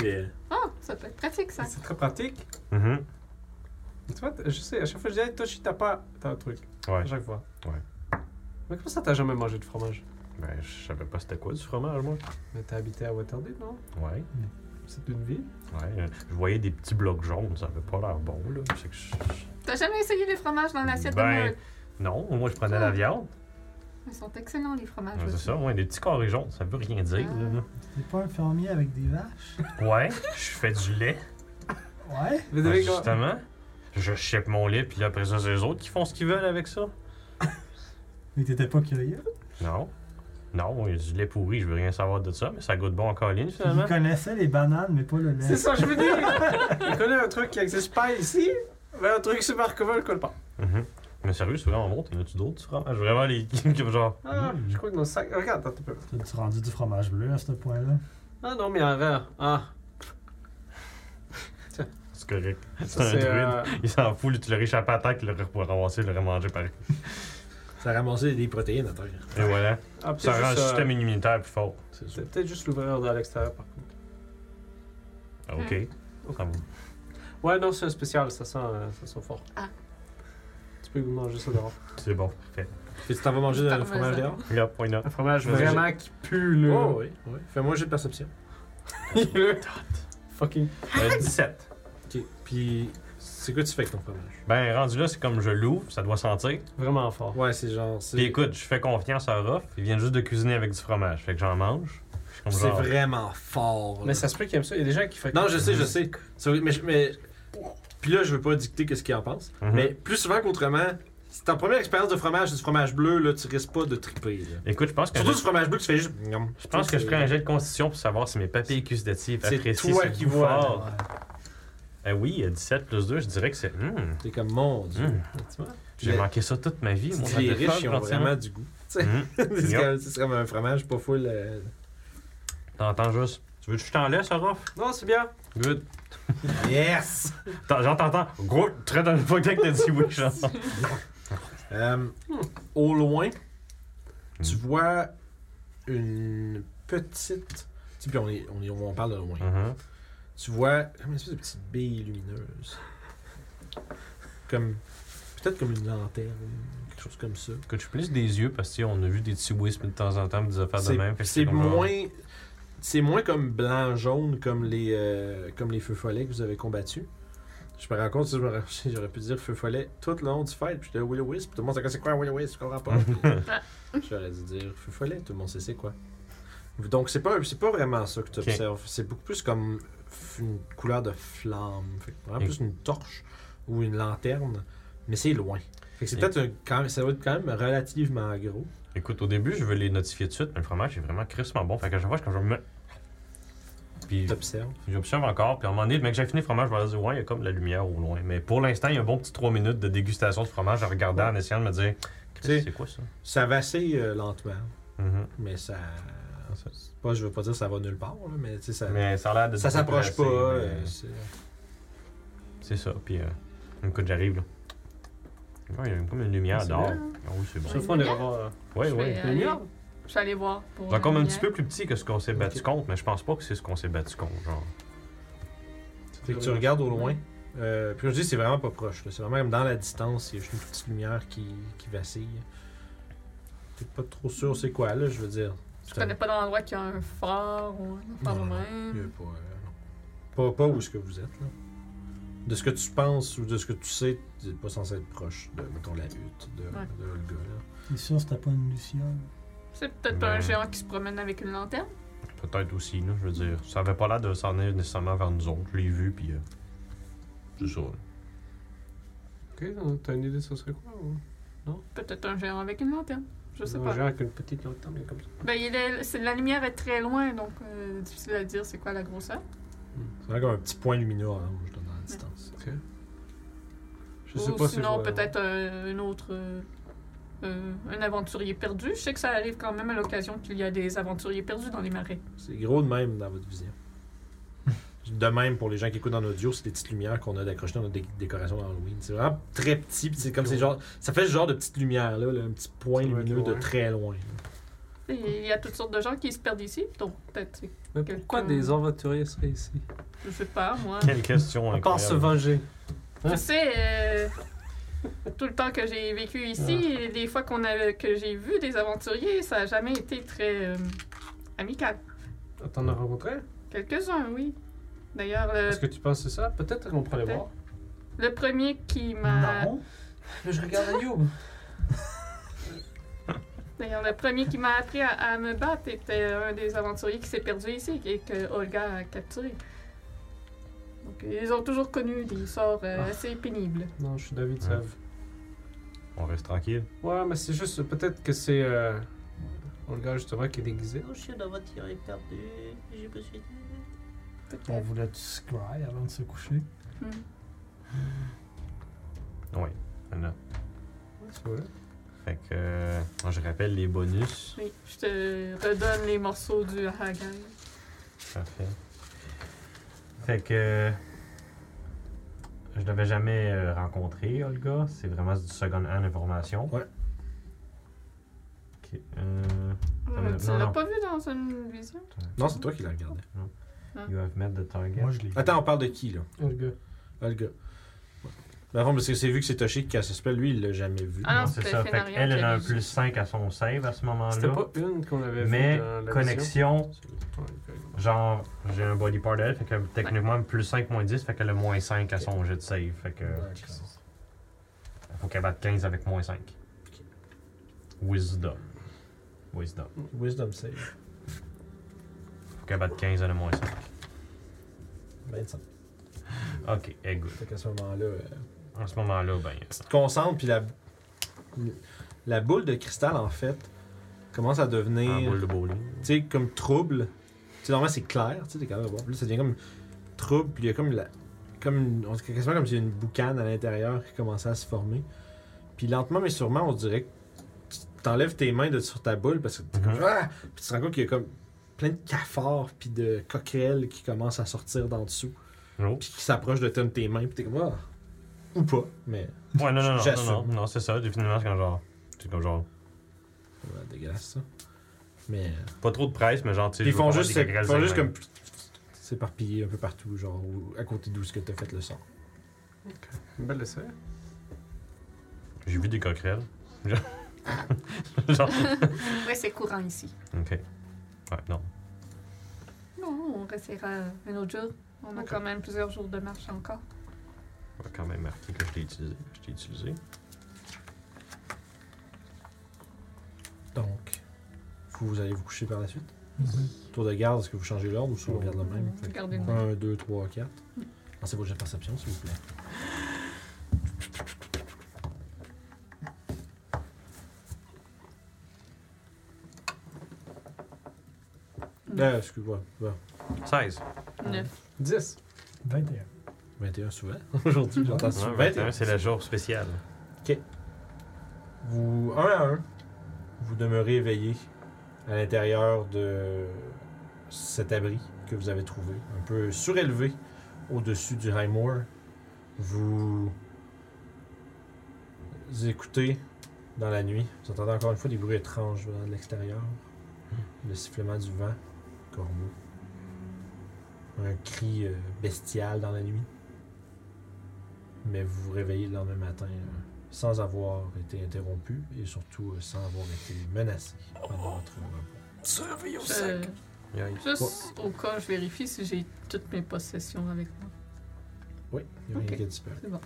Yeah.
Ah, ça peut être pratique ça.
C'est très pratique.
Mhm.
Tu vois, t- je sais, à chaque fois que je dis, hey, Toshi, t'as pas. T'as un truc.
Ouais.
À chaque fois.
Ouais.
Mais comment ça, t'as jamais mangé de fromage
Ben, je savais pas c'était quoi du fromage, moi.
Mais t'as habité à Waterdeep, non
Ouais.
C'est une ville.
Ouais. euh, Je voyais des petits blocs jaunes, ça avait pas l'air bon, là. C'est que je-
T'as jamais essayé les fromages dans l'assiette de Ah.
Ben,
Meurt?
Non, moi, je prenais la viande.
Ils sont excellents les fromages.
Ouais, c'est
aussi.
ça, ouais, des petits carrés jaunes, ça veut rien dire, là.
T'es pas un fermier avec des vaches?
Ah.
Ouais, je fais du lait.
Ouais.
Mais
Ouais,
devez-
Ben, justement, je chèpe mon lait, puis là, après ça, c'est les autres qui font ce qu'ils veulent avec ça.
Mais t'étais pas curieux?
Non. Non, il y a du lait pourri, je veux rien savoir de ça, mais ça goûte bon en colline, finalement.
Il connaissait les bananes, mais pas le lait.
C'est ça, je veux dire. Il connaît un truc qui n'existe pas ici, mais un truc super commun, il colle pas.
Mhm. Mais sérieux, c'est vraiment bon, t'en as-tu d'autres, tu fromages? Vraiment, les comme genre...
Ah,
mm.
je crois que dans le sac. Regarde, attends un peu.
T'as-tu rendu du fromage bleu à ce point-là?
Ah non, mais en verre. Ah,
C'est correct. C'est
ça
un
c'est.
druide.
euh,
Il s'en fout, lui, tu le réchappes à terre, il l'aurait pour ramasser, il l'aurait mangé pareil.
Ça a ramassé des protéines à terre.
Et voilà.
ah,
Ça
peut-être
rend le
juste, euh,
système immunitaire plus fort.
C'est sûr.
C'est peut-être juste l'ouvrir de l'extérieur, par contre.
Ah, OK. Ça va.
Ouais, non, c'est un spécial, ça sent, euh, ça sent fort.
Ah.
Tu peux manger ça dehors.
C'est bon. Fait.
Puis tu t'en vas manger dans le
Parmesan.
fromage dehors?
Là, point là.
Un fromage
Vas-y.
vraiment qui pue, là.
Oh, oui, oui. Fais-moi un jeu de perception.
Le- Fucking.
Euh, 17.
Ok. Puis, c'est quoi tu fais avec ton fromage?
Ben, rendu là, c'est comme je l'ouvre, ça doit sentir.
Vraiment fort.
Ouais, c'est genre. c'est-
Puis écoute, je fais confiance à Ruff, il vient juste de cuisiner avec du fromage, fait que j'en mange. Je suis comme
C'est
genre,
vraiment fort. là.
Mais ça se peut qu'il aime ça. Il y a des gens qui font.
Non, je sais,
Mhm.
je sais. C'est vrai, Mais, je- mais... Puis là, je veux pas dicter qu'est-ce qu'il en pense.
Mhm.
Mais plus souvent qu'autrement, si ta première expérience de fromage, c'est du fromage bleu, là, tu risques pas de triper. là.
Écoute, je pense que
Surtout du
je,
fromage bleu, tu fais juste. Miam.
je pense que je prends un jet de constitution pour savoir si mes papilles gustatives
C'est
apprécient
toi
ce
qui
goût
vois.
fort. Eh oui, euh, 17 plus 2, je dirais que c'est. hmm,
T'es comme mon dieu.
hmm.
Tu vois?
J'ai
Mais-
manqué ça toute ma vie,
Tu
moi.
dis, les riches, ils ont vraiment du goût.
Hmm.
c'est
Yep.
comme- c'est comme un fromage pas full. euh,
T'entends juste. Tu veux que je t'en laisse, Orof?
Non, c'est bien.
Good.
Yes!
T'en- Genre, t'entends. Gros, très dans le fois que t'as dit oui, genre.
Euh, Au loin, tu vois une petite. Tu sais, puis on, est, on, est- on parle de loin.
Mhm.
Tu vois comme une espèce de petite bille lumineuse. Comme. Peut-être comme une lanterne, quelque chose comme ça.
Écoute, je suis plus des yeux parce que tu sais, on a vu des petits wisps de temps en temps, pis des affaires de
C'est-
même. fait que
C'est
comme genre-
moins. C'est moins comme blanc-jaune comme les euh, comme les feux follets que vous avez combattus. Je me rends compte, si je me rends- j'aurais pu dire feu follet tout le long du fight, puis le Willow Wisp, tout le monde sait c'est quoi un Willow Wisp, je comprends pas. j'aurais dû dire feu follet, tout le monde sait c'est quoi. Donc c'est pas c'est pas vraiment ça que tu
Ok.
observes, c'est beaucoup plus comme f- une couleur de flamme, Fait que vraiment
Et-
plus une torche ou une lanterne, mais c'est loin. Fait que c'est
Et-
peut-être un- quand même- ça va être quand même relativement gros.
Écoute, au début, je veux les notifier tout de suite, mais le fromage est vraiment crissement bon. Fait qu'à chaque fois, je- quand je me. Puis
T'observes.
j'observe encore, puis à un moment donné, mec, j'ai fini le fromage, je vais dire, ouais, il y a comme de la lumière au loin. Mais pour l'instant, il y a un bon petit 3 minutes de dégustation de fromage en regardant, en essayant de me dire, Chris,
Tu sais-
c'est quoi ça?
Ça va assez euh, lentement.
Mhm.
mais ça. Pas, je veux pas dire ça va nulle part, là, mais tu sais, ça,
Mais ça a l'air de.
ça s'approche pas.
mais
euh, c'est-
C'est ça, puis euh, écoute, j'arrive là. Ouais, il y a comme une lumière
C'est
dehors.
bien,
hein?
Ah oui, c'est bon.
Sur le fond, on ira voir. euh,
Ouais,
Je
ouais.
vais aller- Je suis allée voir pour.
C'est encore
la
un petit
lumière.
peu plus petit que ce qu'on s'est battu
Ok.
contre, mais je pense pas que c'est ce qu'on s'est battu contre. Genre.
Fait que tu regardes au loin. Euh, puis je dis, c'est vraiment pas proche. là. C'est vraiment comme dans la distance. Il y a juste une petite lumière qui, qui vacille. T'es pas trop sûr c'est quoi, là, je veux dire.
Je connais pas d'endroit qui a un phare ou un phare
Non, non, Il y a
même.
Pas, euh, non. pas, pas où est-ce que vous êtes, là. De ce que tu penses ou de ce que tu sais, t'es pas censé être proche de, mettons, la hutte de,
Ouais.
de Olga, là.
Et ça, c'était pas une luciole.
C'est peut-être
Non.
un géant qui se promène avec une lanterne.
Peut-être aussi, là, je veux dire. Ça avait pas l'air de s'en aller nécessairement vers nous autres. Je l'ai vu, puis. euh, c'est ça.
Ok, t'as une idée, ça serait quoi ou-
Peut-être un géant avec une lanterne. Je sais
Un
pas.
géant avec une petite lanterne comme ça.
Ben, il est, c'est- la lumière est très loin, donc euh, difficile à dire c'est quoi la grosseur.
C'est vraiment comme un petit point lumineux orange là, dans la distance.
Je sais
Ou
pas si
sinon,
je vais-
peut-être euh, un autre. euh, euh, un aventurier perdu. Je sais que ça arrive quand même à l'occasion qu'il y a des aventuriers perdus dans les marais.
C'est gros de même dans votre vision. De même pour les gens qui écoutent en audio, c'est des petites lumières qu'on a d'accrocher dans notre dé- décoration d'Halloween. C'est vraiment très petit, puis c'est comme ces genre, ça fait ce genre de petite lumière là, là, un petit point
Ça va être
lumineux de
loin.
très loin. là.
Et Il y a toutes sortes de gens qui se perdent ici, donc peut-être, c'est-
Mais
Quelqu'un-
pourquoi des aventuriers seraient ici
je sais pas, moi.
Quelle question
À part se
incroyable.
venger.
Tu sais, euh, tout le temps que j'ai vécu ici, et les fois qu'on a, que j'ai vu des aventuriers, ça n'a jamais été très euh, amical.
Ah, T'en as
Euh,
rencontré
Quelques-uns, oui. D'ailleurs, le,
Est-ce que tu penses que c'est ça Peut-être qu'on pourrait les
Peut-être.
voir.
le premier qui m'a...
Non.
Mais je regarde Ayoub.
D'ailleurs, le premier qui m'a appris à, à me battre était un des aventuriers qui s'est perdu ici et que Olga a capturé. Donc, ils ont toujours connu des sorts euh, assez pénibles.
Non, je suis David
Ouais.
Sav.
On reste tranquille.
Ouais, mais c'est juste, peut-être que c'est. Euh... Olga, justement, qui est déguisé.
je suis un aventurier perdu. Je me suis dit.
On
Peut-être.
voulait du scry avant de se coucher.
Hmm.
Oui. Voilà.
Tu vois.
Fait que. euh, moi, je rappelle les bonus.
Oui, je te redonne les morceaux du Hagan.
Parfait. Fait que. euh, Je l'avais jamais euh, rencontré, Olga. C'est vraiment du second hand information.
Ouais.
Ok, euh,
Euh, tu
non,
l'as
non.
pas vu dans une vision?
Non, c'est toi qui la regardais.
you have met the target.
Moi, je l'ai.
Attends, on parle de qui là
Olga.
Ah, le gars. Ouais. Mais avant, parce que c'est vu que c'est Toshi qui casse ce spell, lui il l'a jamais vu.
Ah non,
Non, c'est
c'était
ça. Fait
Fenarion
qu'elle,
qui
elle a un
avait
plus 5 à son save à ce
C'était
moment-là.
pas une qu'on avait
Mais
vue dans la vision?
connexion,
Ouais, ok.
genre, j'ai un body part d'elle, fait que techniquement, plus 5, moins 10, fait qu'elle a moins 5 à son jet de save. Fait que. Faut qu'elle batte 15 avec moins 5. Wisdom. Wisdom.
Wisdom save.
Faut qu'elle batte 15 elle a moins 5.
25.
Ok, eh,
Ben,
good.
Fait qu'à ce moment-là. euh,
En ce moment-là, ben.
tu te concentres, puis la, la boule de cristal, en fait, commence à
En
devenir.
Ah, boule de bowling.
tu sais, comme trouble. Tu sais, normalement, c'est clair, tu sais, t'es capable de voir. Puis là, ça devient comme trouble, puis il y a comme la. Comme, une- on dirait quasiment comme s'il y a une boucane à l'intérieur qui commençait à se former. Puis lentement, mais sûrement, on dirait que tu t'enlèves tes mains de sur ta boule parce que t'es comme.
Mhm.
Ah! Puis tu te rends compte qu'il y a comme. plein de cafards puis de coquerelles qui commencent à sortir d'en dessous.
Oh.
Puis qui s'approchent de toi de tes mains. Puis t'es comme, ah. Ou pas, mais.
Ouais, non, non, non, non,
J'assume.
non, non, c'est ça, définitivement, c'est comme genre. C'est comme genre.
Ouais, dégueulasse ça. Mais. euh,
Pas trop de presse, mais genre, tu sais.
ils
je veux
font
pas
juste,
avoir des
ils font
grêles
juste
sur les
comme. S'éparpiller un peu partout, genre au- à côté d'où ce que t'as fait le sang.
Une belle essai.
mains. J'ai vu des coquerelles. Genre. genre.
Ouais, c'est courant ici.
Ok. Ouais, non.
Non, on restera un autre jour. On a
Ok.
quand même plusieurs jours de marche encore.
On va quand même marquer que je l'ai utilisé. Je l'ai utilisé.
Donc, vous allez vous coucher par la suite. Tour de garde, est-ce que vous changez l'ordre ou si on regarde le même Fait que
Regardez le même.
1, 2, 3, 4. Lancez vos jets de perception, s'il vous plaît.
Mm.
Euh, excuse-moi. ouais.
16.
9.
10.
21.
21 souvent. Aujourd'hui, j'entends
Ouais,
souvent.
21,
21.
c'est le jour spécial.
Vous, un à un, vous demeurez éveillé à l'intérieur de cet abri que vous avez trouvé, un peu surélevé au-dessus du High Moor. Vous écoutez dans la nuit, vous entendez encore une fois des bruits étranges venant de l'extérieur, le sifflement du vent, corbeau, un cri euh, bestial dans la nuit. Mais vous vous réveillez le lendemain matin. euh, sans avoir été interrompu et surtout euh, sans avoir été menacé
Oh.
pendant votre repos.
Je-
Yeah.
Euh, juste au cas, je vérifie si j'ai toutes mes possessions avec moi.
Oui, il n'y a rien
Ok.
qui a disparu.
C'est bon.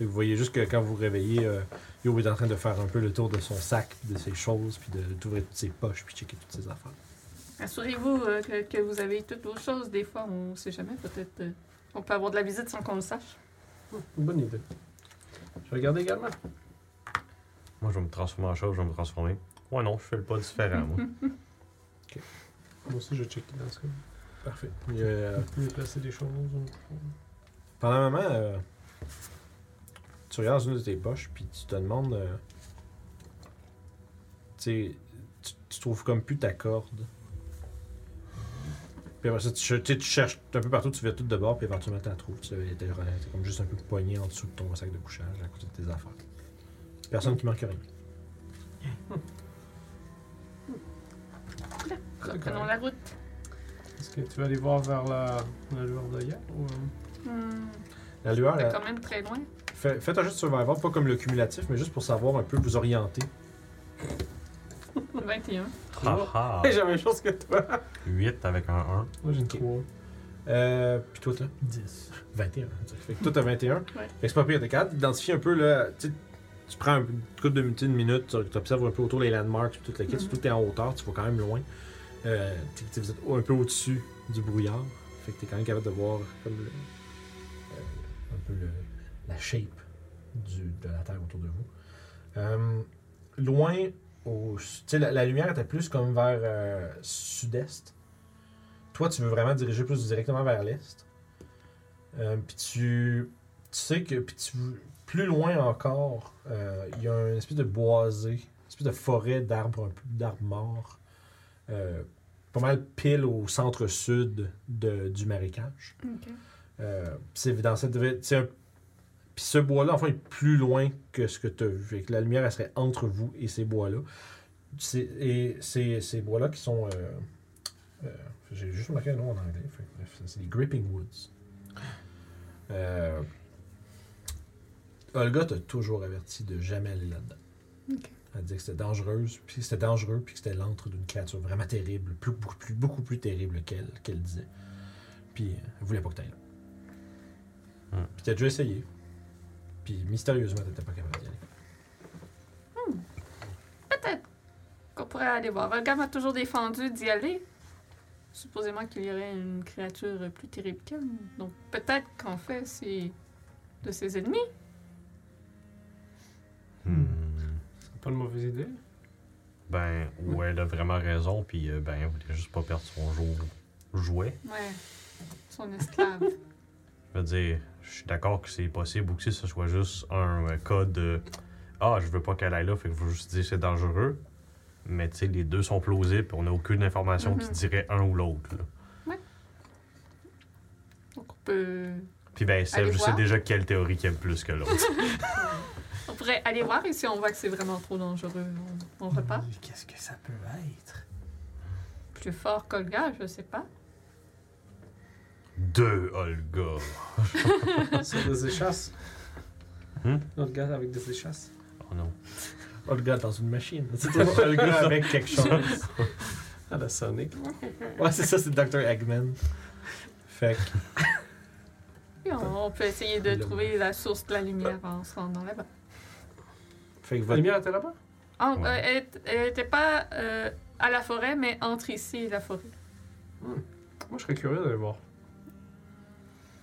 Et vous voyez juste que quand vous vous réveillez, euh, Yo est en train de faire un peu le tour de son sac, de ses choses, puis de- d'ouvrir toutes ses poches, puis checker toutes ses affaires.
Assurez-vous euh, que, que vous avez toutes vos choses. Des fois, on ne sait jamais. Peut-être euh, on peut avoir de la visite sans qu'on le sache.
Hum, Bonne idée. Je vais regarder également.
Moi, je vais me transformer en chose, je vais me transformer. Ouais, non, je fais le pas différent, moi.
Moi aussi, je vais checker dans ce cas.
Parfait. Et, euh,
Je vais placer des choses.
pendant un moment, euh, tu regardes dans une de tes poches, puis tu te demandes. euh, tu sais, tu- tu trouves comme plus ta corde. Puis après ça, tu, cher- tu sais, tu cherches un peu partout, tu vas tout de bord, puis éventuellement, tu la trouves. Tu l'avais- t'es t'es comme juste un peu poigné en dessous de ton sac de couchage, à côté de tes affaires. Personne qui manque rien.
Prenons la route.
Est-ce que tu vas aller voir vers la, la lueur de hier ou, euh,
Hmm,
La lueur,
c'est
elle-
quand même très loin.
fait- faites un jeu de survivor, pas comme le cumulatif, mais juste pour savoir un peu vous orienter.
21.
Ah.
Haha.
J'ai la même chose que toi.
8 avec un 1.
Moi, j'ai une
Ok.
3.
Euh, puis toi, t'as
10.
21. ça hein, Fait que toi, t'as 21. Fait
Ouais.
que c'est pas pire. T'es capable d'identifier un peu, là, tu sais, tu prends une couple de minutes, une minute, tu observes un peu autour les landmarks, puis toute la quête,
Mhm.
surtout que t'es en hauteur, tu vas quand même loin. Euh, t'es- t'es- vous êtes au- un peu au-dessus du brouillard. Fait que t'es quand même capable de voir comme le- euh, un peu le- la shape du- de la terre autour de vous. Euh, loin, au, tu sais, la, la lumière était plus comme vers euh, sud-est. Toi, tu veux vraiment diriger plus directement vers l'est. Euh, puis tu, tu sais que puis tu, plus loin encore, euh, il y a une espèce de boisé, une espèce de forêt d'arbres un peu- d'arbres morts, euh, pas mal pile au centre-sud de- du marécage. Euh, puis c'est dans cette devait- c'est un- puis ce bois-là, enfin, est plus loin que ce que tu as vu. Fait que la lumière, elle serait entre vous et ces bois-là. C'est- Et ces, ces bois-là qui sont. euh, euh, J'ai juste marqué un nom en anglais. Fait que bref, ça, c'est des Gripping Woods. Euh, Olga t'a toujours averti de jamais aller là-dedans.
Ok.
Elle disait que c'était dangereuse, puis que c'était dangereux, puis que c'était l'antre d'une créature vraiment terrible, plus, beaucoup, plus, beaucoup plus terrible qu'elle, qu'elle disait. Puis euh, elle voulait pas que t'ailles là.
Hmm.
Puis t'as déjà essayé. Puis mystérieusement, t'étais pas capable d'y aller.
Peut-être qu'on pourrait aller voir. Volga m'a toujours défendu d'y aller. Supposément qu'il y aurait une créature plus terrible qu'elle. Donc peut-être qu'en fait, c'est de ses ennemis.
Hmm.
C'est pas une mauvaise idée.
Ben, ouais, elle a vraiment raison, puis euh, ben, elle voulait juste pas perdre son jour jouet.
Ouais. Son esclave.
Je veux dire, je suis d'accord que c'est possible ou que si ce soit juste un euh, cas de Ah, je veux pas qu'elle aille là, fait que vous juste dire c'est dangereux. Mais tu sais, les deux sont plausibles, puis on n'a aucune information qui
Mhm.
dirait un ou l'autre. là.
Donc on peut.
Puis ben, Seb,
Allez
je sais
voir.
déjà quelle théorie qu'il aime plus que l'autre.
On pourrait aller voir et si on voit que c'est vraiment trop dangereux, on, on repart.
Qu'est-ce que ça peut être?
Plus fort que le gars, je sais pas.
deux Olga.
C'est des échasses.
Hmm?
Notre gars avec des échasses.
Oh non.
Oh, le gars dans une machine. C'est toujours le gars avec quelque chose.
À Ah, la Sonic.
Ouais, c'est ça, c'est Dr. Eggman. Fait que.
Et on, on peut essayer de
Le-
trouver la source de la lumière en se rendant là-bas.
Fait que
La
votre.
lumière était là-bas?
En-
Ouais.
euh, elle, elle était pas euh, à la forêt, mais entre ici et la forêt.
Moi, je serais curieux d'aller voir.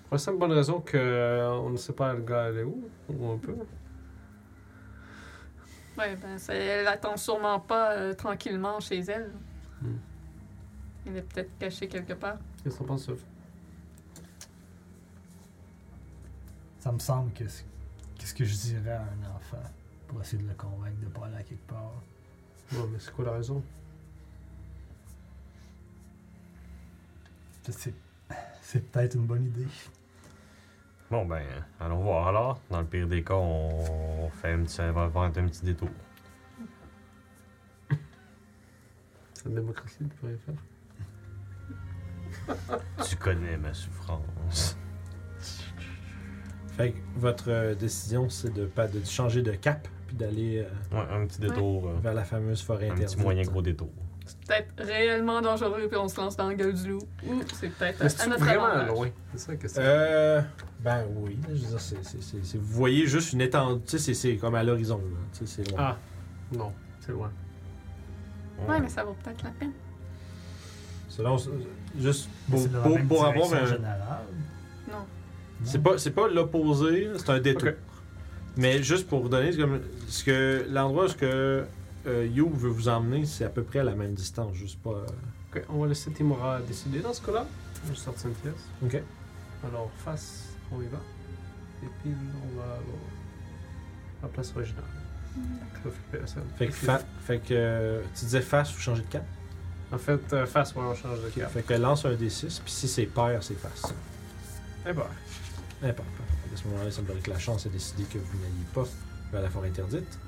Pour la simple bonne raison que euh, on ne sait pas le gars elle est où, ou un peu.
Ouais, ben, ça- elle attend sûrement pas euh, tranquillement chez elle.
Hmm.
Elle est peut-être cachée quelque part.
Qu'est-ce qu'on pense
Ça me semble que c'est- Qu'est-ce que je dirais à un enfant pour essayer de le convaincre de pas aller à quelque part?
Non, mais c'est quoi la raison?
Peut-être C'est c'est peut-être une bonne idée.
Bon ben, allons voir alors. Dans le pire des cas, on fait un petit, on va faire un petit détour.
C'est la démocratie, tu peux rien faire.
Tu connais ma souffrance.
Fait que votre euh, décision, c'est de, pas- de changer de cap, puis d'aller euh,
Ouais, un petit détour. euh,
vers la fameuse forêt
Un
interdite.
petit moyen gros détour.
C'est peut-être réellement dangereux, puis on se lance dans la gueule du loup. Ou Bah, c'est peut-être
Mais c'est
à notre
vraiment
avantage.
loin. C'est ça la question.
Euh. Ben oui. Je veux dire, c'est, c'est- c'est- c'est- vous voyez juste une étendue. Tu sais, c'est, c'est comme à l'horizon. là. Tu sais, c'est loin.
Ah, non, c'est loin.
Ouais, mais ça vaut peut-être la peine.
C'est long, c'est- juste pour,
C'est dans la
pour-
même
pour avoir
direction
un.
générale.
Non.
C'est pas, c'est pas l'opposé, là, c'est un détour. Mais juste pour vous donner, c'est comme ce que l'endroit où ce que euh, You veut vous emmener, c'est à peu près à la même distance, juste pas. euh,
Ok, on va laisser Timora décider dans ce cas-là. Je sors une pièce.
Ok.
Alors, face, on y va. Et puis, on va à la place originale. Ça va flipper la scène.
Fait que, fa- fait que euh, tu disais face ou changer de cap.
En fait, euh, face, ouais, on change de cap.
Fait que lance un D6, puis si c'est pair, c'est face.
Eh ben,
N'importe. À ce moment-là, il semblerait que la chance ait décidé que vous n'alliez pas vers la forêt interdite.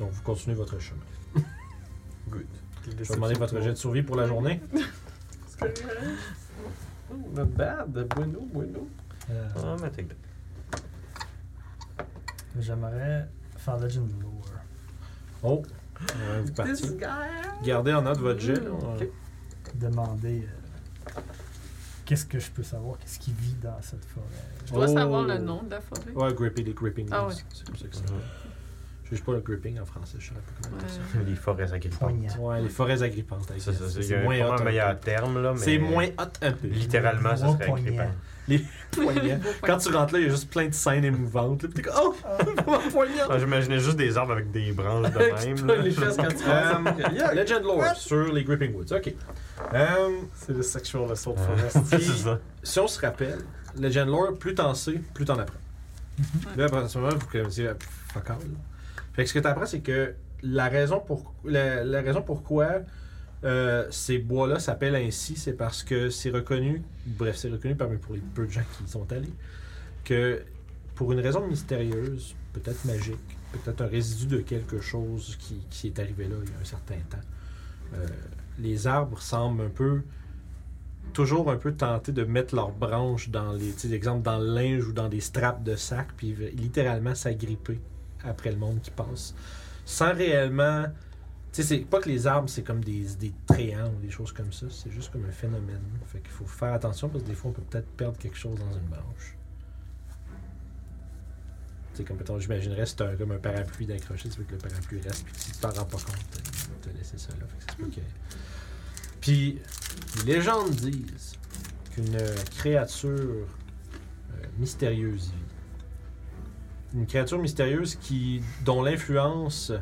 Donc vous continuez votre chemin. Good. Je vais demander votre jet de survie pour la journée.
Oh, Not bad, bueno, bueno.
Euh,
Ah, mais t'es-
J'aimerais faire Legend Lore.
Oh! Euh, vous
This
partez.
guy.
Gardez en note votre jet. là.
Ok.
Demander euh, qu'est-ce que je peux savoir, qu'est-ce qui vit dans cette forêt.
Je dois
Oh.
savoir le nom de la forêt.
Ouais, gripping, les gripping
Ah
leaves.
ouais.
C'est comme ça que ça
Mhm.
s'appelle. Je juge pas le gripping en français, je sais pas comment on appelle ça.
Les forêts agrippantes.
Poignant.
Ouais, les forêts agrippantes.
Ça, ça, c'est- il y a
moins
pas
hot.
un
un
meilleur
peu.
terme, là, mais...
C'est moins hot un peu.
Littéralement, ça
Moi,
serait
poignant.
agrippant.
Poignant.
Beau point.
Quand tu rentres là, il y a juste plein de scènes émouvantes. là, pis T'es comme, oh, vraiment poignant.
Ah, J'imaginais juste des arbres avec des branches de même. là.
les choses quand tu
Euh, Legend Lore sur les Gripping Woods. Ok. Euh,
C'est le sexual assault
Ouais.
forest.
C'est ça.
si on se rappelle, Legend Lore, plus t'en sais, plus t'en apprends. Là, à partir du moment où vous connaissez, ah, pff, fuck all, là. Fait que ce que t'apprends, c'est que la raison, pour, la, la raison pourquoi euh, ces bois-là s'appellent ainsi, c'est parce que c'est reconnu, bref, c'est reconnu parmi pour les peu de gens qui y sont allés, que pour une raison mystérieuse, peut-être magique, peut-être un résidu de quelque chose qui, qui est arrivé là il y a un certain temps, euh, les arbres semblent un peu toujours un peu tenté de mettre leurs branches dans les, tu sais, exemple dans le linge ou dans des straps de sac, puis v- littéralement s'agripper après le monde qui passe, sans réellement, tu sais, c'est pas que les arbres c'est comme des, des tréants ou des choses comme ça, c'est juste comme un phénomène. Fait qu'il faut faire attention parce que des fois on peut peut-être perdre quelque chose dans une branche. C'est comme peut-être, j'imaginerais si t'as un- comme un parapluie d'accrocher, tu veux que le parapluie reste, puis si tu t'en rends pas compte, t'as- t'as laissé ça là. Fait que ça se peut que- Puis les légendes disent qu'une euh, créature euh, mystérieuse y vit. Une créature mystérieuse qui, dont l'influence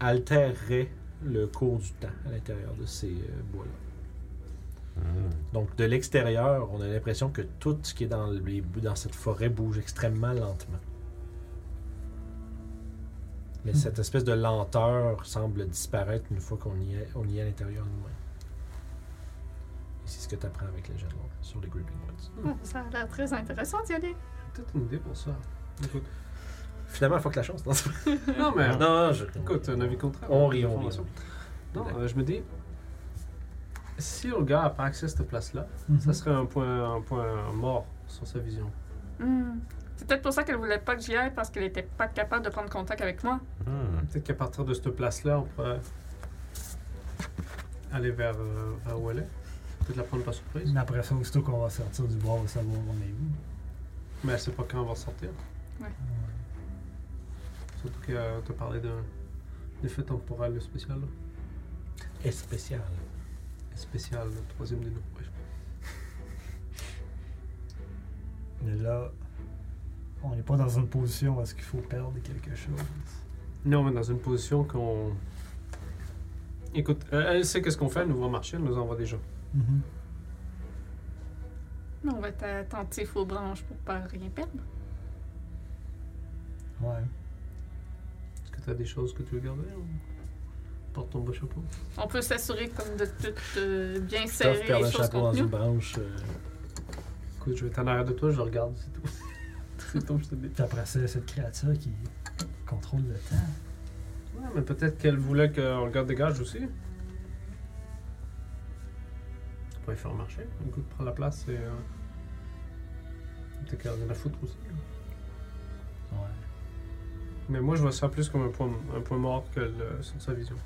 altérerait le cours du temps à l'intérieur de ces euh, bois-là.
Hmm.
Donc, de l'extérieur, on a l'impression que tout ce qui est dans, les- dans cette forêt bouge extrêmement lentement. Mais cette espèce de lenteur semble disparaître une fois qu'on y est, on y est à l'intérieur de nous-mêmes. Et c'est ce que tu apprends avec les jets de lore sur les Gripping Woods.
Ça a l'air très intéressant d'y aller.
J'ai peut-être une idée pour ça. Écoute,
Finalement, faut que la chance. Non, c'est
non, mais
pas- non, je...
écoute, un avis contraire. hein,
On rit,
une
on rit,
information.
on
Non,
rit.
euh, je me dis, si le gars n'a pas accès à cette place-là,
Mhm.
ça serait un point, un point mort sur sa vision.
Hmm. C'est peut-être pour ça qu'elle voulait pas que j'y aille parce qu'elle était pas capable de prendre contact avec moi.
Mhm.
Hmm.
Peut-être qu'à partir de cette place-là, on pourrait aller vers, euh, vers où elle est. Peut-être la prendre par
Mhm.
surprise.
Mais après ça, aussitôt qu'on va sortir du bois, on va savoir où on est où.
Mais elle sait pas quand on va sortir.
Ouais.
Surtout qu'elle te parlait d'un effet temporel spécial.
Est spécial.
Spécial, le troisième des noms. Ouais, je-
Mais là, on n'est pas dans une position où est-ce qu'il faut perdre quelque chose.
Non, mais dans une position qu'on. Écoute, elle, elle sait qu'est-ce qu'on fait, elle nous voit marcher, elle nous envoie des gens.
Mhm.
Mais on va être attentif aux branches pour pas rien perdre.
Ouais.
Est-ce que t'as des choses que tu veux garder ou... Porte ton beau chapeau.
On peut s'assurer comme de tout euh, bien
Tough
serrer
perd
les
le
choses
chapeau dans
contre
une
nous.
branche. euh,
Écoute, je vais t'en arrière de toi, je le regarde, c'est tout. c'est tout, je te dis.
Puis après ça, cette créature qui contrôle le temps.
Ouais, mais peut-être qu'elle voulait qu'on le garde dégage aussi. Tu pourrais faire marcher. Écoute, prends la place et. Euh... Peut-être qu'elle en a la foutre aussi. hein.
Ouais.
Mais moi, je vois ça plus comme un point, un point mort que le- sur sa vision.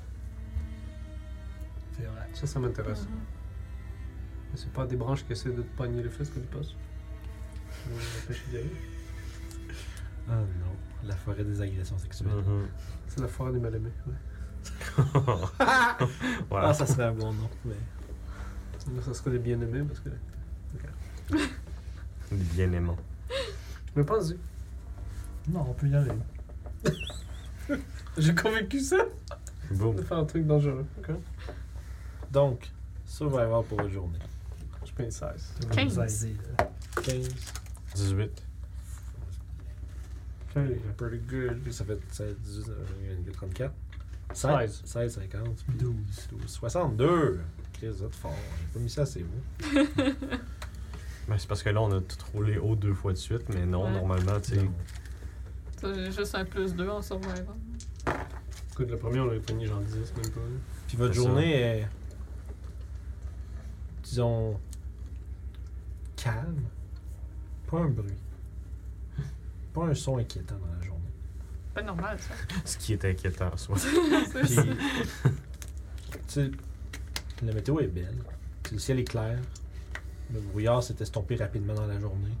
C'est vrai.
Ça, ça m'intéresse.
Mhm.
Mais c'est pas des branches qui essaient de te pogner les fesses que tu passes. Ça va nous empêcher d'y aller.
Ah non, la forêt des agressions sexuelles.
Mhm.
C'est la forêt des mal-aimés. Ouais.
Voilà.
Ah, ça serait un bon nom. Mais...
Là, ça serait des bien-aimés parce que.
Bien aimant.
Mais pense-y.
Non, on peut y aller.
J'ai convaincu ça
Boum.
de faire un truc dangereux. Ok.
Donc, survivor pour la journée.
Je paye 16.
Ça va nous
15.
aider, là.
15.
18.
Ok, pretty good.
Ça fait 16, 18, 19, 34. 16,
16.
16 50.
12.
12, 62. Chris, vous êtes fort. hein. J'ai pas mis ça, c'est vous.
Ben, c'est parce que là, on a tout roulé haut deux fois de suite, mais non,
Ouais.
normalement, tu sais.
Non.
Ça, J'ai juste un plus 2 en survivant.
Écoute, le premier, on l'avait pogné genre 10, même pas. hein. là.
Puis votre
C'est ça.
journée est. disons. calme. Pas un bruit. Pas un son inquiétant dans la journée.
Pas normal, ça.
Ce qui est inquiétant en soi.
C'est
Puis,
ça.
tu sais, la météo est belle. Tu sais, Le ciel est clair. Le brouillard s'est estompé rapidement dans la journée.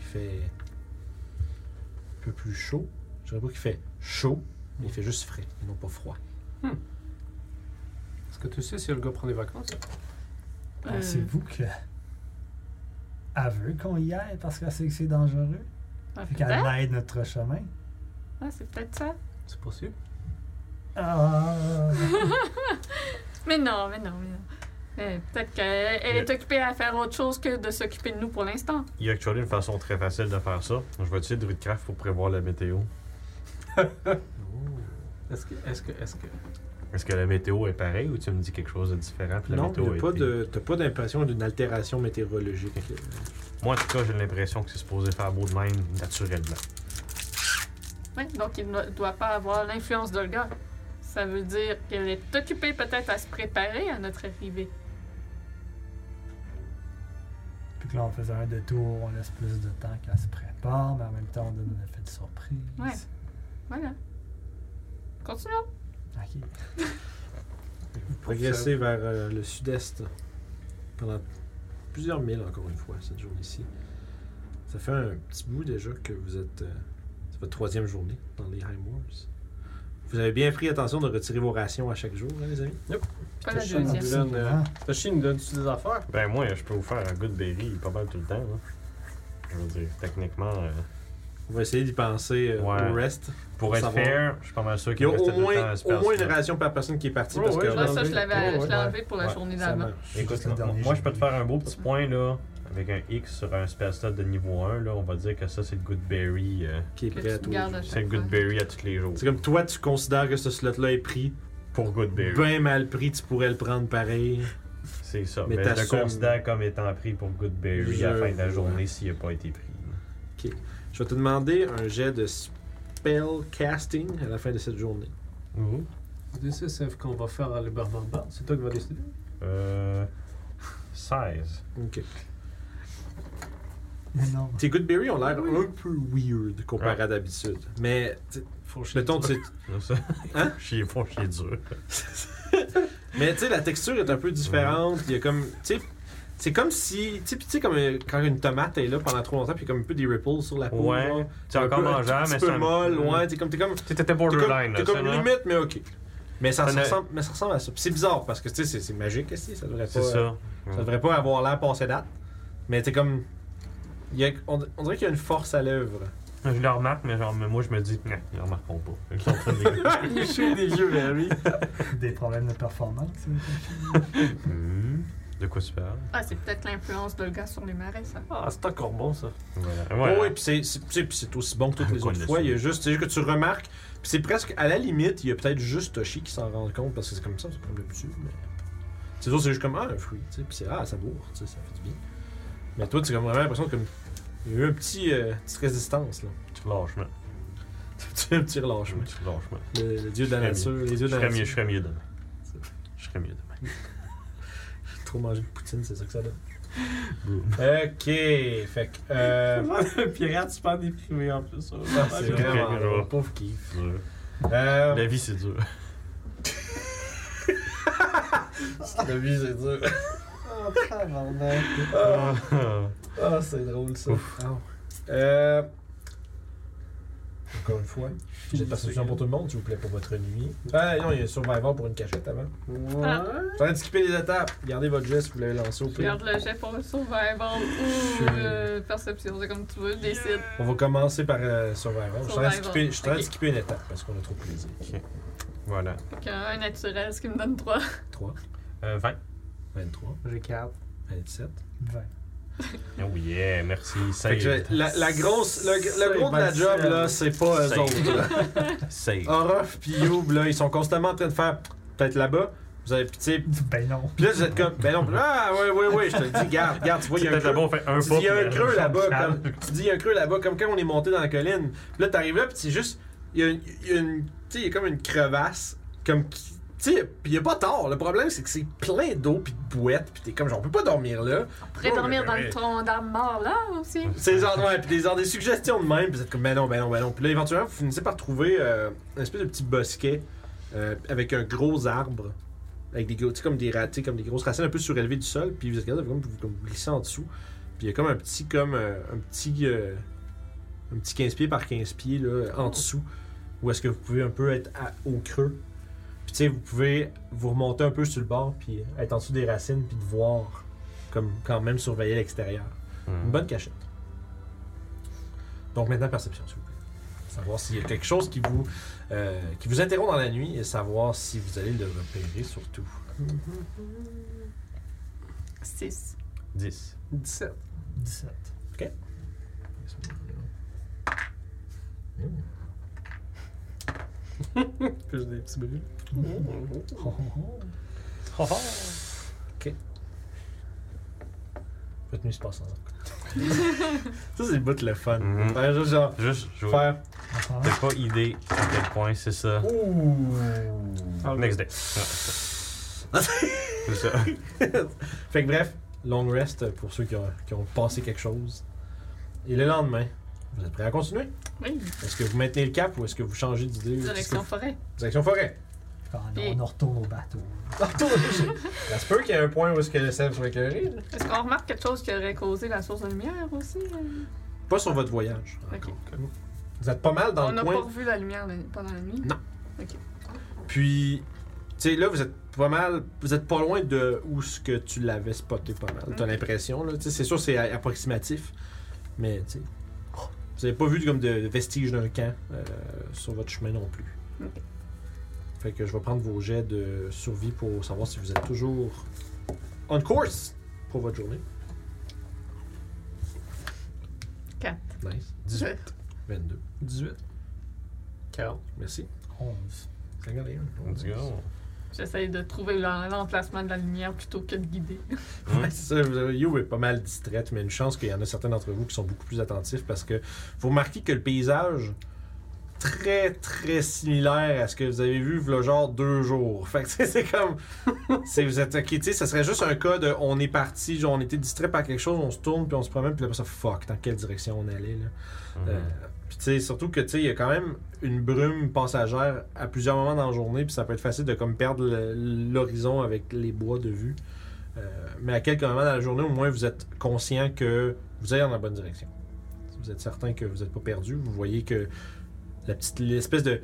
Il fait un peu plus chaud. Je dirais pas qu'il fait chaud, mais il fait juste frais, et non pas froid.
Est-ce que tu sais si le gars prend des vacances
Euh.
Pensez-vous que. Elle veut qu'on y aille parce qu'elle sait que c'est dangereux.
Ah,
Fait
peut-être.
qu'elle aide notre chemin.
Ah, c'est peut-être ça.
C'est possible.
Ah!
Mais non, mais non, mais non. Mais Peut-être qu'elle elle est
Mais-
occupée à faire autre chose que de s'occuper de nous pour l'instant.
Il y a actuellement une façon très facile de faire ça. Je vais utiliser Druidcraft pour prévoir la météo.
Est-ce que. Est-ce que. Est-ce que.
Est-ce que la météo est pareille ou tu me dis quelque chose de différent? puis la
non,
météo
t'as
est
pas,
pire?
de, t'as pas d'impression d'une altération météorologique.
Moi, en tout cas, j'ai l'impression que c'est supposé faire beau de même, naturellement.
Ouais, donc il ne doit pas avoir l'influence d'Olga. Ça veut dire qu'elle est occupée peut-être à se préparer à notre arrivée.
Puis que là, on faisait un détour, on laisse plus de temps qu'elle se prépare, mais en même temps, on donne un effet de surprise.
Ouais. Voilà. Continuons.
Ok.
Vous progressez vers euh, le sud-est pendant plusieurs milles, encore une fois, cette journée-ci. Ça fait un petit bout déjà que vous êtes. euh, c'est votre troisième journée dans les High Moors. Vous avez bien pris attention de retirer vos rations à chaque jour, hein, les amis.
Pas
Putain,
la
je suis
deuxième.
Dylan, euh,
Ah,
Ta Chine nous donne-tu des affaires
Ben moi, je peux vous faire un good berry pas mal tout le temps. Là. Je veux dire, techniquement, euh,
On va essayer d'y penser euh,
Ouais.
au reste.
pour être
Savoir.
fair, je suis pas mal sûr
Il y
qu'il
a
restait
au
tout le temps
moins,
un
au
spell
moins une
slot.
ration par personne qui est partie
Ouais,
parce
ouais,
que
je
Ouais, Ah, ça, je l'avais
Ouais, ouais.
je l'ai enlevé pour la
Ouais,
journée
Ça
d'avant.
marche.
Écoute,
Jusqu'au
moi,
dernier
moi, je
jour.
peux te faire un beau petit point là, avec un X sur un spell slot de niveau 1, là, on va dire que ça, c'est le good berry. euh,
Qui est
Que
prêt à
tu
tout.
gardes à
c'est le
chaque
good
fois.
berry à tous les jours.
C'est comme toi, tu considères que ce slot-là est pris.
Pour good berry.
Bien mal pris, tu pourrais le prendre pareil.
C'est ça.
Mais
Mais, je le
t'assumes-
considère comme étant pris pour good berry à la
Je
fin de la journée
vois.
s'il n'a pas été pris.
Je vais te demander un jet de spell casting à la fin de cette journée.
Ouh.
DCSF qu'on va faire à l'Ubermamba. C'est toi qui vas décider.
Euh. 16.
Ok.
Mais non.
Tes Goodberry ont l'air un peu weird comparé à d'habitude. Mais, t'sais,
Faut chier.
mettons, t'sais-
Non, ça.
Hein?
Chier fort, chier dur.
mais tu sais, la texture est un peu différente. Il y a comme. tu sais, c'est comme si. Tu sais, comme euh, quand une tomate est là pendant trop longtemps, puis il y a comme un peu des ripples sur la peau.
Ouais.
genre.
C'est encore
Un peu- un
mangeable, mais
petit
c'est
peu
un- Mm.
molle, ouais. T'es comme. T'es comme, t'es
T'étais
comme,
borderline,
t'es
là.
comme
ça, non?
limite, mais ok. Mais ça,
Ça
se
ne-
ressemble, mais ça ressemble à ça. Puis C'est bizarre parce que tu sais, c'est- c'est magique, est-ce que ça devrait pas.
C'est
euh,
ça.
Ça devrait pas avoir l'air passé date. Mais t'es comme. il y a- on, on dirait qu'il y a une force à l'œuvre.
Je le remarque, mais genre, mais moi, je me dis, non, ils le remarqueront pas. Fait qu'ils sont en train de-
Ah, Chez des vieux Barry.
Des problèmes de performance. ça.
Mm.
Hmm. De quoi tu parles?
Ah, c'est peut-être l'influence de le gars sur les marais, ça.
Ah, c'est encore bon ça.
Voilà.
Oh Oui, puis c'est- c'est- tu sais, puis c'est aussi bon que toutes les
Qu'on
autres
Ah, le
fois. Il y a
sait.
juste, c'est juste que tu remarques. Puis c'est presque, à la limite, il y a peut-être juste Toshi qui s'en rend compte parce que c'est comme ça, c'est comme l'habitude. Mais... C'est sûr, c'est juste comme, ah, un fruit, tu sais, puis c'est, ah, ça bourre, tu sais, ça fait du bien. Mais toi, tu as vraiment l'impression que comme, il y a eu un petit, euh, petite résistance, là.
Tu relâchement.
Tu as un petit
Je
relâchement.
me dis relâchement.
Le, le dieu de la
Je
nature,
serais
les
Je
dieux de la
serais mieux, je
nature.
serais mieux demain. Je serais mieux demain.
Trop manger de poutine, c'est ça que ça donne. ok, fait que. euh,
Un pirate super déprimé en plus.
ah, c'est
vrai.
vraiment
Ok, je vois.
pauvre kiff.
Dur.
Euh,
La vie, c'est dur.
La vie, c'est dur.
Oh,
hein,
tabarnak.
Ah, ah, c'est drôle ça. Ah. Euh, Encore une fois, j'ai de perception pour tout le monde, s'il vous plaît, pour votre nuit. Ah non, il y a Survivor pour une cachette avant.
Ah.
Je suis en train de skipper les étapes. Gardez votre geste si vous l'avez lancé au pire.
Regarde le jet pour le survival ou euh, perception, c'est comme tu veux, décide.
On va commencer par euh, Survivor. Je suis en train de
Survivor.
skipper- je suis en train de
Ok.
skipper une étape parce qu'on a trop de plaisir.
Voilà.
Fait qu'un un naturel, ce qui me donne 3.
3,
Euh, 20.
23,
J'ai 4.
27.
Ouais.
Oh yeah, merci.
Fait que
Save.
j'ai- la, la grosse, le, le
C'est
gros de la
ben
job,
sûr.
là, c'est pas eux
Save.
autres. là.
Save.
Orof pis Youb, là, ils sont constamment en train de faire peut-être là-bas. Vous avez, pis tu sais,
Ben non.
Puis là, vous êtes comme, ben non, ah, ouais, ouais, ouais, je te le dis, garde, garde, tu vois, il y a un
Peut-être
creux,
là-bas, on fait un
tu dis, il y a
pas,
un
puis
creux
on
là-bas,
calme.
comme, tu dis, il y a un creux là-bas, comme quand on est monté dans la colline. Puis là, t'arrives là, puis c'est juste, il y a une, il y a une- tu sais, il y a comme une crevasse, comme, qui- tu sais, puis il y a pas tort, le problème, c'est que c'est plein d'eau, puis de bouettes, puis t'es comme, genre, on peut pas dormir là.
Après dormir dans le tronc d'arbre mort là aussi.
C'est genre, Oh, ouais, puis des, genre des suggestions de même, puis vous êtes comme, ben non, ben non, ben non. Puis là, éventuellement, vous finissez par trouver euh, un espèce de petit bosquet euh, avec un gros arbre, avec des gros, tu sais, comme des ra- tu sais, comme des grosses racines un peu surélevées du sol, puis vous êtes capable de comme, vous, comme vous glissez en dessous. Puis il y a comme un petit, comme euh, un petit, euh, un petit 15 pieds par 15 pieds, là, en dessous, où est-ce que vous pouvez un peu être à- au creux. Puis tu sais, vous pouvez vous remonter un peu sur le bord, puis être en dessous des racines, puis de voir, comme quand même surveiller l'extérieur. Une bonne cachette. Donc maintenant, perception, s'il vous plaît. Savoir s'il y a quelque chose qui vous, euh, qui vous interrompt dans la nuit et savoir si vous allez le repérer surtout.
6.
10.
17.
17.
Puis j'ai des petits bruits.
Oh, oh, oh.
Oh, oh.
Votre nuit se passe en Ça, c'est le bout de le fun.
Mhm.
Faire juste genre,
Juste jouer.
faire.
Enfin,
T'as pas idée à quel point c'est ça.
Ouh! Ah,
Next day. Ouais, c'est ça. C'est ça.
Fait que bref, long rest pour ceux qui ont, qui ont passé quelque chose. Et le lendemain, vous êtes prêts à continuer?
Oui,
Est-ce que vous maintenez le cap ou est-ce que vous changez d'idée? Est-ce que
direction
vous-
forêt.
Direction forêt.
quand on on retourne au bateau.
Ça se peut qu'il y ait un point où est-ce que le sève soit éclairé. là.
Est-ce qu'on remarque quelque chose qui aurait causé la source de lumière aussi? euh?
Pas sur votre voyage.
Ok.
Vous êtes pas mal dans
On
le
n'a
coin.
pas revu la lumière la- pendant la nuit.
Non. Puis, tu sais, là, vous êtes pas mal. Vous êtes pas loin de où ce que tu l'avais spoté pas mal. T'as
Mm.
l'impression, là. Tu sais, c'est sûr, c'est a- approximatif. Mais, tu sais, vous avez pas vu comme de vestiges d'un camp euh, sur votre chemin non plus.
Ok.
Fait que je vais prendre vos jets de survie pour savoir si vous êtes toujours on course pour votre journée. Nice. 18. 22.
18. 40.
Merci.
11.
51.
Let's go.
J'essaie de trouver l'en- l'emplacement de la lumière plutôt que de guider.
Ouais, c'est ça. vous avez- You est pas mal distraite, mais une chance qu'il y en a certains d'entre vous qui sont beaucoup plus attentifs parce que vous remarquez que le paysage très très similaire à ce que vous avez vu le genre deux jours. Fait que tu sais, c'est comme c'est vous êtes ok, tu sais, ça serait juste un cas de on est parti, genre on était distrait par quelque chose, on se tourne puis on se promène puis là ça fuck, dans quelle direction on allait là.
Mhm.
Euh, puis tu sais, surtout que tu sais, il y a quand même une brume passagère à plusieurs moments dans la journée, puis ça peut être facile de comme perdre le- l'horizon avec les bois de vue. Euh, mais à quelques moments dans la journée, au moins, vous êtes conscient que vous allez dans la bonne direction. Vous êtes certain que vous n'êtes pas perdu. Vous voyez que la petite, l'espèce de, tu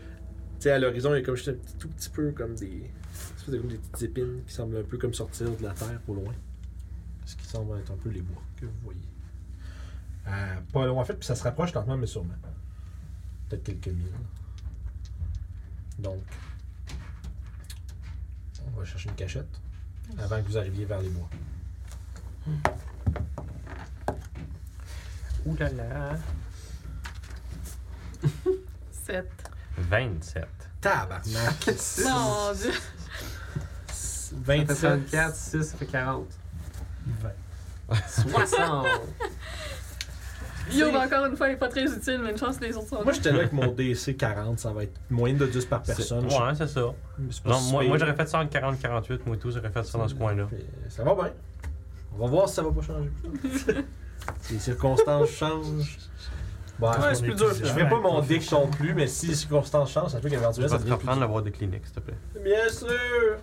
sais, à l'horizon, il y a comme juste un petit- tout petit peu comme des, espèce de- comme des petites épines qui semblent un peu comme sortir de la terre au loin. Ce qui semble être un peu les bois que vous voyez. Euh, pas loin, en fait, puis ça se rapproche lentement, mais sûrement. Peut-être quelques milles. Donc, on va chercher une cachette avant que vous arriviez vers les bois.
Ouh là là.
7.
27.
Tabarnak!
Mon dieu!
27.
34, 6, ça fait 40.
20.
60.
Yo, mais encore une fois, il est pas très utile, mais une chance que les autres sont
Moi,
là.
j'étais là avec mon DC 40, ça va être moyenne de 10 par personne.
C'est- Ouais, c'est ça.
Je- c'est pas
Non,
si
moi,
pire.
moi, j'aurais fait ça en 40-48, moi et tout, j'aurais fait ça dans ce coin-là.
Puis, Ça va bien. On va voir si ça va pas changer. les circonstances changent. Bon,
Ouais, c'est plus dur.
Je ferai pas mon dick non plus, mais si les circonstances changent, ça peut
Je
qu'éventuellement
vais
ça
te
devient plus
reprendre la boîte de clinique, s'il te plaît.
dur. Bien sûr!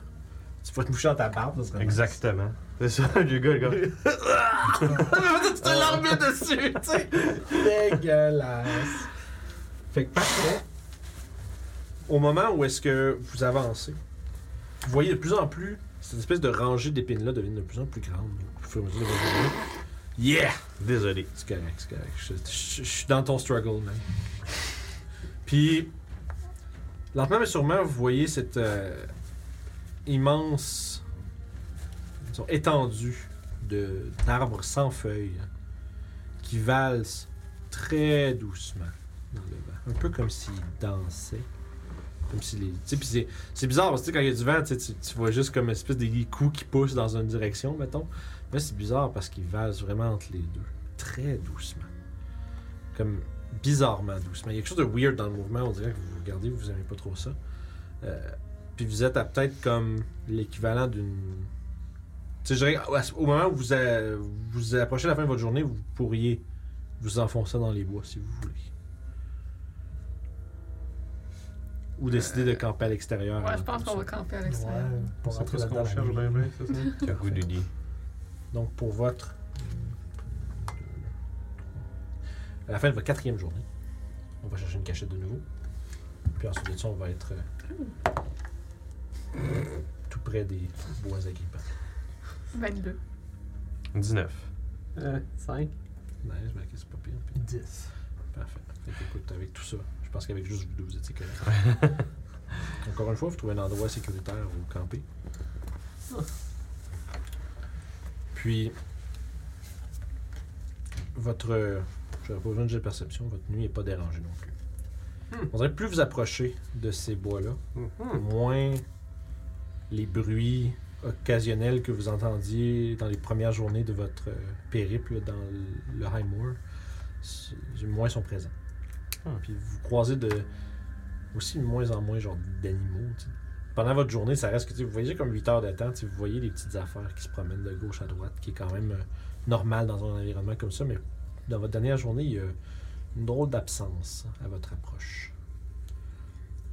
Tu vas te moucher dans ta barbe, ça serait
Exactement. C'est ça, le gars, le gars.
tu te l'en remets dessus, tu sais. Dégueulasse. Fait que parfait. Au moment où est-ce que vous avancez, vous voyez de plus en plus, cette espèce de rangée d'épines-là devient de plus en plus grande. au fur et à mesure de votre journée. Yeah!
Désolé.
C'est correct, c'est correct. Je, je- je suis dans ton struggle, man. Puis, lentement mais sûrement, vous voyez cette euh, immense disons, étendue de- d'arbres sans feuilles hein, qui valsent très doucement dans le vent. Un peu comme s'ils dansaient. Comme si les. tu sais, puis c'est- c'est bizarre parce que tu sais, quand il y a du vent, tu, sais, tu- tu vois juste comme une espèce des coups qui poussent dans une direction, mettons. Là, c'est bizarre parce qu'ils valsent vraiment entre les deux très doucement. Comme bizarrement doucement. Il y a quelque chose de weird dans le mouvement. On dirait que vous regardez, vous aimez pas trop ça. Euh, puis vous êtes à peut-être comme l'équivalent d'une. Tu sais, je dirais, à ce- au moment où vous, euh, vous approchez la fin de votre journée, vous pourriez vous enfoncer dans les bois si vous voulez. Ou décider de camper à l'extérieur.
Euh, Ouais,
avant
je pense
tout
qu'on va
ça.
camper à
Ouais,
l'extérieur.
pour
C'est
rentrer
pas ce qu'on
là-dedans,
cherche ben,
la
bien,
nuit.
bien, c'est ça.
Tu as goût de dit.
Donc pour votre. À la fin de votre quatrième journée, on va chercher une cachette de nouveau. Puis ensuite de ça, on va être euh, tout près des bois agrippants.
22.
19.
Euh, 5.
Nice, mais ok, c'est pas pire. puis
10.
Parfait. Fait que, écoute, avec tout ça, je pense qu'avec juste vous deux, vous étiez correct. Encore une fois, vous trouvez un endroit sécuritaire où camper. Puis, votre. euh, J'aurais pas besoin de jet de perception, votre nuit n'est pas dérangée non plus.
Hmm.
On dirait que plus vous approchez de ces bois-là, moins les bruits occasionnels que vous entendiez dans les premières journées de votre euh, périple dans le- le High Moor, s- moins sont présents.
Hmm.
Puis vous croisez de aussi de moins en moins genre d'animaux. tu sais. Pendant votre journée, ça reste que tu sais, vous voyez comme 8 heures d'attente, tu sais, vous voyez les petites affaires qui se promènent de gauche à droite, qui est quand même euh, normal dans un environnement comme ça, mais dans votre dernière journée, il y a une drôle d'absence à votre approche.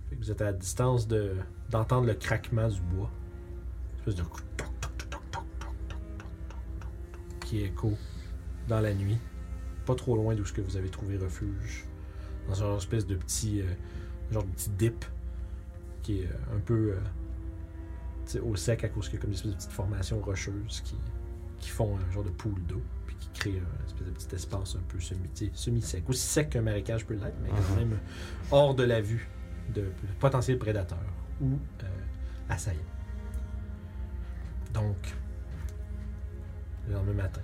Fait que vous êtes à distance de d'entendre le craquement du bois. Une espèce de coup de toc, toc, toc, toc, toc, toc, toc, toc, toc, toc, qui écho dans la nuit, pas trop loin d'où ce que vous avez trouvé refuge, dans une espèce de petit euh, genre de petit dip qui est euh, un peu euh, tu sais, au sec à cause qu'il y a comme des espèces de petites formations rocheuses qui, qui font un genre de poule d'eau puis qui créent un espèce de petit espace un peu semi, tu sais, semi-sec, aussi sec qu'un marécage peut l'être, mais quand même hors de la vue de potentiels prédateurs ou euh, assaillants. Donc, le lendemain matin,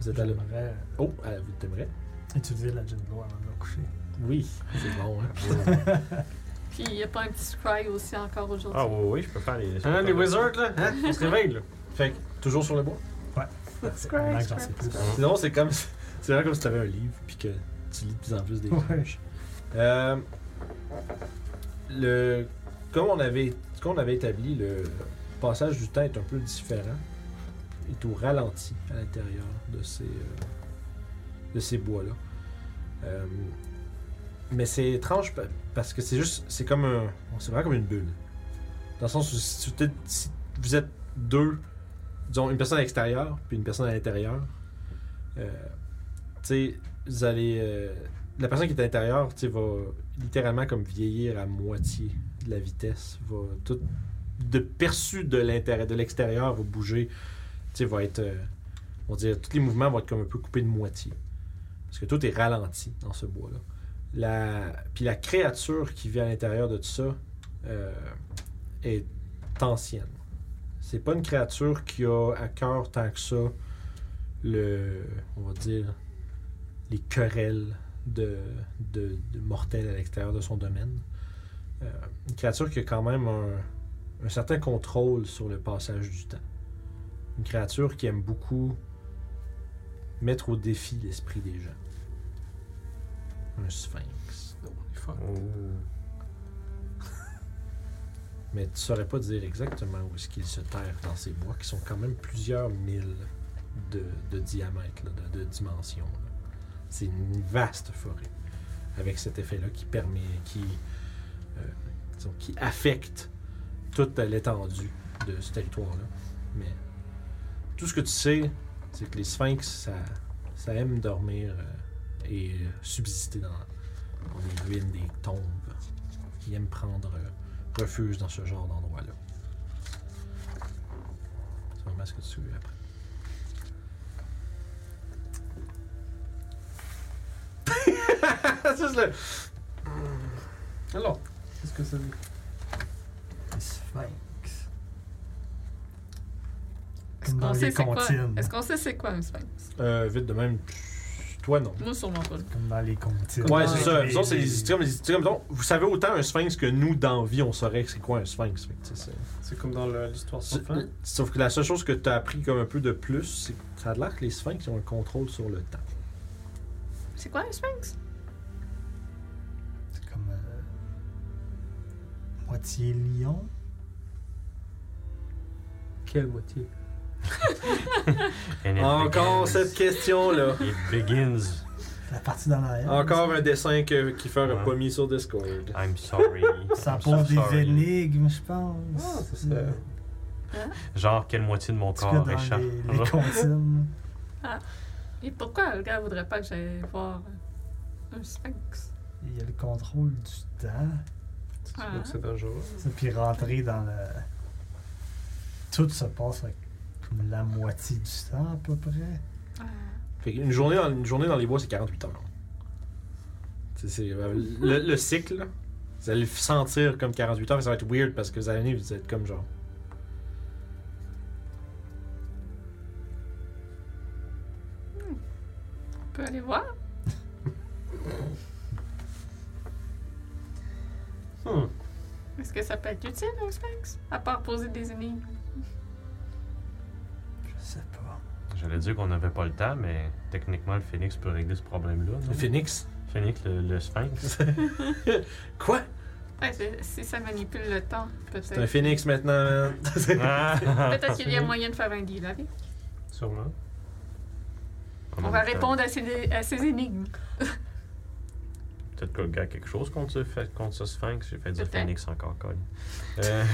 vous êtes à la...
J'aimerais,
Oh, euh, vous t'aimerez.
Utiliser la gin glow avant de me coucher.
Oui. C'est bon, hein?
Puis il n'y a pas un petit scry aussi encore aujourd'hui.
Ah oui, oui, je peux faire les.
Hein, les wizards, là? Hein? On se réveille, là.
Fait que, toujours sur le bois.
C'est vraiment que j'en sais plus.
C'est drôle, c'est comme. C'est vraiment comme si t'avais un livre puis que tu lis de plus en plus des
Ouais.
Euh, le, comme on avait, comme on avait établi, le passage du temps est un peu différent. est au ralenti à l'intérieur de ces, euh, de ces bois-là. Euh, mais c'est étrange pa- parce que c'est juste, c'est comme un, c'est vraiment comme une bulle. Dans le sens où si, tu- si vous êtes deux, disons une personne à l'extérieur puis une personne à l'intérieur, euh, tu sais, vous allez, euh, la personne qui est à l'intérieur, tu sais, va littéralement comme vieillir à moitié de la vitesse, va tout de perçu de l'intérieur, de l'extérieur va bouger, tu sais, va être, euh, on va dire, tous les mouvements vont être comme un peu coupés de moitié, parce que tout est ralenti dans ce bois là. La, puis la créature qui vit à l'intérieur de tout ça euh, est ancienne. C'est pas une créature qui a à cœur tant que ça le, on va dire, les querelles de, de, de mortels à l'extérieur de son domaine. Euh, une créature qui a quand même un, un certain contrôle sur le passage du temps. Une créature qui aime beaucoup mettre au défi l'esprit des gens. Un sphinx.
Oh.
Mais tu saurais pas dire exactement où est-ce qu'il se terre dans ces bois qui sont quand même plusieurs mille de, de diamètre, là, de, de dimension. là. C'est une vaste forêt avec cet effet-là qui permet, qui, euh, disons, qui affecte toute l'étendue de ce territoire-là. Mais tout ce que tu sais, c'est que les sphinx, ça, ça aime dormir euh, et euh, subsister dans, dans les ruines des tombes. Ils aiment prendre euh, refuge dans ce genre d'endroit-là. C'est vraiment ce que tu apprends. C'est juste le-
Alors, qu'est-ce que ça veut
Les sphinx.
Est-ce
Comme dans
qu'on sait
les
c'est quoi?
comptines.
Est-ce qu'on sait c'est quoi un sphinx?
Euh, vite de même, toi non.
Moi sûrement pas.
Comme dans les comptines.
Ouais,
Ouais,
c'est ça.
Les-
Vous autres, c'est
les-
des histoires, mais des histoires, mettons, vous savez autant un sphinx que nous, dans vie, on saurait c'est quoi un sphinx. Fait que, tu sais,
C'est comme dans le- l'histoire
c'est-
sans fin.
Sauf que la seule chose que tu as appris comme un peu de plus, c'est que ça a l'air que les sphinx ils ont un contrôle sur le temps.
C'est quoi un sphinx?
C'est comme. euh, moitié lion.
Quelle moitié?
Encore cette question-là.
It begins.
La partie dans l'arrière.
Encore un dessin que Kiefer n'a
Ouais.
pas mis sur Discord.
I'm sorry.
Ça
I'm
pose
so
des
sorry.
énigmes, je pense.
Ah, ça serait-
Genre, quelle moitié de mon
En tout cas,
corps
dans
échappe.
les, les comptines.
Et pourquoi le gars voudrait pas que j'aille voir un sphinx?
Il y a le contrôle du temps.
Tu
Ah.
vois que c'est dangereux.
Ça, puis rentrer dans le. Tout se passe avec comme la moitié du temps à peu près.
Ah.
Fait qu'une journée, dans- une journée dans les bois, c'est 48 heures. C'est- c'est- euh, le, le cycle, là, vous allez le sentir comme 48 heures, mais ça va être weird parce que vous allez venir, vous êtes comme genre.
On peut aller voir?
Hmm.
Est-ce que ça peut être utile un sphinx? À part poser des énigmes.
Je sais pas.
J'allais dire qu'on n'avait pas le temps, mais techniquement, le phoenix peut régler ce problème-là. non?
Le phénix.
Phoenix, le, le sphinx.
Quoi?
Ouais, c'est- si ça manipule le temps,
C'est un
peut-être.
phénix maintenant. man.
Ah!
Peut-être qu'il y a moyen de faire un deal avec.
Sûrement.
On va répondre à ces, à ces énigmes.
Peut-être que le gars a quelque chose contre ce, fait- contre ce sphinx. J'ai fait dire
Peut-être.
phoenix encore, Colin. Euh,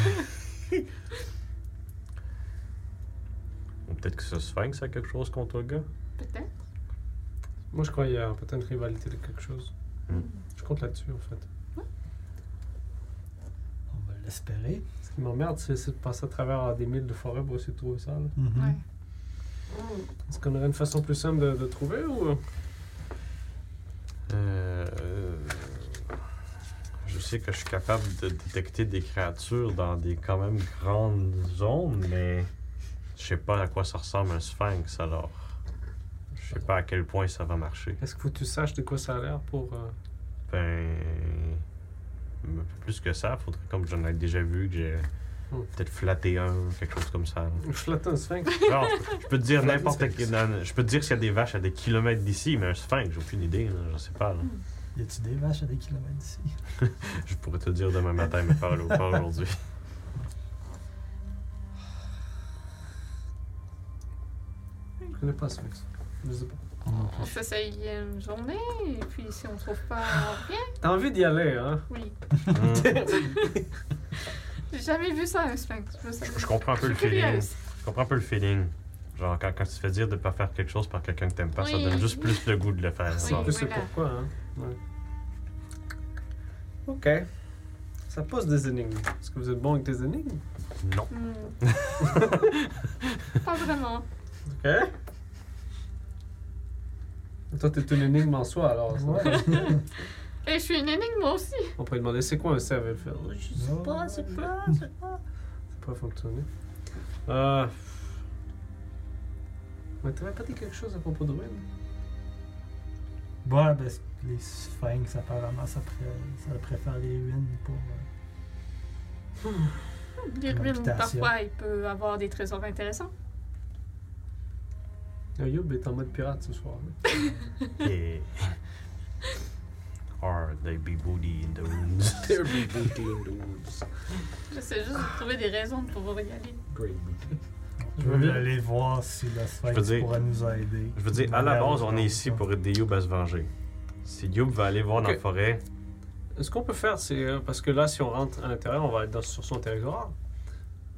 Ou peut-être que ce sphinx a quelque chose contre le gars.
Peut-être.
Moi, je crois qu'il y a peut-être une rivalité de quelque chose.
Hmm.
Je compte là-dessus, en fait.
On va l'espérer.
Ce qui m'emmerde, c'est c'est de passer à travers des milles de forêt pour essayer de trouver ça. là.
Mhm.
Ouais.
Est-ce qu'on aurait une façon plus simple de, de trouver ou.
Euh, euh, je sais que je suis capable de détecter des créatures dans des quand même grandes zones, mais je sais pas à quoi ça ressemble un sphinx alors. Je Je sais pas à quel point ça va marcher.
Est-ce que faut que tu saches de quoi ça a l'air pour. euh,
Ben. Un peu plus que ça, faudrait comme j'en ai déjà vu, que j'ai
Hmm.
peut-être flatté un, quelque chose comme ça. là.
Je flatte un sphinx.
Genre, je peux- je peux te dire
Flatter
n'importe
un
quel. non, non, Je peux te dire s'il y a des vaches à des kilomètres d'ici, mais un sphinx, j'ai aucune idée, là, je sais pas. là.
Y a-tu des vaches à des kilomètres d'ici?
Je pourrais te le dire demain matin, mais pas, pas aujourd'hui.
Je connais pas un sphinx. Je sais pas.
On s'essaye une journée, et puis si on trouve pas rien,
T'as envie d'y aller, hein?
oui.
Hmm.
J'ai jamais vu ça, un sphinx. Je, veux ça.
Je, je comprends un peu
Je
le
suis
feeling.
curieuse.
Je comprends un peu le feeling. Genre, quand, quand tu te fais dire de pas faire quelque chose par quelqu'un que t'aimes pas, ça
Oui.
donne juste plus le goût de le faire.
Oui.
genre.
En plus, c'est
voilà.
pourquoi, hein? Ouais. Ok. Ça pose des énigmes. Est-ce que vous êtes bon avec des énigmes?
Non.
Hmm. pas vraiment.
Ok. Toi, t'es une énigme en soi, alors. ça.
Et je suis une énigme, moi aussi.
On pourrait demander c'est quoi un savage faire. Ça
sais pas, c'est pas.
peut pas fonctionner. Euh. Mais t'avais pas dit quelque chose à propos de Ruin?
Bon, parce que ben, les sphinx, apparemment, ça, pré- ça préfère les ruines pour. euh,
Les ruines,
Habitation.
parfois, il peut avoir des trésors intéressants.
Euh, Youb est en mode pirate ce soir. hein.
Yeah. Or they be booty in the ruins.
There be booty in the woods.
J'essaie juste de trouver des raisons de pouvoir y aller.
Great booty.
On peut aller voir si le
veux
sphinx
dire-
pourrait nous aider.
Je veux dire, à la base, on est ici pour aider Youb à se venger. Si Youb va aller voir dans
Ok.
la forêt,
Ce qu'on peut faire, c'est. euh, Parce que là, si on rentre à l'intérieur, on va être dans, sur son territoire.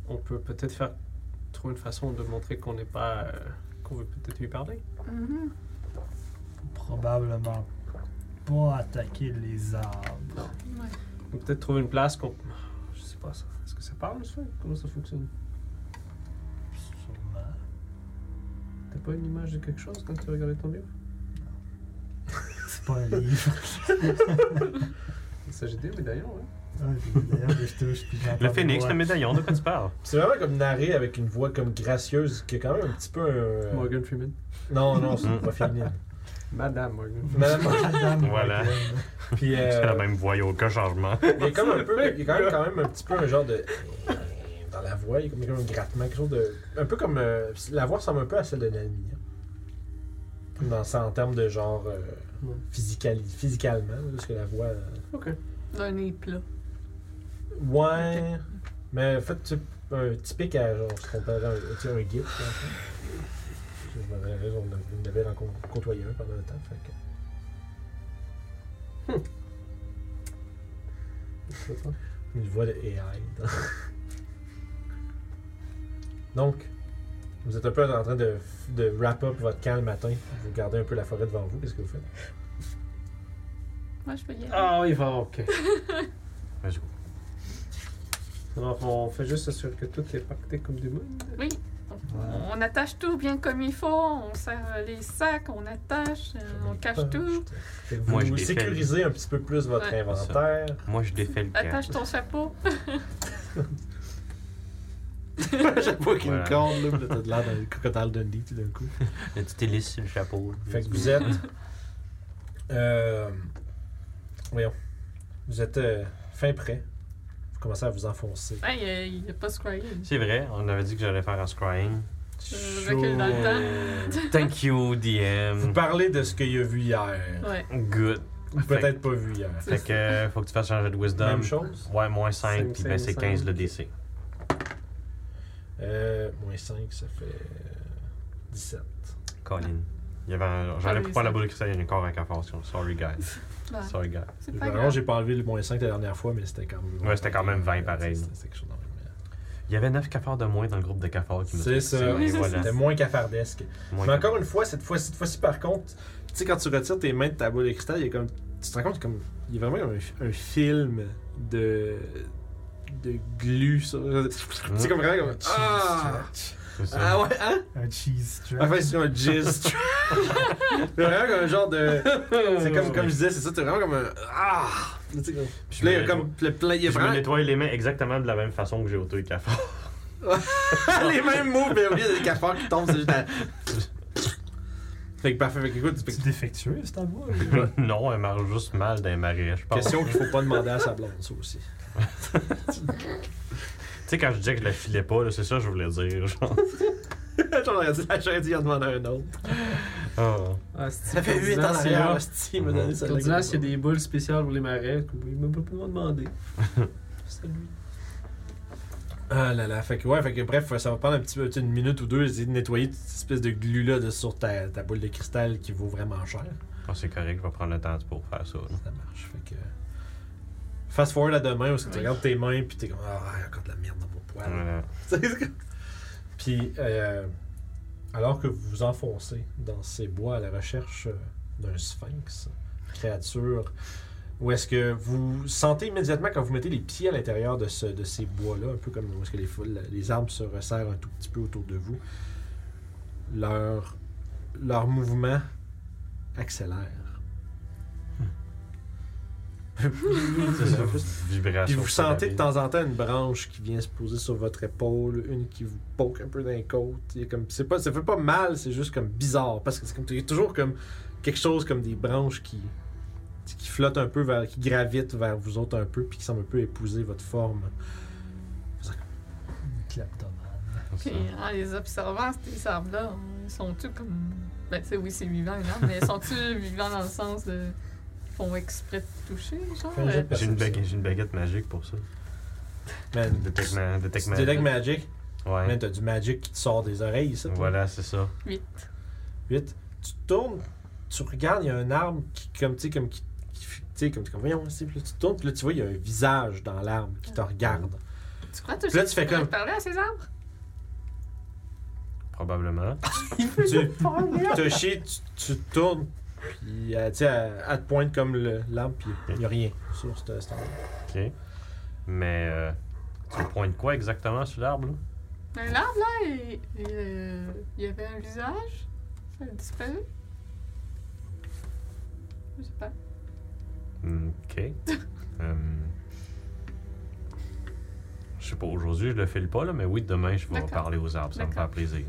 On peut peut-être faire. trouver une façon de montrer qu'on n'est pas. euh, qu'on veut peut-être lui parler.
Mhm.
Probablement pas attaquer les arbres.
Ouais.
On peut peut-être trouver une place qu'on. Je sais pas ça. Est-ce que ça parle, ça Comment ça fonctionne
Sûrement.
T'as pas une image de quelque chose quand tu regardais ton livre
C'est pas un livre.
Ça, j'ai des médaillons, ouais.
Ah, puis D'ailleurs, je touche. puis j'entends
le
des
phénix,
voix.
le médaillon, de quoi tu parles?
C'est vraiment comme narré avec une voix comme gracieuse qui est quand même un petit peu. euh,
Morgan Freeman.
Non, non, c'est
Mm.
pas féminine.
Madame Morgan Freeman.
Madame
Madame
Voilà.
Morgan.
Puis, euh,
C'est la même voix, il y a aucun changement.
il y a comme un peu, il y a quand même, quand même un petit peu un genre de dans la voix, il y a comme, comme un grattement, quelque chose de, un peu comme euh, la voix ressemble un peu à celle de Nami, hein. dans ça en termes de genre euh,
Ouais.
physicali- physicalement, là, parce que la voix, euh,
Ok.
D'un nez plat.
ouais, mais en fait c'est un typique à genre ce qu'on appelle un, tu sais, un gif. là, en fait. Je me rappelle, on en avait en con- côtoyé un pendant le temps, fait que-
C'est
Hmm.
ça.
Une voix de AI. Donc, vous êtes un peu en train de, de wrap up votre camp le matin. Vous gardez un peu la forêt devant vous. Qu'est-ce que vous faites?
Moi, je peux y aller.
Ah oui, va, ok.
Let's go.
Alors, on fait juste s'assurer que tout est pacté comme du monde.
Oui. On attache tout bien comme il faut, on serre les sacs, on attache, euh, on cache tout.
Fait que Vous,
Moi, je défais.
sécurisez un petit peu plus votre
Ouais.
inventaire.
Moi, je défais le camp.
Attache ton chapeau.
Chaque fois
Voilà.
corde, là, puis là, t'as de l'air d'un crocodile Dundee tout d'un coup.
Un petit hélice sur le chapeau.
Fait que vous êtes. euh, voyons. Vous êtes euh, fin prêt. Vous commencez à vous enfoncer.
Ah, il a- il a pas scrying.
C'est vrai, on avait dit que j'allais faire un scrying.
Je recule dans le temps.
Euh, Thank you,
Vous
DM.
parlez de ce qu'il a vu hier.
Ouais.
Good.
Ou peut-être pas vu hier.
C'est
Fait que euh, faut que tu fasses un jeu de wisdom.
Même chose.
Ouais, moins 5,
Cinq,
puis ben c'est
cinq,
15 le
cinq.
DC.
Euh, moins 5, ça fait euh, 17.
Colin. Il y avait un... J'allais
Ah oui,
pour prendre la
ça.
boule de cristal, il y a encore un cafard. Sorry, guys.
Ouais.
Sorry, guys.
Bah, C'est pas
Vraiment,
grave.
j'ai pas enlevé le moins 5 la dernière fois, mais c'était quand même.
Ouais, c'était quand même 20 pareil.
C'était c'était quelque chose dans le même.
Il y avait 9 cafards de moins dans le groupe de cafards qui me
C'est ça.
Oui,
Et
c'est ça.
voilà.
C'était moins cafardesque.
Moins
mais
cafard.
encore une fois, cette fois-ci, cette fois-ci par contre, tu sais, quand tu retires tes mains de ta boule de cristal, il y a comme. Tu te rends compte, comme. Il y a vraiment un, un film de. de glu. sur- C'est comme vraiment comme. Ah!
C'est ça.
Ah ouais, hein?
Un cheese
Ah,
strap.
Enfin, c'est un jizz. C'est vraiment comme un genre de. C'est comme, comme je disais, c'est ça, t'es vraiment comme un. Ah! Là, tu sais, comme-
Puis
Là, il y
je
a
me-
comme. Le plein, il y
Je
a
me
vraiment.
nettoie les mains exactement de la même façon que j'ai ôté les cafards.
les mêmes mots, mais au lieu des cafards qui tombent, c'est juste un. Fait que parfait, fait que écoute, fait que-
C'est défectueux, cette voix.
non, elle marche juste mal dans les marais, je pense.
question qu'il faut pas demander à sa blonde, ça aussi.
Tu sais, quand je disais que je la filais pas, là, c'est ça que je voulais dire. Genre.
J'en aurais dit la chaise, il en demande à un autre. hein.
Ah.
Ah, c'est-
Ça fait 8
Cordillère,
ans, c'est
là.
là, hostie, il m'a donné ça.
Cordillère, s'il y a des boules spéciales pour les marais, il m'a pas pu me demander. C'est lui.
Ah là là, fait que ouais, fait que bref, ça va prendre un petit peu, tu sais, une minute ou deux, essayer de nettoyer toute cette espèce de glu-là de, sur ta, ta boule de cristal qui vaut vraiment cher.
Ah, c'est correct, je vais prendre le temps pour faire ça. là.
Ça marche, fait que... Fast forward à demain, où est-ce que tu regardes tes mains, puis t'es comme « Ah, il y a encore de la merde dans mon poil.
Voilà.
Tu sais, c'est comme- Puis, euh, alors que vous vous enfoncez dans ces bois à la recherche euh, d'un sphinx, créature, où est-ce que vous sentez immédiatement quand vous mettez les pieds à l'intérieur de, ce- de ces bois-là, un peu comme où est-ce que les, foules- les arbres se resserrent un tout petit peu autour de vous, leur, leur mouvement accélère.
C'est ça, vibration.
Puis vous sentez de
que
temps en temps une branche qui vient se poser sur votre épaule, une qui vous poke un peu dans les côtes. Il est comme, c'est pas, ça fait pas mal, c'est juste comme bizarre. Parce que c'est comme, il y a toujours comme quelque chose comme des branches qui, qui flottent un peu, vers, qui gravitent vers vous autres un peu, puis qui semblent un peu épouser votre forme.
Kleptomane.
Puis
Ah.
en les observant, ces arbres-là, ils sont-tu comme. Ben, tu sais, oui, c'est vivant, les arbres, mais sont-ils vivants dans le sens de. Ils font exprès de toucher, genre?
Fais un jet de
J'ai
perception.
une, baguette, j'ai une baguette magique pour ça.
Man,
Detect ma-
tu
Detect
tu détectes
magic.
magic. Man,
Ouais.
t'as du magic qui te sort des oreilles, ça. toi.
Voilà, c'est ça.
8.
8. Tu te tournes, tu regardes, il y a un arbre qui, comme, tu sais, comme, qui, qui- tu sais, comme, comme, voyons, c'est- puis là, tu te tournes, puis là, tu vois, il y a un visage dans l'arbre qui te regarde.
Tu crois que
Puis là, tu fais comme-
parler à ces arbres?
Probablement.
tu, Toshi, tu, tu te tournes, puis euh, tu sais, elle, elle te pointe comme le- l'arbre, puis il n'y a rien sur cet cet arbre.
OK. Mais euh, tu pointes quoi exactement sur l'arbre? là?
Un arbre, là, il, il, euh, il y avait un visage? Ça a disparu? Je sais pas.
Hmm, OK. Hum. Je sais pas, aujourd'hui, je le file pas, là, mais oui, demain, je vais
D'accord.
parler aux arbres. Ça me
D'accord.
fait plaisir.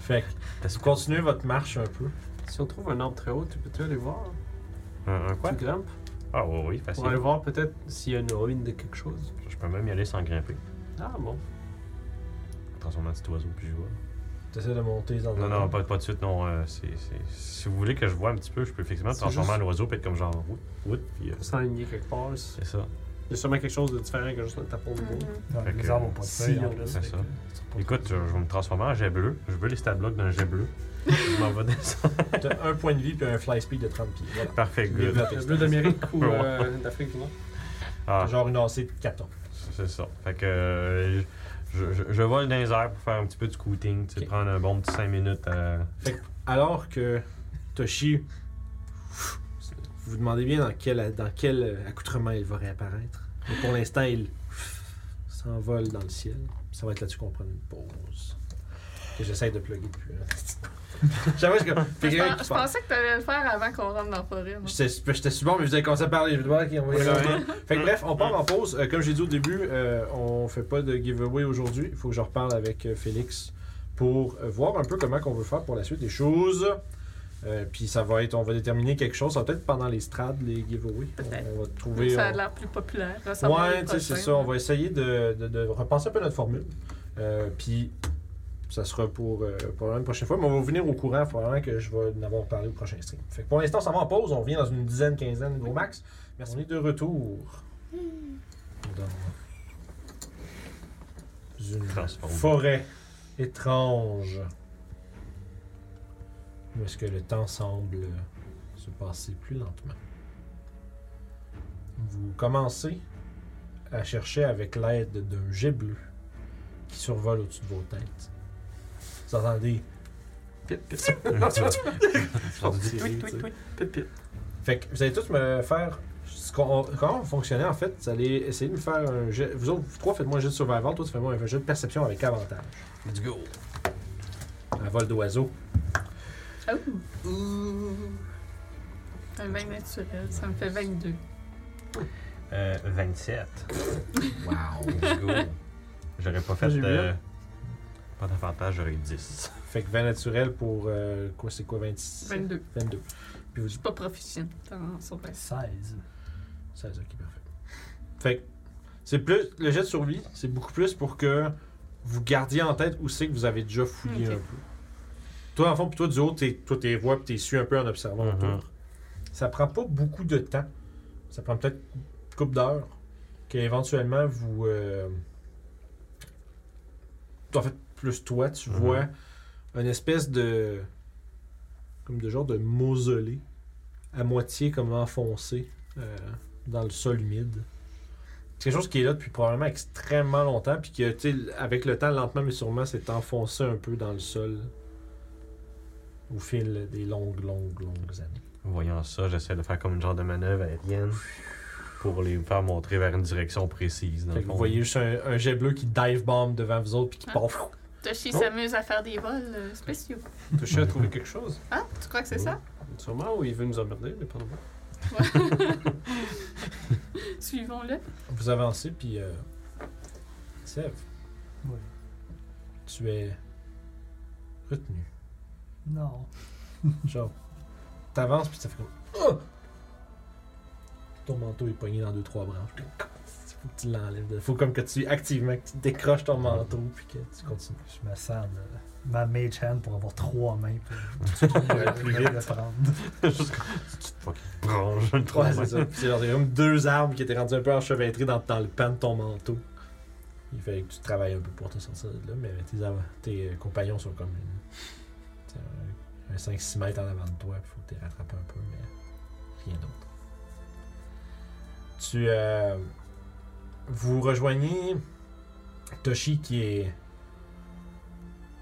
Fait que
Parce
vous continuez votre marche un peu.
Si on trouve un arbre très haut, tu peux-tu aller voir?
Un, un quoi?
Tu grimpes?
Ah oui, oui, facile.
Pour aller voir peut-être s'il y a une ruine de quelque chose.
Je peux même y aller sans grimper.
Ah bon.
Transformer en petit oiseau, puis je vois.
Tu essaies de monter dans
Non,
un
non,
arbre.
pas, pas de suite, non. euh, c'est- c'est- si vous voulez que je vois un petit peu, je peux effectivement
C'est
transformer
juste-
en oiseau, puis être comme genre, wout, wout, puis euh,
On s'enligner quelque part.
c'est ça.
Il y a sûrement quelque chose de différent que juste un tapon de
Euh,
bois.
Fait
Les
que-
arbres ont pas de
si,
feuilles.
on
en
le
plus,
sait,
fait
ça.
que ils sont pas
Écoute,
trop-
je, je vais me transformer en jet bleu. Je veux les stat blocks d'un jet bleu. je m'en vais descendre.
T'as un point de vie, puis un fly speed de 30 pieds. Voilà.
Parfait,
Les
good.
bleus.
Mm-hmm. Le bleu d'Amérique ou euh, d'Afrique du Nord.
Ah,
Genre une AC de 14.
c'est ça. Fait que euh, je, je, je vole dans les airs pour faire un petit peu de scooting. Tu sais,
Ok.
prendre un bon petit 5 minutes euh, à.
Alors que Toshi, vous vous demandez bien dans quel, dans quel accoutrement il va réapparaître. Mais pour l'instant, il s'envole dans le ciel. Ça va être là-dessus qu'on prend une pause. Que j'essaie de plugger depuis. hein. J'avoue, je suis comme- Fait
Je,
que là,
pens-
qui
je
part.
pensais que t'allais le faire avant qu'on rentre dans la forêt. moi.
J'étais j'étais sur le bord, mais vous avez commencé à parler. Je vais devoir qu'il envoie
Ouais,
ça.
ouais.
Fait que bref, on part en pause. Euh, comme j'ai dit au début, euh, on fait pas de giveaway aujourd'hui. Il faut que je reparle avec euh, Félix pour euh, voir un peu comment qu'on veut faire pour la suite des choses. Euh, puis ça va être, on va déterminer quelque chose. Ça va peut-être pendant les strades, les giveaways. On-
Peut-être.
On, va trouver.
ça a
on-
l'air plus populaire.
Ouais, tu sais, c'est ça. On va essayer de, de- de repenser un peu notre formule. Euh, Puis, ça sera pour, euh, pour la prochaine fois. Mais on va vous venir au courant. Probablement que je vais en avoir parlé au prochain stream. Fait que pour l'instant, ça va en pause. On revient dans une dizaine, quinzaine, au max. Merci. On est de retour. Dans une
Transforme.
forêt étrange. Où est-ce que le temps semble euh, se passer plus lentement. Vous commencez à chercher avec l'aide d'un jet bleu qui survole au-dessus de vos têtes. Vous entendez
Tweet, tweet, tweet. Pip, pip.
Fait que vous allez tous me faire. ce qu'on- Comment vous fonctionnez en fait Vous allez essayer de me faire un jet. Vous autres, vous trois, faites-moi un jet de survival. Toi, tu fais-moi un jet de perception avec avantage.
Let's go.
Un vol d'oiseau.
Un bain naturel, ça me fait 22.
Euh, 27.
Wow.
Let's go. J'aurais pas fait.
J'ai
euh, pas d'avantage, j'aurais eu 10.
Fait que 20 naturel pour. euh, quoi, c'est quoi, 26
22.
22. Puis vous
Je suis pas proficiente en sauvetage.
16.
16, ok, parfait. Fait que c'est plus. Le jet de survie, c'est beaucoup plus pour que vous gardiez en tête où c'est que vous avez déjà fouillé
Ok.
un peu. Toi, en fond, puis toi, du haut, t'es- toi, t'es voix, puis t'es su un peu en observant
Mhm.
autour. Ça prend pas beaucoup de temps. Ça prend peut-être une couple d'heures qu'éventuellement vous. euh, toi, en fait, plus toi, tu
Mhm.
vois une espèce de. comme de genre de mausolée, à moitié comme enfoncé euh, dans le sol humide. C'est quelque chose qui est là depuis probablement extrêmement longtemps, puis que, tu sais, avec le temps, lentement mais sûrement, s'est enfoncé un peu dans le sol au fil des longues, longues, longues années.
Voyant ça, j'essaie de faire comme une genre de manœuvre aérienne pour les faire montrer vers une direction précise. Dans
Fait
le
que
fond.
vous voyez juste un, un jet bleu qui dive bomb devant vous autres, puis qui
Ah.
part. fou.
Toshi
Oh.
s'amuse à faire des vols euh, spéciaux.
Touché à trouver quelque chose.
Ah, tu crois que c'est ça?
Sûrement, ou il veut nous emmerder, mais pas moi.
Oh. Suivons-le.
Vous avancez, puis. Euh... Sèvres,
Oui.
tu es retenu.
Non.
Genre, t'avances, puis ça fait comme. Ah! Ton manteau est pogné dans deux, trois branches. Puis, Faut que tu l'enlèves. de- Faut comme que tu activement que tu décroches ton manteau, puis que tu continues.
Je me sers de ma mage hand pour avoir trois mains. Pour
plus vite.
le prendre.
Juste comme, tu te fucking branches, une
Ouais,
trois
c'est ça. Puis c'est genre, il y a comme deux arbres qui étaient rendus un peu enchevêtrés dans, dans le pan de ton manteau. Il fallait que tu travailles un peu pour te sortir de là, mais tes, av- tes euh, compagnons sont comme une, t'sais, un- un 5-6 mètres en avant de toi, il faut que tu les rattrapes un peu, mais rien d'autre. Tu. euh, vous rejoignez Toshi qui est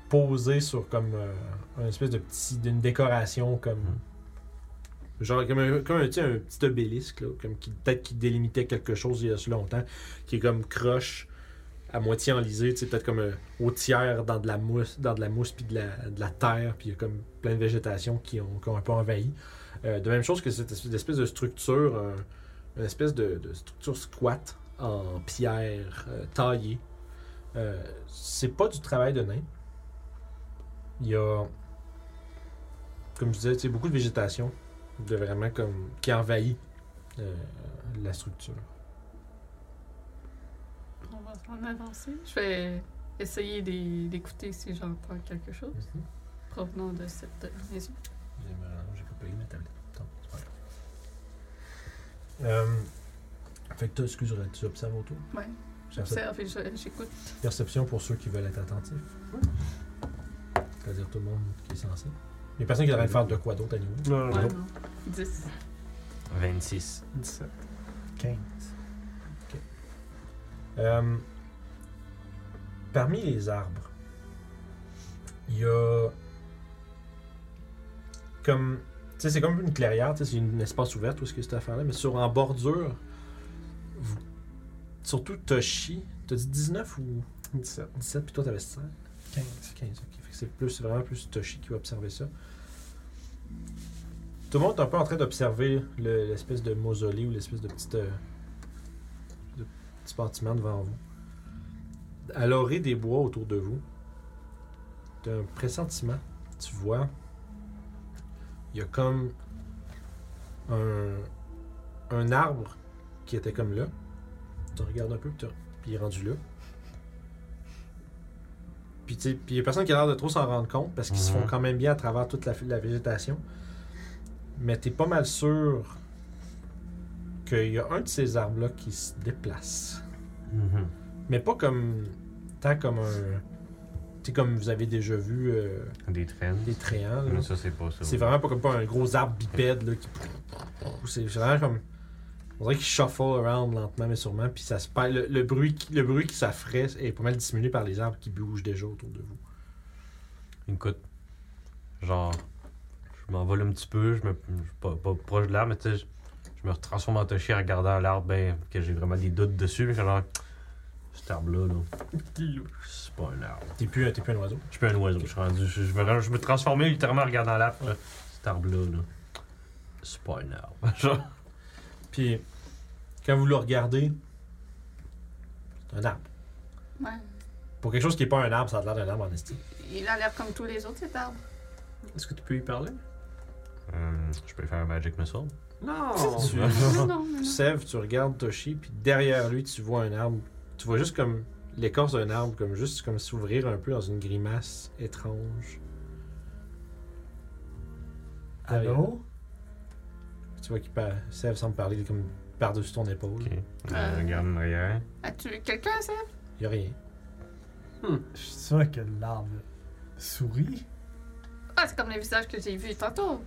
posé sur comme euh, une espèce de petit. d'une décoration comme.
Mhm.
Genre comme un, comme un, tu sais, un petit obélisque, là, comme qui, peut-être qui délimitait quelque chose il y a si longtemps, qui est comme croche, à moitié enlisé, tu sais, peut-être comme euh, au tiers dans de la mousse, dans de la mousse puis de la, de la terre, puis il y a comme plein de végétation qui ont, qui ont un peu envahi. Euh, de même chose que cette espèce- espèce de structure, euh, une espèce de, de structure squat en pierre euh, taillée. Euh, c'est pas du travail de nain. Il y a, comme je disais, tu sais, beaucoup de végétation de vraiment comme qui envahit euh, la structure.
On va s'en avancer. Je vais essayer d'é- d'écouter si j'entends quelque chose provenant de cette euh, maison.
J'ai ma- j'ai pas payé ma tablette. Attends, c'est pas grave. Euh, fait que toi, excuse-moi, tu observes autour.
Ouais, J'observe et je- j'écoute.
Perception pour ceux qui veulent être attentifs. C'est-à-dire tout le monde qui est censé. Il y a personne qui devrait faire de quoi d'autre à niveau.
Non,
Ouais,
non.
non. 10.
26.
17.
15.
Euh, parmi les arbres, il y a comme tu sais c'est comme une clairière, tu sais, c'est une espace ouvert tout ce que cette affaire là, mais sur en bordure, vous- surtout Toshi, t'as dit 19 ou
17.
17 puis toi t'avais 16.
15.
15, ok. Fait que c'est plus, c'est vraiment plus Toshi qui va observer ça. Tout le monde est un peu en train d'observer le- l'espèce de mausolée ou l'espèce de petite. euh, de petit bâtiment devant vous. À l'orée des bois autour de vous, t'as un pressentiment. Tu vois, il y a comme un, un arbre qui était comme là. Tu regardes un peu, puis t'as- puis il est rendu là. Puis tu sais, puis il y a personne qui a l'air de trop s'en rendre compte parce qu'ils se
Mhm.
font quand même bien à travers toute la, la végétation. Mais t'es pas mal sûr qu'il y a un de ces arbres-là qui se déplace.
Mhm.
Mais pas comme. Tant comme un. Tu sais, comme vous avez déjà vu euh,
Des traînes.
des tréants. là.
Mais ça, c'est pas ça.
C'est vraiment pas comme pas un gros arbre bipède là, qui. C'est vraiment comme. On dirait qu'il shuffle around lentement mais sûrement, puis ça se perd. Le, le bruit, qui- le bruit qui ça ferait est pas mal dissimulé par les arbres qui bougent déjà autour de vous.
Écoute, genre, je m'envole un petit peu, je me. je suis pas, pas proche de l'arbre, mais tu sais, je, je me transforme en toshi en regardant l'arbre, ben, que j'ai vraiment des doutes dessus, mais je suis genre, cet arbre-là, là, c'est pas un arbre.
T'es plus, un- t'es plus un oiseau.
Je suis pas un oiseau, je suis rendu. Je, je me, rends- je me transformais littéralement en regardant l'arbre, là. cet arbre-là, là, c'est pas un arbre. Genre,
Puis quand vous le regardez, c'est un arbre.
Ouais.
Pour quelque chose qui n'est pas un arbre, ça a l'air d'un arbre en estime.
Il a l'air comme tous les autres, cet arbre.
Est-ce que tu peux y parler?
Hum, je peux faire un Magic Missile.
Non!
Tu-
non, non, mais non.
Sève, tu regardes Toshi, puis derrière lui, tu vois un arbre. Tu vois juste comme l'écorce d'un arbre, comme juste comme s'ouvrir un peu dans une grimace étrange.
Ah,
Allô?
Tu vois qu'il par... Sève semble parler comme par-dessus ton épaule.
Ok. Euh, regarde en arrière.
As-tu vu quelqu'un, ça?
Il y a rien.
Je suis sûr que l'arbre sourit.
Ah, c'est comme les visages que j'ai vus tantôt.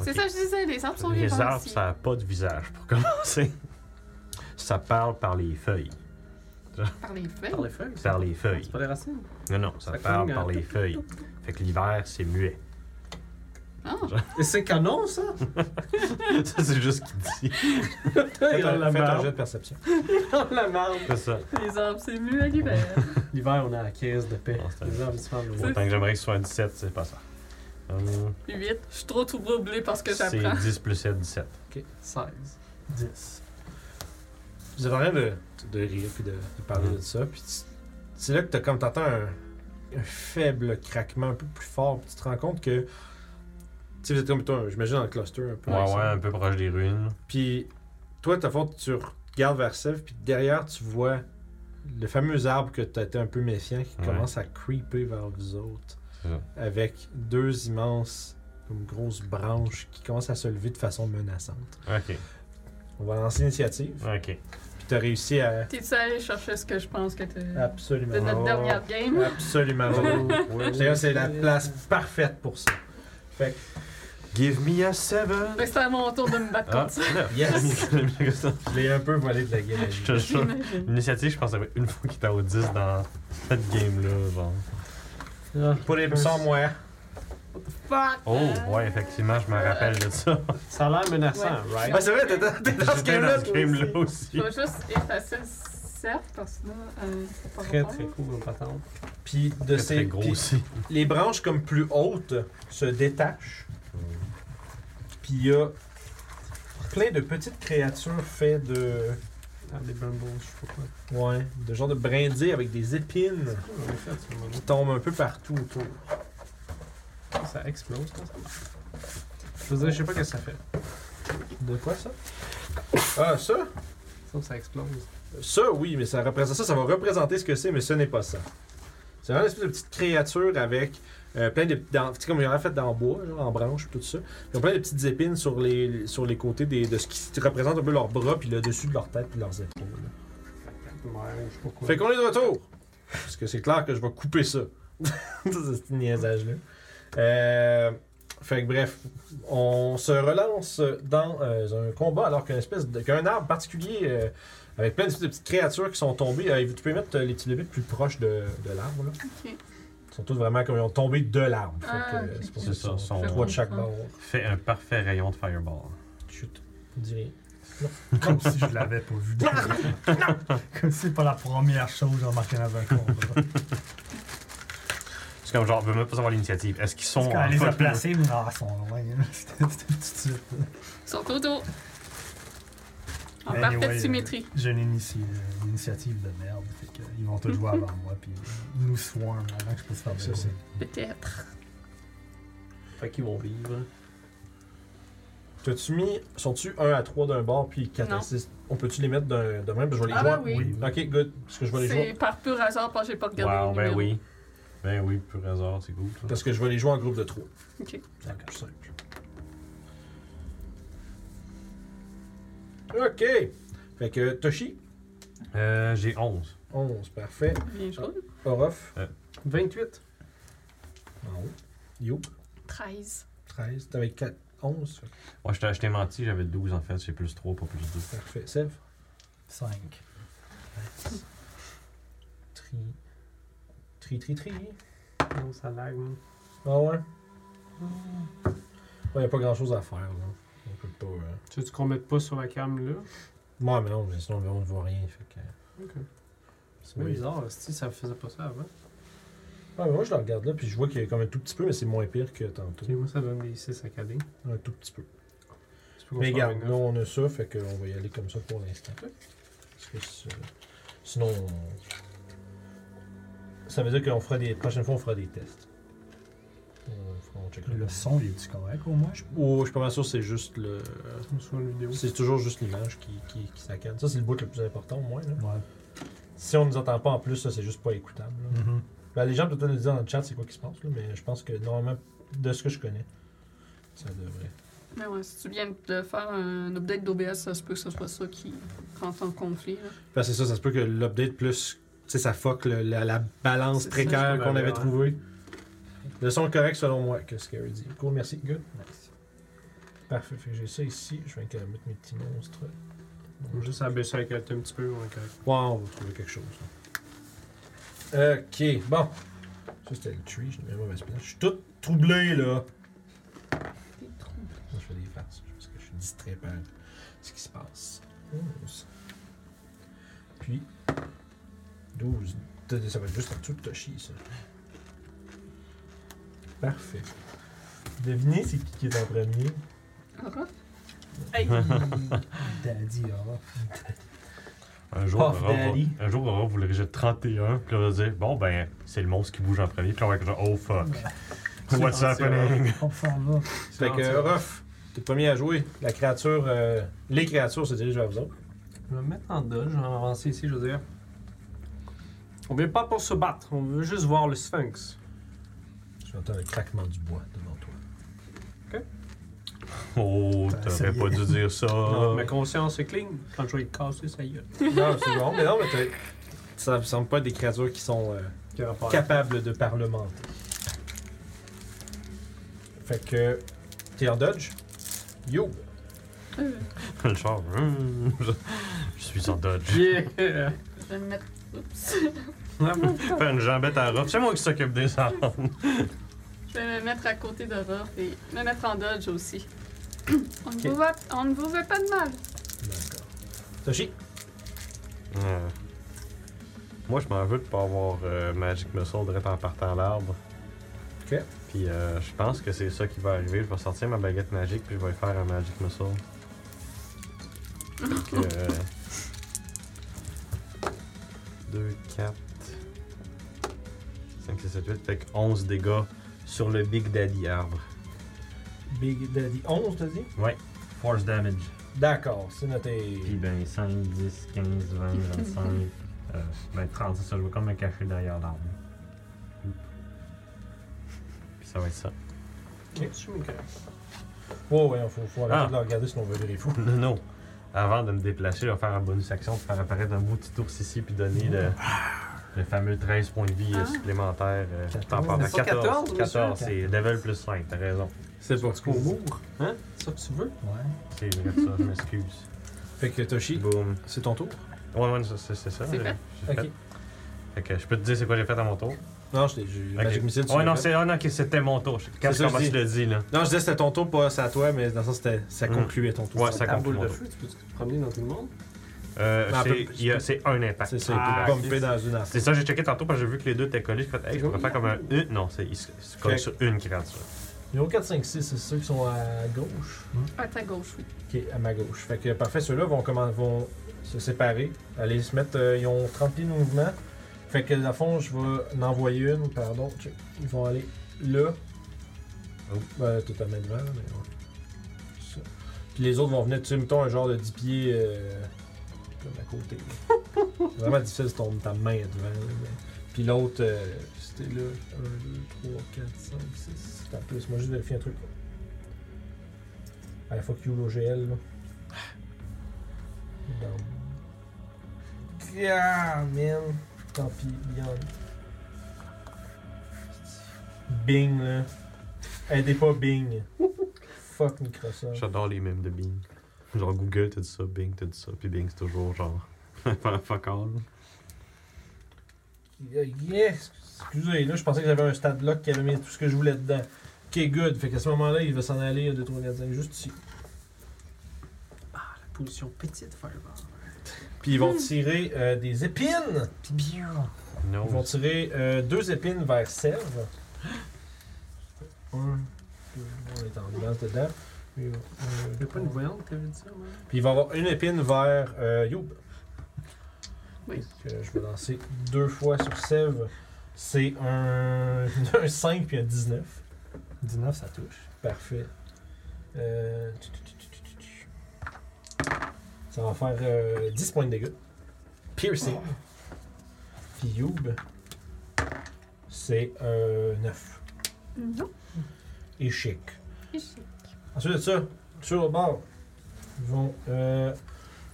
C'est
Ok.
ça que je disais, les arbres sont
Les
vivants
arbres,
ici.
ça n'a pas de visage pour commencer. Ça parle par les feuilles.
Par les feuilles.
Par les feuilles.
Par les feuilles.
C'est pas les racines.
Non, non, ça,
Ça
parle
cogne,
par
hein.
les feuilles. Fait que l'hiver, c'est muet.
Ah,
Et c'est canon, ça?
ça, c'est juste ce qu'il dit.
Faites un, faites un
marde.
jet de perception.
Dans la marde.
C'est ça.
les arbres, c'est mieux à l'hiver.
L'hiver, on est à 15 de paix.
Non, c'est
Les arbres, ils se fendent le
Autant que j'aimerais que ce soit un 17, c'est pas ça. Hum,
8. Je suis trop troublée par ce que
c'est
j'apprends.
10 plus 7, 17.
16.
10.
Vous êtes en train de, de rire puis de, de parler
Mm.
de ça. Puis tu- c'est là que t'as comme t'entends un, un faible craquement un peu plus fort. Puis tu te rends compte que. Tu sais, vous êtes comme toi, j'imagine dans le cluster un peu.
Ouais,
avec ça.
ouais, un peu proche des ruines.
Puis toi, ta faute, tu regardes vers Sev, puis derrière, tu vois le fameux arbre que tu été un peu méfiant qui
Ouais.
commence à creeper vers vous autres.
C'est ça.
Avec deux immenses, comme grosses branches qui commencent à se lever de façon menaçante.
Ok,
On va lancer l'initiative.
ok.
Puis tu as réussi à.
T'es-tu allé chercher ce que je pense que t'es... De
Absolument.
notre dernière game?
Absolument.
Ouais.
D'ailleurs, Oh, c'est la place parfaite pour ça. Fait
Give me a 7!
Ben, c'est à mon tour de me battre
Ah,
contre ça.
que, yes,
L'initiative,
je l'ai un peu volé de la game.
J'imagine.
je pense que ça fait une fois qu'il était au 10 dans cette game-là, genre.
Ah.
Pour les sans moi.
Fuck!
Oh, ouais, effectivement, je me rappelle de ça.
Ça a l'air menaçant,
Ouais.
right?
Ah, c'est vrai, t'es dans, t'es dans ce
J'étais
game-là.
dans ce game-là aussi.
Je vais juste effacer le cercle parce que là, euh, c'est pas
Très,
rapport.
très cool, comme patente.
Puis de
Très, très
ces.
gros
puis-
aussi.
les branches comme plus hautes se détachent. Puis il y a plein de petites créatures faites de
Ah, des bumbles, je sais pas quoi. Ah,
ouais, de genre de brindilles avec des épines
On a fait, ce moment-là.
qui tombent un peu partout autour.
Ça explose, ça. Je veux dire, je sais pas qu'est-ce que ça fait.
De quoi ça Ah ça
Ça, ça explose.
Ça oui, mais ça représente ça, ça va représenter ce que c'est, mais ce n'est pas ça. C'est vraiment une espèce de petite créature avec euh, plein de dans, tu sais, comme il y en a fait dans le bois, genre, en branches, tout ça. Ils ont plein de petites épines sur les sur les côtés des- de ce qui représente un peu leurs bras, puis le dessus de leur tête, puis leurs épaules.
Ouais, je sais pas quoi.
Fait qu'on est de retour. Parce que c'est clair que je vais couper ça. ce petit niaisage-là. Euh, fait que bref, on se relance dans euh, un combat alors qu'un espèce de, qu'un arbre particulier euh, avec plein de petites, de petites créatures qui sont tombées. Euh, tu peux mettre euh, les petits bébés plus proches de, de l'arbre. là.
Ok.
Ils sont tous vraiment comme ils ont tombé de l'arbre. Fait que,
Ah,
euh,
ok.
C'est pour ça
C'est
qu'ils
ça,
sont
son.
trois de chaque bord.
Fait un parfait rayon de fireball.
Chut, dis rien.
Comme si je l'avais pas vu. Comme si c'est pas la première chose que j'ai remarqué dans un combat.
C'est comme genre, on veut même pas savoir l'initiative. Est-ce qu'ils sont.
Parce qu'on
en
les a
fuck-
placés, mais non, ils sont loin. hein. là. C'était c'était tout de suite. là.
Son dodo. En
Anyway,
parfaite
euh,
symétrie.
J'ai une, initie- une initiative de merde. Fait que ils vont tous jouer avant moi. Puis ils nous swarm avant que je puisse faire
Ça,
de
c'est-
ça.
Peut-être.
Fait qu'ils vont vivre.
T'as-tu mis. Sont-tu 1 à 3 d'un bord puis 4 à
Non.
6 On peut-tu les mettre d'un- de même Puis Je vais les
Ah,
jouer.
ben oui.
Oui.
Ok, good. Parce que je vais les jouer.
C'est par pur hasard parce que j'ai pas regardé
Wow,
le
ben
numéro.
oui. Ben oui, pur hasard, c'est cool. ça.
Parce que je vais les jouer en groupe de 3.
Ok.
D'accord, simple. Ok. Fait que Toshi,
Euh, j'ai 11.
11, parfait.
Bien joué.
Orof,
28.
en haut. You,
13.
13. T'avais 4, 11. Fait que
Moi, je t'ai- je t'ai menti, j'avais 12 en fait, c'est plus 3, pas plus 2.
Parfait. Sev,
5.
tri. Tri, tri, tri.
Non, ça lag. hein.
Ah ouais. Ouais, y a pas grand chose à faire, là. On peut pas. euh,
Tu veux qu'on mette pas sur la cam, là?
Ouais, mais non, mais sinon on ne voit rien. Fait que...
Ok.
C'est
C'est bizarre, si ça faisait pas ça avant.
Ouais, mais moi je la regarde là, puis je vois qu'il y a comme un tout petit peu, mais c'est moins pire que tantôt.
Ok, moi, ça donne des 6 saccadés.
Un tout petit peu.
Tu peux qu'on
mais
soit
regarde,
à
là on a ça, fait qu'on va y euh, aller comme ça pour l'instant. Parce que c'est- Sinon, on- Ça veut dire qu'on fera des. La prochaine fois, on fera des tests. On, fera- on checkera.
Le son, il est-tu correct au moins?
Oh, je suis pas mal sûr, c'est juste le.
Sur la vidéo.
C'est toujours juste l'image qui, qui, qui saccade. Ça, c'est le bout le plus important, au moins. là.
Ouais.
Si on nous entend pas en plus, ça, c'est juste pas écoutable.
Mm-hmm.
là. Ben, les gens peuvent peut-être nous dire dans le chat c'est quoi qui se passe, là, mais je pense que normalement, de ce que je connais, ça devrait.
Mais ouais, si tu viens de faire un update d'OBS, ça se peut que ce soit ça qui rentre en conflit. là.
Parce que c'est ça, ça se peut que l'update plus. Tu sais, ça fuck le- la, la balance
C'est ça.
précaire qu'on avait
Ouais.
trouvée. Le son est correct selon moi, que Scary dit. Cool, merci. Good. Parfait. Fait que j'ai ça ici. Je vais euh, mettre mes petits monstres.
Faut juste abaisser la qualité un petit peu, on est correct.
Ouais, on va trouver quelque chose. là. Ok, bon. Ça, c'était le tree. Je n'ai même pas Je suis tout troublé, là.
T'es trop-
Moi, je fais des farces. Parce que je suis distrait par ce qui se passe. 11. Puis, 12. Peut-être que Ça va être juste en dessous de Toshi, ça. Parfait. Devinez c'est qui qui est en premier.
Aura?
Daddy, ah, aura.
Un jour,
Puff
Aurore va-
Daddy.
un jour, Aurore voulait que j'ai 31, puis là, on va dire, bon, ben, c'est le monstre qui bouge en premier, puis là, on va être genre, oh fuck, what's
C'est- c'est
happening?
On s'en va.
Fait que, Ruff, t'es le premier à jouer. La créature, euh, les créatures se dirigent vers vous autres.
Je vais me mettre en dodge, je vais avancer ici, je veux dire. On vient pas pour se battre, on veut juste voir le sphinx.
Tu entends le craquement du bois devant toi.
Oh,
Ben, ça
t'aurais
y
pas
est.
dû dire ça.
Ma conscience est clean, quand je vais casser sa gueule.
Non, c'est bon, mais non, mais t'as- ça me semble pas être des créatures qui sont euh,
Quel rapport?
capables de parlementer. Fait que t'es en dodge. Yo!
Euh,
le char, hum, je, je suis en dodge.
Yeah!
je vais le mettre. Oups.
Ah,
Faire une jambette à Ruff, c'est moi qui s'occupe des armes.
Je vais me mettre à côté d'Aura et me mettre en dodge aussi. on, ne vous va- on ne vous veut pas de mal.
D'accord. Toshi,
Euh, Moi, je m'en veux de pas avoir euh, Magic Missile direct en partant à l'arbre.
Ok.
Puis euh, je pense que c'est ça qui va arriver. Je vais sortir ma baguette magique, puis je vais faire un Magic Missile. Fait que, euh, 2, 4, 5, 6, 7, 8. Fait que 11 dégâts sur le Big Daddy arbre.
Big Daddy 11, t'as dit?
Force damage.
D'accord, c'est noté.
Puis ben 5, 10, 15, 20, 25, euh, ben 30, c'est ça, je vais comme me cacher derrière l'arbre. Puis ça va être ça.
Ouais, ouais, faut, faut arrêter
Ah.
de la regarder sinon on va virer fou.
Non, non. Avant de me déplacer, je vais faire un bonus action, de faire apparaître un beau petit ours ici, puis donner le, le fameux 13 points de vie euh,
Ah.
supplémentaires. euh,
Quatorze.
par rapport à-
C'est pas 14, monsieur?
14, c'est level plus 5, t'as raison.
C'est pas
Qu'on mourre, hein? C'est ça que tu veux?
Ouais.
C'est vrai ça, je m'excuse.
Fait que Toshi,
Boum.
c'est ton tour?
Ouais, ouais, ça, c'est c'est ça.
C'est
j'ai-
fait.
j'ai fait. Fait que je peux te dire c'est quoi j'ai fait à mon tour.
Non, je l'ai. j'ai-
Ok.
Magic Missile, tu
Ouais,
l'as
non,
fait.
c'est, ah, non, ok, c'était mon tour. Je
C'est
cache
ça que
comment
je
je
dis.
le dis, là.
Non, je disais c'était ton tour, pas c'est à toi, mais dans le sens c'était ça Hmm.
Mm.
concluait ton tour.
Ouais, ça
Ta boule
conclut mon
de
tour.
feu, tu peux te promener dans tout le monde?
Euh,
Non,
c'est,
elle peut-
il y a- c'est un impact.
C'est ça,
Ah,
il peut pomper
c'est-
dans une affaire.
C'est ça, j'ai checké tantôt parce que j'ai vu que les deux étaient collés. J'ai fait, hey, je pourrais faire comme un. une- Non, c'est, il se se colle
Fait-
sur une créature.
Numéro 4, 5, 6, c'est ceux qui sont à gauche.
À ta gauche, oui.
Qui est à ma gauche. Fait que parfait, ceux-là vont, comment, vont se séparer, aller se mettre. euh, ils ont 30 pieds de mouvement. Fait que, dans le fond, je vais en envoyer une, pardon. check. Ils vont aller là.
Oh.
Ben, totalement devant, là, mais ouais. Ça. Puis les autres vont venir, tu sais, mettons, un genre de 10 pieds. euh, comme à côté. là. C'est vraiment difficile si ton, ta main est devant. là, mais- Puis l'autre, euh, c'était là. 1, 2, 3, 4, 5, 6. Attends, plus, moi juste vérifier un truc. Ah, fuck you, l'OGL, là. Non. Ah, man. Tant pis, Beyond. Bing, là. Aidez pas Bing. Fuck Microsoft.
J'adore les mêmes de Bing. Genre Google, t'as dit ça, Bing, t'as dit ça, puis Bing, c'est toujours genre. Fuck all.
Yeah, Yes! Excusez, là, je pensais que j'avais un stat block qui avait mis tout ce que je voulais dedans. Ok, good. Fait qu'à ce moment-là, il va s'en aller 2, 3, 4, 5, juste ici.
Ah, la position petite, Fireball.
Puis ils vont tirer euh, des épines.
Puis bien.
No.
Ils vont tirer euh, deux épines vers Serve. Un, deux, on est en dedans, dedans. Puis, euh,
Y'a pas une voyante, t'avais dit ça, ouais?
Puis il va y avoir une épine vers euh, Youb.
Oui.
Fait que je vais lancer deux fois sur Sève. C'est un, un 5 puis un 19.
19, ça touche.
Parfait. Euh, tu, tu, tu, tu, tu, tu. Ça va faire euh, 10 points de dégâts. Piercing. Puis Youb, c'est euh, 9.
Non.
Et chic.
Ici.
Ensuite de ça, sur le bord, ils vont, euh,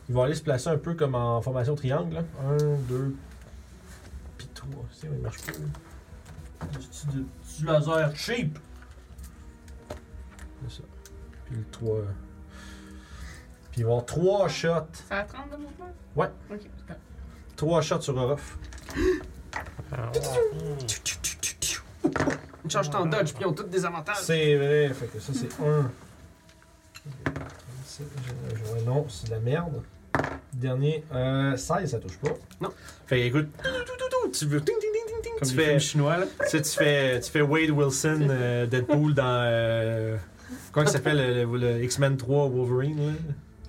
ils vont aller se placer un peu comme en formation triangle. là. Un, deux, puis trois. C'est vrai, il marche pas. là. Du, petit- du, du laser cheap! C'est ça. Puis le trois. Puis ils vont avoir trois shots.
Ça a 30 de mouvement?
Ouais.
Ok, c'est bon.
Trois shots sur Orof.
ah,
Une charge en dodge, puis ils ont tous des avantages.
C'est vrai, fait que ça c'est un. C'est- je- je- Non, c'est de la merde. Dernier, euh, 16, ça touche pas.
Non.
Fait écoute, tout, tout, tout, tout, tu veux. ting, ting, ting, ting, ting,
Comme
tu
les
fais-
films chinois, là.
Tu sais, tu fais, tu fais Wade Wilson, euh, Deadpool dans. Euh, comment il s'appelle le, le- le X-Men 3 Wolverine, là?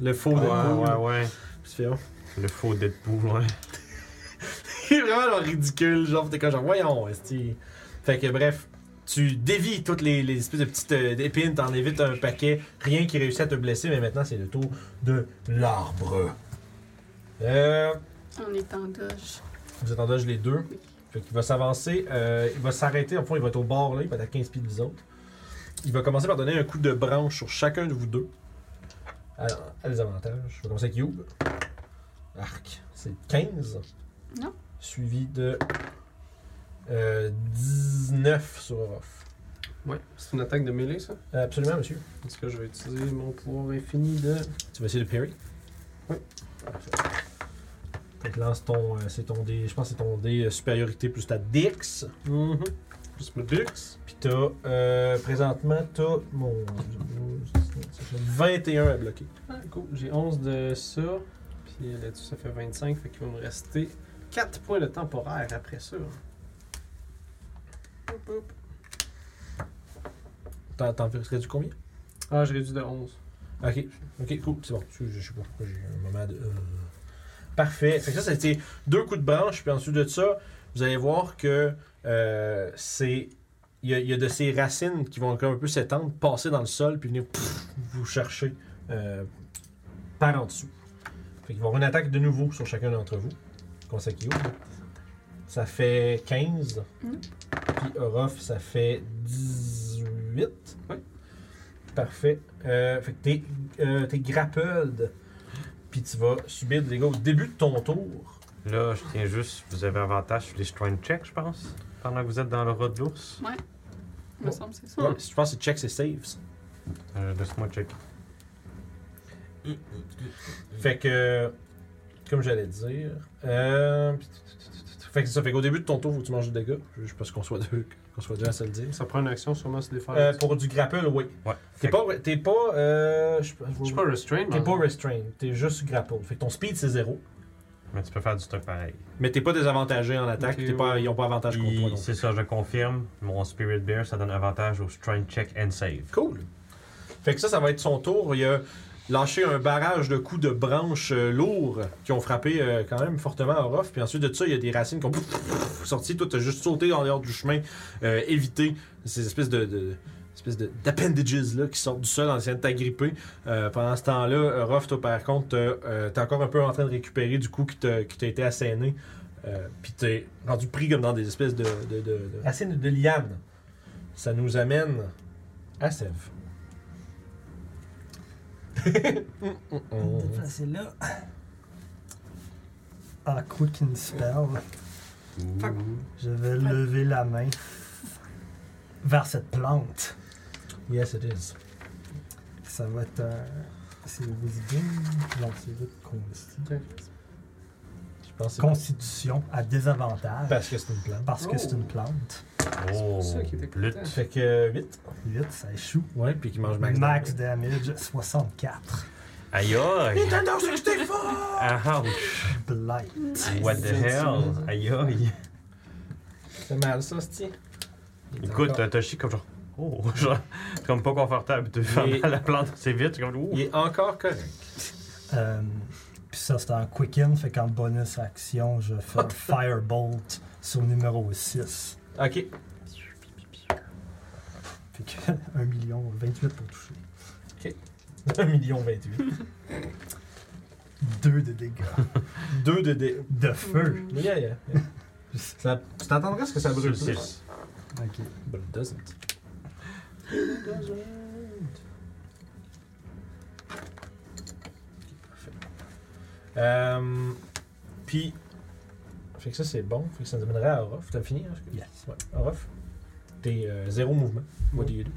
Le faux
Ouais,
Deadpool.
ouais, ouais.
Puis tu fais, oh.
Le faux Deadpool, ouais.
C'est vraiment genre, ridicule, genre, t'es comme genre, voyons, esti. Fait que bref, tu dévis toutes les, les espèces de petites euh, épines, t'en évites un paquet, rien qui réussit à te blesser, mais maintenant c'est le tour de l'arbre. Euh,
On est en dodge.
vous êtes en dodge les deux. Fait qu'il va s'avancer, euh, il va s'arrêter, en fond, il va être au bord là, il va être à 15 pieds de vous autres. Il va commencer par donner un coup de branche sur chacun de vous deux. Alors, à des avantages. Je vais commencer avec Youb. Arc, c'est 15.
Non.
Suivi de euh, 19 sur Orof.
Ouais. C'est une attaque de mêlée, ça.
Euh, Absolument, monsieur.
Est-ce que je vais utiliser mon pouvoir infini de.
Tu vas essayer de parry.
Oui.
Parfait. Fait que lance ton, euh, c'est ton dé, je pense que c'est ton dé euh, supériorité plus ta dex.
Mhm. Plus me dex.
Puis t'as, euh, présentement, t'as, mon, 21 à bloquer.
Ah, cool. J'ai 11 de ça. Puis là-dessus, ça fait 25. Fait qu'il va me rester 4 points de temporaire après ça. Hop, hop.
T'en, t'en fais réduis combien?
Ah, j'ai réduit de 11.
Ok, ok, cool, c'est bon. Je, je sais pas pourquoi j'ai eu un moment de... euh. Parfait. Fait que ça, ça a été deux coups de branche, puis ensuite de ça, vous allez voir que euh, c'est... Il y, a, il y a de ces racines qui vont comme un peu s'étendre, passer dans le sol, puis venir pff, vous chercher euh, par en dessous. Fait qu'ils vont avoir une attaque de nouveau sur chacun d'entre vous. Qu'on sait qui ouvre. Ça fait 15.
Mhm.
Puis Orof, ça fait 18.
Oui.
Parfait. Euh, fait que t'es, euh, t'es grappled. Puis tu vas subir des dégâts au début de ton tour.
Là, je tiens juste, vous avez avantage sur les strength checks, je pense, pendant que vous êtes dans le rat de l'ours.
Il me semble que c'est ça.
Ouais, Je pense que c'est checks et saves.
Euh, Laisse-moi checker.
Fait que, comme j'allais dire, euh, fait que c'est ça. Fait qu'au début de ton tour, faut que tu manges des dégâts. Je sais pas ce qu'on soit deux, qu'on soit deux à se le dire.
Ça prend une action sûrement se défaire.
Euh, pour du grapple, oui.
Ouais.
T'es
Fait que-
pas, t'es pas, euh, je sais pas-
Je suis pas restrained. hein.
t'es
mais-
pas restrained. hein. T'es juste grapple. Fait que ton speed c'est zéro.
Mais tu peux faire du stock pareil.
Mais t'es pas désavantagé en attaque.
Ok,
t'es pas,
ouais.
ils ont pas avantage contre toi.
Puis,
non plus.
C'est ça, je confirme. Mon Spirit Bear, ça donne avantage au strength check and save.
Cool. Fait que ça, ça va être son tour. Il a lâché un barrage de coups de branches euh, lourds qui ont frappé euh, quand même fortement à Orof. Puis ensuite de ça, il y a des racines qui ont sorti. Toi, t'as juste sauté en dehors du chemin, euh, évité ces espèces de. de- espèces de- d'appendages là, qui sortent du sol en essayant de t'agripper. Euh, pendant ce temps-là, euh, Ruff, toi par contre, t'as, euh, t'es encore un peu en train de récupérer du coup qui t'a, qui t'a été asséné. Euh, Puis t'es rendu pris comme dans des espèces de, de, de, de racines de liane. Ça nous amène à Sèvres. Oh,
C'est là. En quick and spell, je vais lever la main vers cette plante.
yes, it is.
Ça va être un. C'est Wisdom. Non, c'est votre consti-
Je pense que c'est
Constitution à désavantage.
parce que c'est une plante.
Parce que c'est une plante.
Oh,
ça qui était
lutte.
content.
Fait que 8.
8, ça échoue.
Ouais, puis qui mange max.
Max damage 64.
Aïe aïe!
c'est j'étais fort!
Ah,
Blight.
what the hell? Aïe aïe!
C'est mal ça, c'est
Écoute, euh, Toshi, comme genre. Oh, genre, comme pas confortable. Tu fais
Mais-
mal à la plante, c'est vite. Comme, oh. ouh.
Il est encore correct.
Euh, Puis ça, c'était en quicken, fait qu'en bonus action, je fais un firebolt sur numéro 6.
Ok.
Fait que 1 million, 28 pour toucher.
1 million 28.
2 de dégâts.
2 de dé.
De feu.
Yeah, yeah, yeah. Ça- tu t'attendrais à ce que ça brûle
Sur
plus?
six.
Ok.
But it doesn't. Ok, parfait. Euh, Puis, fait que ça c'est bon. Fait que ça nous amènerait à Orof. T'as fini? Hein, ce que-
Yes.
Ouais, Orof. T'es euh, zéro mouvement. What do you do?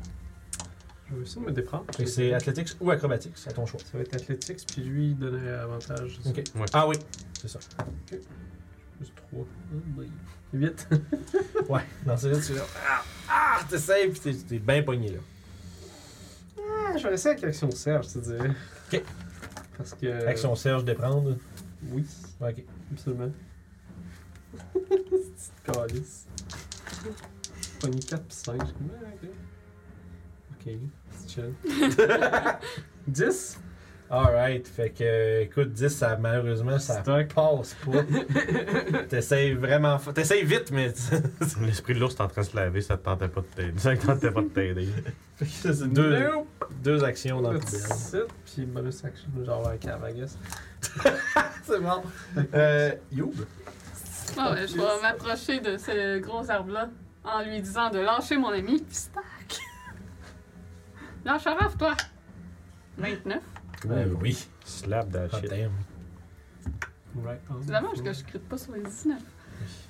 Je vais essayer de me déprendre.
Fait que c'est Athletics ou Acrobatics, à ton choix.
Ça va être Athletics, puis lui, il donnerait avantage.
Ok.
Ouais.
Ah oui, c'est ça.
Plus 3. 8.
Ouais, dans ce là tu es là. Ah, ah t'essayes, puis t'es, t'es bien pogné là.
Ah, je vais essayer avec Action Serge, je te dirais.
Ok.
Parce que.
Action Serge, déprendre.
Oui,
Ok.
absolument. Petite calice. Pogné 4 puis 5. Ok. ah, Ok, c'est chill. 10.
Alright, fait que, euh, écoute, 10, ça, malheureusement, ça
Stock.
passe pas. T'essayes vraiment. fa- T'essayes vite, mais.
L'esprit de l'ours est en train de se laver, ça te tentait pas de t'aider. Ça te tentait pas de t'aider.
Fait que ça, c'est deux,
Nope.
deux actions dans le poubelle.
That's it. Puis bonus action, genre la cave, I guess.
C'est bon. Euh, Youb.
Ah ouais, je vais m'approcher de ce gros arbre-là en lui disant de lâcher mon ami. Puis stack! Lâche Araf, toi! 29.
Euh, oui.
Slap that
Ah,
shit.
damn.
Right on.
C'est dommage que je crite pas sur les 19.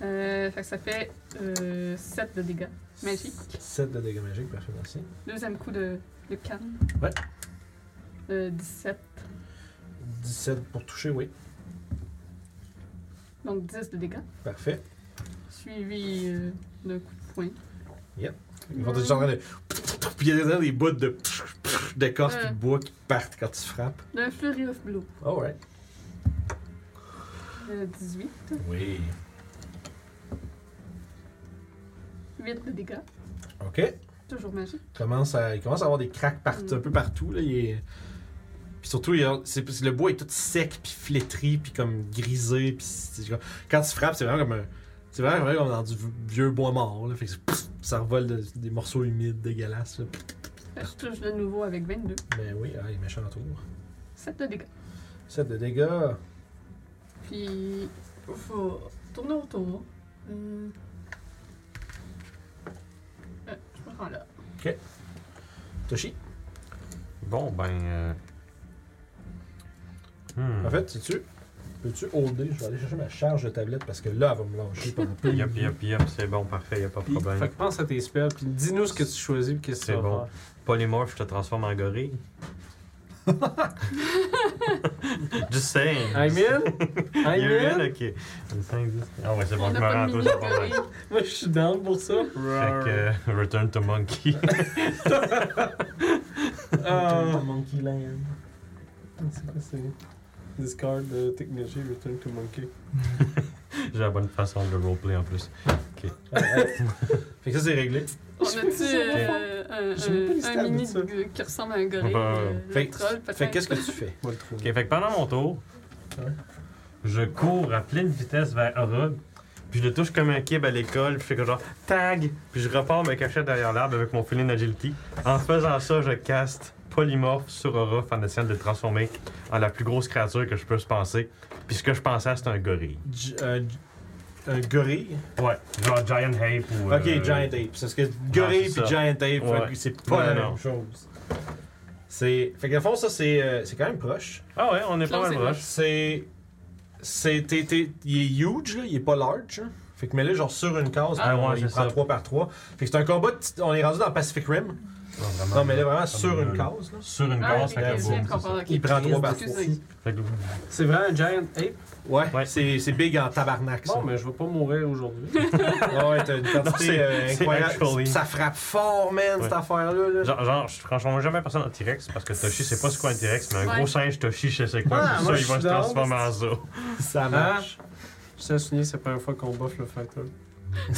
Euh, fait que ça fait euh, 7 de dégâts. Magique.
7 de dégâts magiques, parfait, merci.
Deuxième coup de, de canne.
Ouais.
Euh, 17.
17 pour toucher, oui.
Donc 10 de dégâts.
Parfait.
Suivi euh, d'un coup de poing. Euh,
Ils vont être en train de. Puis il y a des- des bouts de. de corps puis de bois qui partent quand tu frappes.
D'un Flurry of Blow.
Alright.
Euh, 18.
Oui.
8 de dégâts.
Ok.
Toujours magique.
commence à, il commence à avoir des craques par-
Mm.
un peu partout. Là, il est- Puis surtout, il a- c'est- c'est- le bois est tout sec, puis flétri, puis comme grisé. Puis c'est- c'est comme- quand tu frappes, c'est vraiment comme un- C'est vraiment, vraiment comme dans du vieux bois mort. Là. Fait que c'est- pff, ça revole de- des morceaux humides, dégueulasses. là. Pff,
Fait que Euh, Je touche de nouveau avec 22.
Mais oui, ah, il est méchant autour.
7 de dégâts.
7 de dégâts.
Puis, faut tourner autour. Euh, euh, je me rends là.
Toshi,
Bon, ben. euh, hmm.
en fait, sais-tu, peux-tu holder Je vais aller chercher ma charge de tablette parce que là, elle va me lâcher pendant plein de
Yep, yep, yep, c'est bon, parfait, y a pas de
Puis, fait
problème.
que pense à tes spells, puis dis-nous ce que tu choisis, puis qu'est-ce que
C'est
tu vas
bon.
faire.
Polymorph, je te transforme en gorille. Just saying.
I'm in!
You're
I'm
in?
in!
Ok. Un cinq, dix. Ah ouais, c'est bon,
On
je
n'a
me
pas
rends
de
tous
mini
c'est pas mal.
gorille.
Moi, je suis down pour ça.
Fait que euh, Return to Monkey.
Ah.
Return to Monkey Land.
C'est quoi, c'est. Discard de technology, return to monkey.
J'ai la bonne façon de le roleplay en plus.
Fait que ça, c'est réglé.
On a-tu euh,
J'ai même pas les
un, un,
stats
un mini
de ça.
de- qui ressemble à un gorille?
Ben,
euh, le
Fait,
troll,
fait
peut-être?
qu'est-ce que tu fais
Moi, le trouve.
Ok, fait que pendant mon tour, je cours à pleine vitesse vers Orog, puis je le touche comme un kib à l'école, puis je fais que genre tag, puis je repars me cacher derrière l'arbre avec mon filet d'agility. En faisant ça, je caste polymorphe sur Orof en essayant de le transformer en la plus grosse créature que je peux se penser. Puis ce que je pensais, c'était un gorille.
J- un- un euh, gorille
Ouais, genre Giant Ape ou.
Ok,
euh,
Giant Ape. Parce que Gorille
c'est
puis
ça.
Giant Ape,
Ouais.
fait que c'est pas la
Non,
même
non.
chose. C'est. Fait que, dans le fond, ça, c'est euh, c'est quand même proche.
Ah ouais, on est pas
Non,
mal
c'est
proche.
C'est. C'est. t'es- t'es- Il est huge, là, il est pas large. hein. Fait que, mais là, genre sur une case,
Ah,
on-
ouais,
il
c'est
prend
ça.
3 par 3. Fait que c'est un combat. de tit- On est rendu dans Pacific Rim.
vraiment,
Non, mais là, vraiment sur
là,
une
là.
case, là.
Sur une
Ah,
case,
ok,
fait que
je viens de
boum, c'est ça.
comprendre. ok.
Il prend trois par
Excusez.
Fait que-
C'est vrai un giant ape?
Ouais, c'est c'est big en tabarnak, ça.
Bon, mais je vais pas mourir aujourd'hui.
Ouais, t'as une quantité
c'est-
euh,
c'est
incroyable.
actually-
Ça frappe fort, man,
Ouais.
cette affaire-là. là.
Genre, genre je transforme jamais personne en T-Rex parce que Toshi, c'est pas c'est quoi un T-Rex, mais un
Ouais.
gros singe Toshi, je sais quoi.
Ouais,
puis
Ah, moi,
ça, il
je
va
suis
se
down.
transformer en zoo.
Ça marche.
hein?
marche. Je tiens à souligner, c'est la première fois qu'on buff le fighter.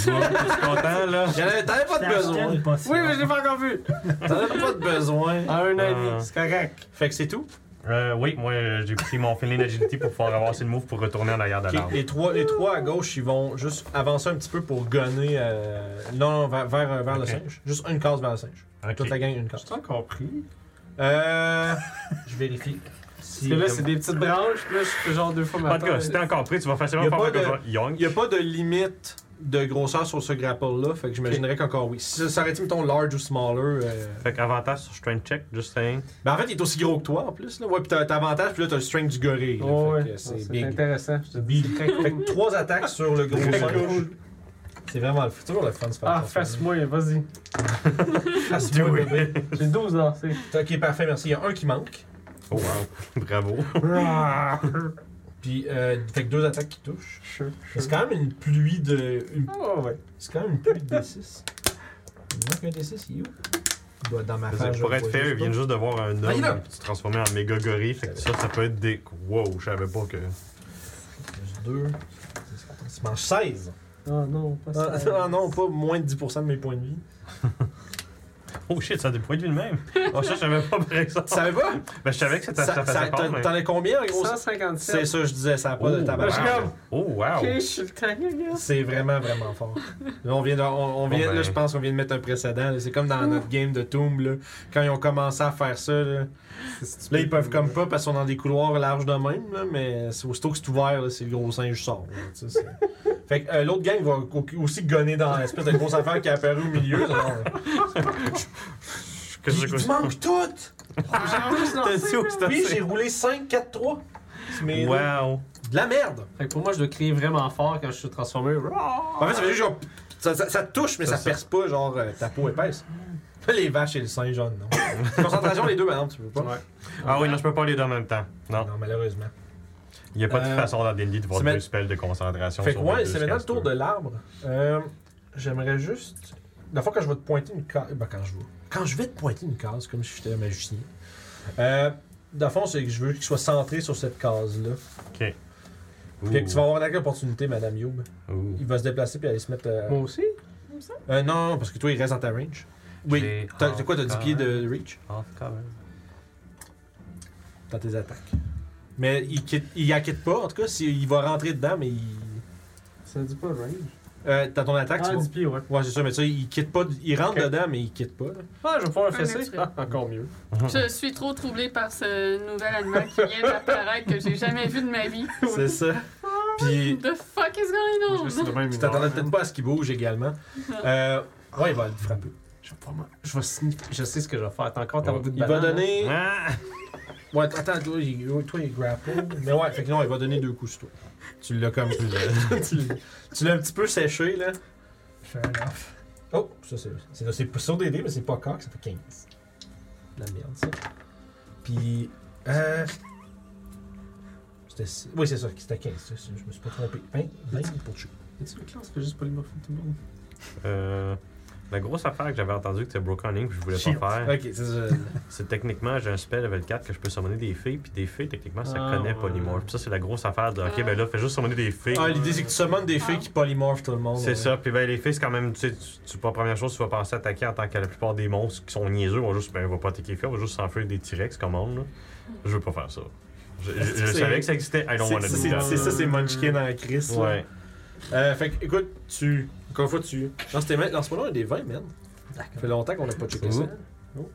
Tu vois, t'es content, là?
J'en avais- T'en avais pas de besoin.
Oui,
Oui, mais je l'ai pas encore vu!
T'en avais pas de besoin.
En un an et
Ah.
demi, c'est correct.
Fait que c'est tout.
Euh, oui, moi euh, j'ai pris mon feeling agility pour pouvoir avancer le move pour retourner en arrière de
Ok,
l'arbre.
les, trois, les trois à gauche, ils vont juste avancer un petit peu pour gonner. euh, non, non, vers, vers, vers le
Ok.
singe. Juste une case vers le singe.
Ok.
Toute la gang, une case.
J'ai encore pris.
Euh, je vérifie. Si
Parce que là, c'est des petites branches, puis là, je fais genre deux fois ma
En tout cas,
tête.
si t'es encore pris, tu vas
Y
facilement
a
faire
pas
quelque
de-
chose. Young.
Il n'y a pas de limite de grosseur sur ce grapple-là, fait que j'imaginerais qu'encore oui. Si ça aurait été, mettons, large ou smaller. euh,
Fait qu'avantage sur strength check, just saying.
Ben en fait, il est aussi gros que toi en plus. Là. Ouais, puis t'as t'as avantage, puis là t'as le strength du gorille. là.
Ouais,
fait
ouais.
que
Non,
c'est
C'est
big.
intéressant. je te dis.
Big.
C'est très
Fait
cool.
que trois attaques sur le gros
Très
singe.
cool.
C'est vraiment le c'est toujours le fun de se faire
Ah,
transformer.
face-moi, vas-y.
Fasse-moi,
Do it.
bébé.
J'ai 12 lancés.
ben. Ok, parfait, merci. Il y a un qui manque.
Oh wow. Bravo.
Ah, Puis, euh, fait que deux attaques qui touchent.
Sure,
C'est quand même une pluie de. une-
Oh, ouais.
C'est quand même une pluie de D6. Il manque un D6, il est où Il doit être dans ma
Parce que
face. je
Pour
le
être
vois
fair, il
juste
vient juste de voir un
Ah, il est là.
homme se transformer en méga gorille. Fait que ça, ça peut être des. Wow, je savais pas que.
pas. Plus deux. Il mange 16.
Oh non, pas
Ah,
ça.
ah non, pas moins de 10% de mes points de vie.
Oh shit, ça a des points de vue de même. Oh, ça, je savais pas par exemple.
Ça va
Ben, je savais que c'était- ça,
Ça- ça-
faisait
T'en
part, mais.
t'en as combien en gros
157.
C'est ça, je disais, ça n'a pas
Oh,
de tabac.
je suis
wow.
comme-
Oh wow.
Ok, je suis le tank, gars.
C'est vraiment, vraiment fort. Là, on vient de, on, on vient,
Bon, ben.
là, je pense qu'on vient de mettre un précédent. là. C'est comme dans notre game de Tomb, là. quand ils ont commencé à faire ça. Là, là, ils peuvent comme pas parce qu'on est dans des couloirs larges de même, là, mais c'est aussitôt que c'est ouvert, là, c'est le gros singe sort. là, tu sais, c'est- fait que euh, l'autre gang va au- aussi gonner dans l'espèce de grosse affaire qui est apparue au milieu. genre.
Qu'est-ce que
tu
c'est que
manques tout!
T'as dit où c'était
Oui, j'ai
assez?
roulé 5, 4, 3. Mais
Wow.
de la merde!
Fait que pour moi, je dois crier vraiment fort quand je suis transformé.
En fait, ça fait juste genre. Ça, ça- ça te touche, mais
C'est
ça,
ça.
perce pas, genre, euh, ta peau épaisse. Les vaches et le singe, genre, non. Concentration, les deux, par exemple, tu veux pas.
Ouais.
Ah oui, non, je peux pas les deux en même temps. Non.
Non, malheureusement.
Il n'y a pas de
Euh,
façon dans D&D de voir
c'est
deux
ma-
spells de concentration.
Fait que,
sur les
ouais,
deux
c'est maintenant le
scasters.
tour de l'arbre. Euh, J'aimerais juste. La fois, quand je vais te pointer une case. Ben, quand je vais. Quand je vais te pointer une case, comme si j'étais un magicien. Euh, dans le fond, c'est que je veux qu'il soit centré sur cette case-là.
Ouh.
Fait que tu vas avoir une opportunité, Madame Youb.
Ouh.
Il va se déplacer puis aller se mettre. euh,
Moi aussi?
euh, non, non, parce que toi, il reste dans ta range. Oui.
J'ai
T'as t'as quoi, t'as 10
encore-
pieds de reach?
Ah, quand même.
dans tes attaques. Mais il quitte, il la quitte pas, en tout cas, si- il va rentrer dedans, mais il.
Ça dit pas range.
Euh, dans ton attaque,
Ah,
tu
10 pieds, ouais.
vas- Ouais, c'est ça, mais tu sais, il quitte pas. Il rentre
Ok.
dedans, mais il quitte pas. là.
Ah, je vais pouvoir fesser.
naturel. Oh,
Ah, encore mieux.
Je suis trop troublée par ce nouvel animal qui vient d'apparaître que j'ai jamais vu de ma vie.
C'est ça.
Ah,
Puis,
The fuck is going
Moi,
on?
je suis de même
tu
une
t'attendais
heure, hein.
peut-être
man.
pas à ce qu'il bouge également. Euh, ouais, il va le frapper.
Je vais pas mal- Je vais sniffer. Je sais ce que je vais faire. T'as encore ta
Ouais.
bout de
Il va
banane, hein?
donner.
Ah!
Ouais, attends, toi, il, toi, il grapple. Mais ouais, fait que non, il va donner deux coups sur toi. Tu l'as comme. tu l'as- tu l'as- tu l'as un petit peu séché, là.
Fair enough.
Oh, ça c'est. C'est c'est pas sur des dés, mais c'est pas coq, ça fait 15. De la merde, ça. Puis. Euh. C'était. six- Oui, c'est ça, c'était 15. c'est- c'est- Je me suis pas trompé. 20, 20 pour tuer.
Y'a-tu une classe qui fait juste polymorphie tout le monde?
Euh, La grosse affaire que j'avais entendu que c'était Broken Link que je voulais
Shield.
pas faire,
Ok, c'est ça.
c'est techniquement j'ai un spell level 4 que je peux summoner des fées, puis des fées techniquement ça
Ah,
connaît
ouais.
Polymorph. Puis ça c'est la grosse affaire de ok
Ah.
ben là fais juste summoner des fées.
Ah, l'idée c'est que tu summons des filles qui polymorphent tout le monde.
C'est
ouais.
ça, puis ben les fées c'est quand même, tu sais, tu- tu pas première chose tu vas penser à attaquer en tant que la plupart des monstres qui sont niaiseux, on va juste, ben on va pas attaquer les fées, on va juste s'enfuir des T-Rex comme on, là. Je veux pas faire ça. Je, je- je
C'est-
savais que ça existait, I don't
C'est
wanna do
c'est-
that.
c'est ça, c'est Munchkin en Chris. là.
Ouais.
Euh, fait que, écoute, tu. Encore une fois, tu. Lance tes mains. Lance-moi là un des 20, man. Ça fait longtemps qu'on n'a pas checké ça.
Ouh.
Oh.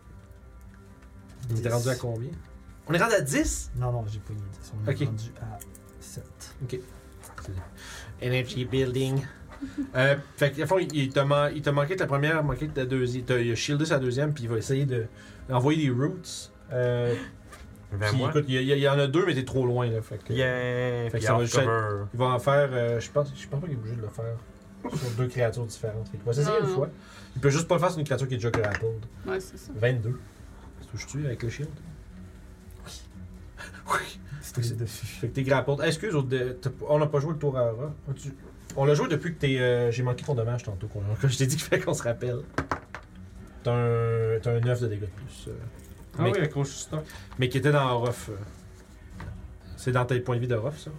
On est rendu à combien On est rendu à 10
Non, non, j'ai pas une idée. On est
Ok.
rendu à 7.
Energy Building. euh, fait que, au fond, il- il t'a man- il t'a manqué de la première, manqué de la deuxième. Il a shieldé sa deuxième, puis il va essayer de- d'envoyer des roots. Euh,
Vers
puis,
Ben moi.
écoute, il y, a- il y a- il y en a deux, mais t'es trop loin, là. Fait que, Fait
Yeah!
que
Puis
ça va
hard
juste être-
cover.
Il va en faire, euh, je pense, je pense pas qu'il est obligé de le faire sur deux créatures différentes. Fait qu'il va s'essayer
Non,
une
non.
fois. Il peut juste pas le faire sur une créature qui est déjà grappled.
Ouais, c'est ça.
22. Touches-tu avec le shield?
C'était dessus.
Fait que t'es grappled. Excuse, au dé- t'as- on n'a pas joué le tour à Aura. As-tu- On l'a joué depuis que t'es. euh, J'ai manqué ton dommage tantôt. qu'on- Quand je t'ai dit qu'il fallait qu'on se rappelle. T'as un, t'as un 9 de dégâts de plus. euh,
Ah
Mais-
oui, accroche stock.
mais qui était dans Orof. euh. C'est dans tes points de vie d'Orof, ça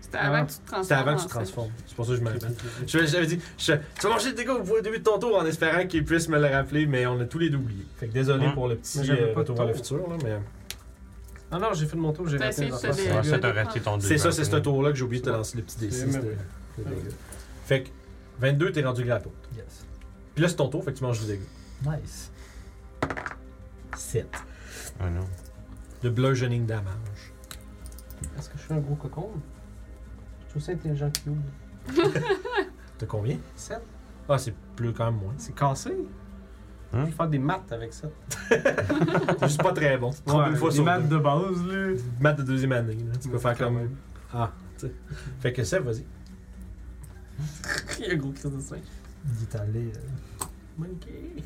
C'était avant
Ah.
que tu te transformes.
C'était avant que tu
en
te
fait.
transformes. C'est pour ça que je me rappelle. Je- J'avais dit, je- tu vas manger le dégâts au début de ton tour en espérant qu'il puisse me le rappeler, mais on a tous les deux oubliés. Fait que désolé
Ouais.
pour le petit
Mais j'avais
euh,
pas de
retour vers le
tour.
futur, là, mais.
Non, non, j'ai fait de mon tour, j'ai
T'as
raté
essayé
les
de te
affaires.
dé-
Ouais,
Ouais,
ça t'a
ouais.
raté ton deux,
C'est ça,
ben,
c'est ce tour-là que j'ai oublié de te lancer les petits dés.
hein. C'est
six,
merveilleux.
c'était- les dégâts. Fait que 22, t'es rendu grappot.
Yes.
Puis là, c'est ton tour, fait que tu manges du dégât.
Nice. 7.
Ah non.
Le bludgeoning damage.
Est-ce que je suis un gros cocon? Je trouve ça intelligent qui ouvre.
T'as combien
7?
Ah, c'est plus quand même moins.
C'est cassé?
Hein?
Je vais faire des maths avec ça.
C'est juste pas très bon. Tu te trompes une fois
des
sur
maths
deux.
de base, là.
Maths de deuxième année. là. Tu peux
Ouais,
faire
quand
comme.
même.
Ah, tu sais. Fait que Seb, vas-y.
Il y a un gros crise de 5.
Il est allé. euh,
Monkey.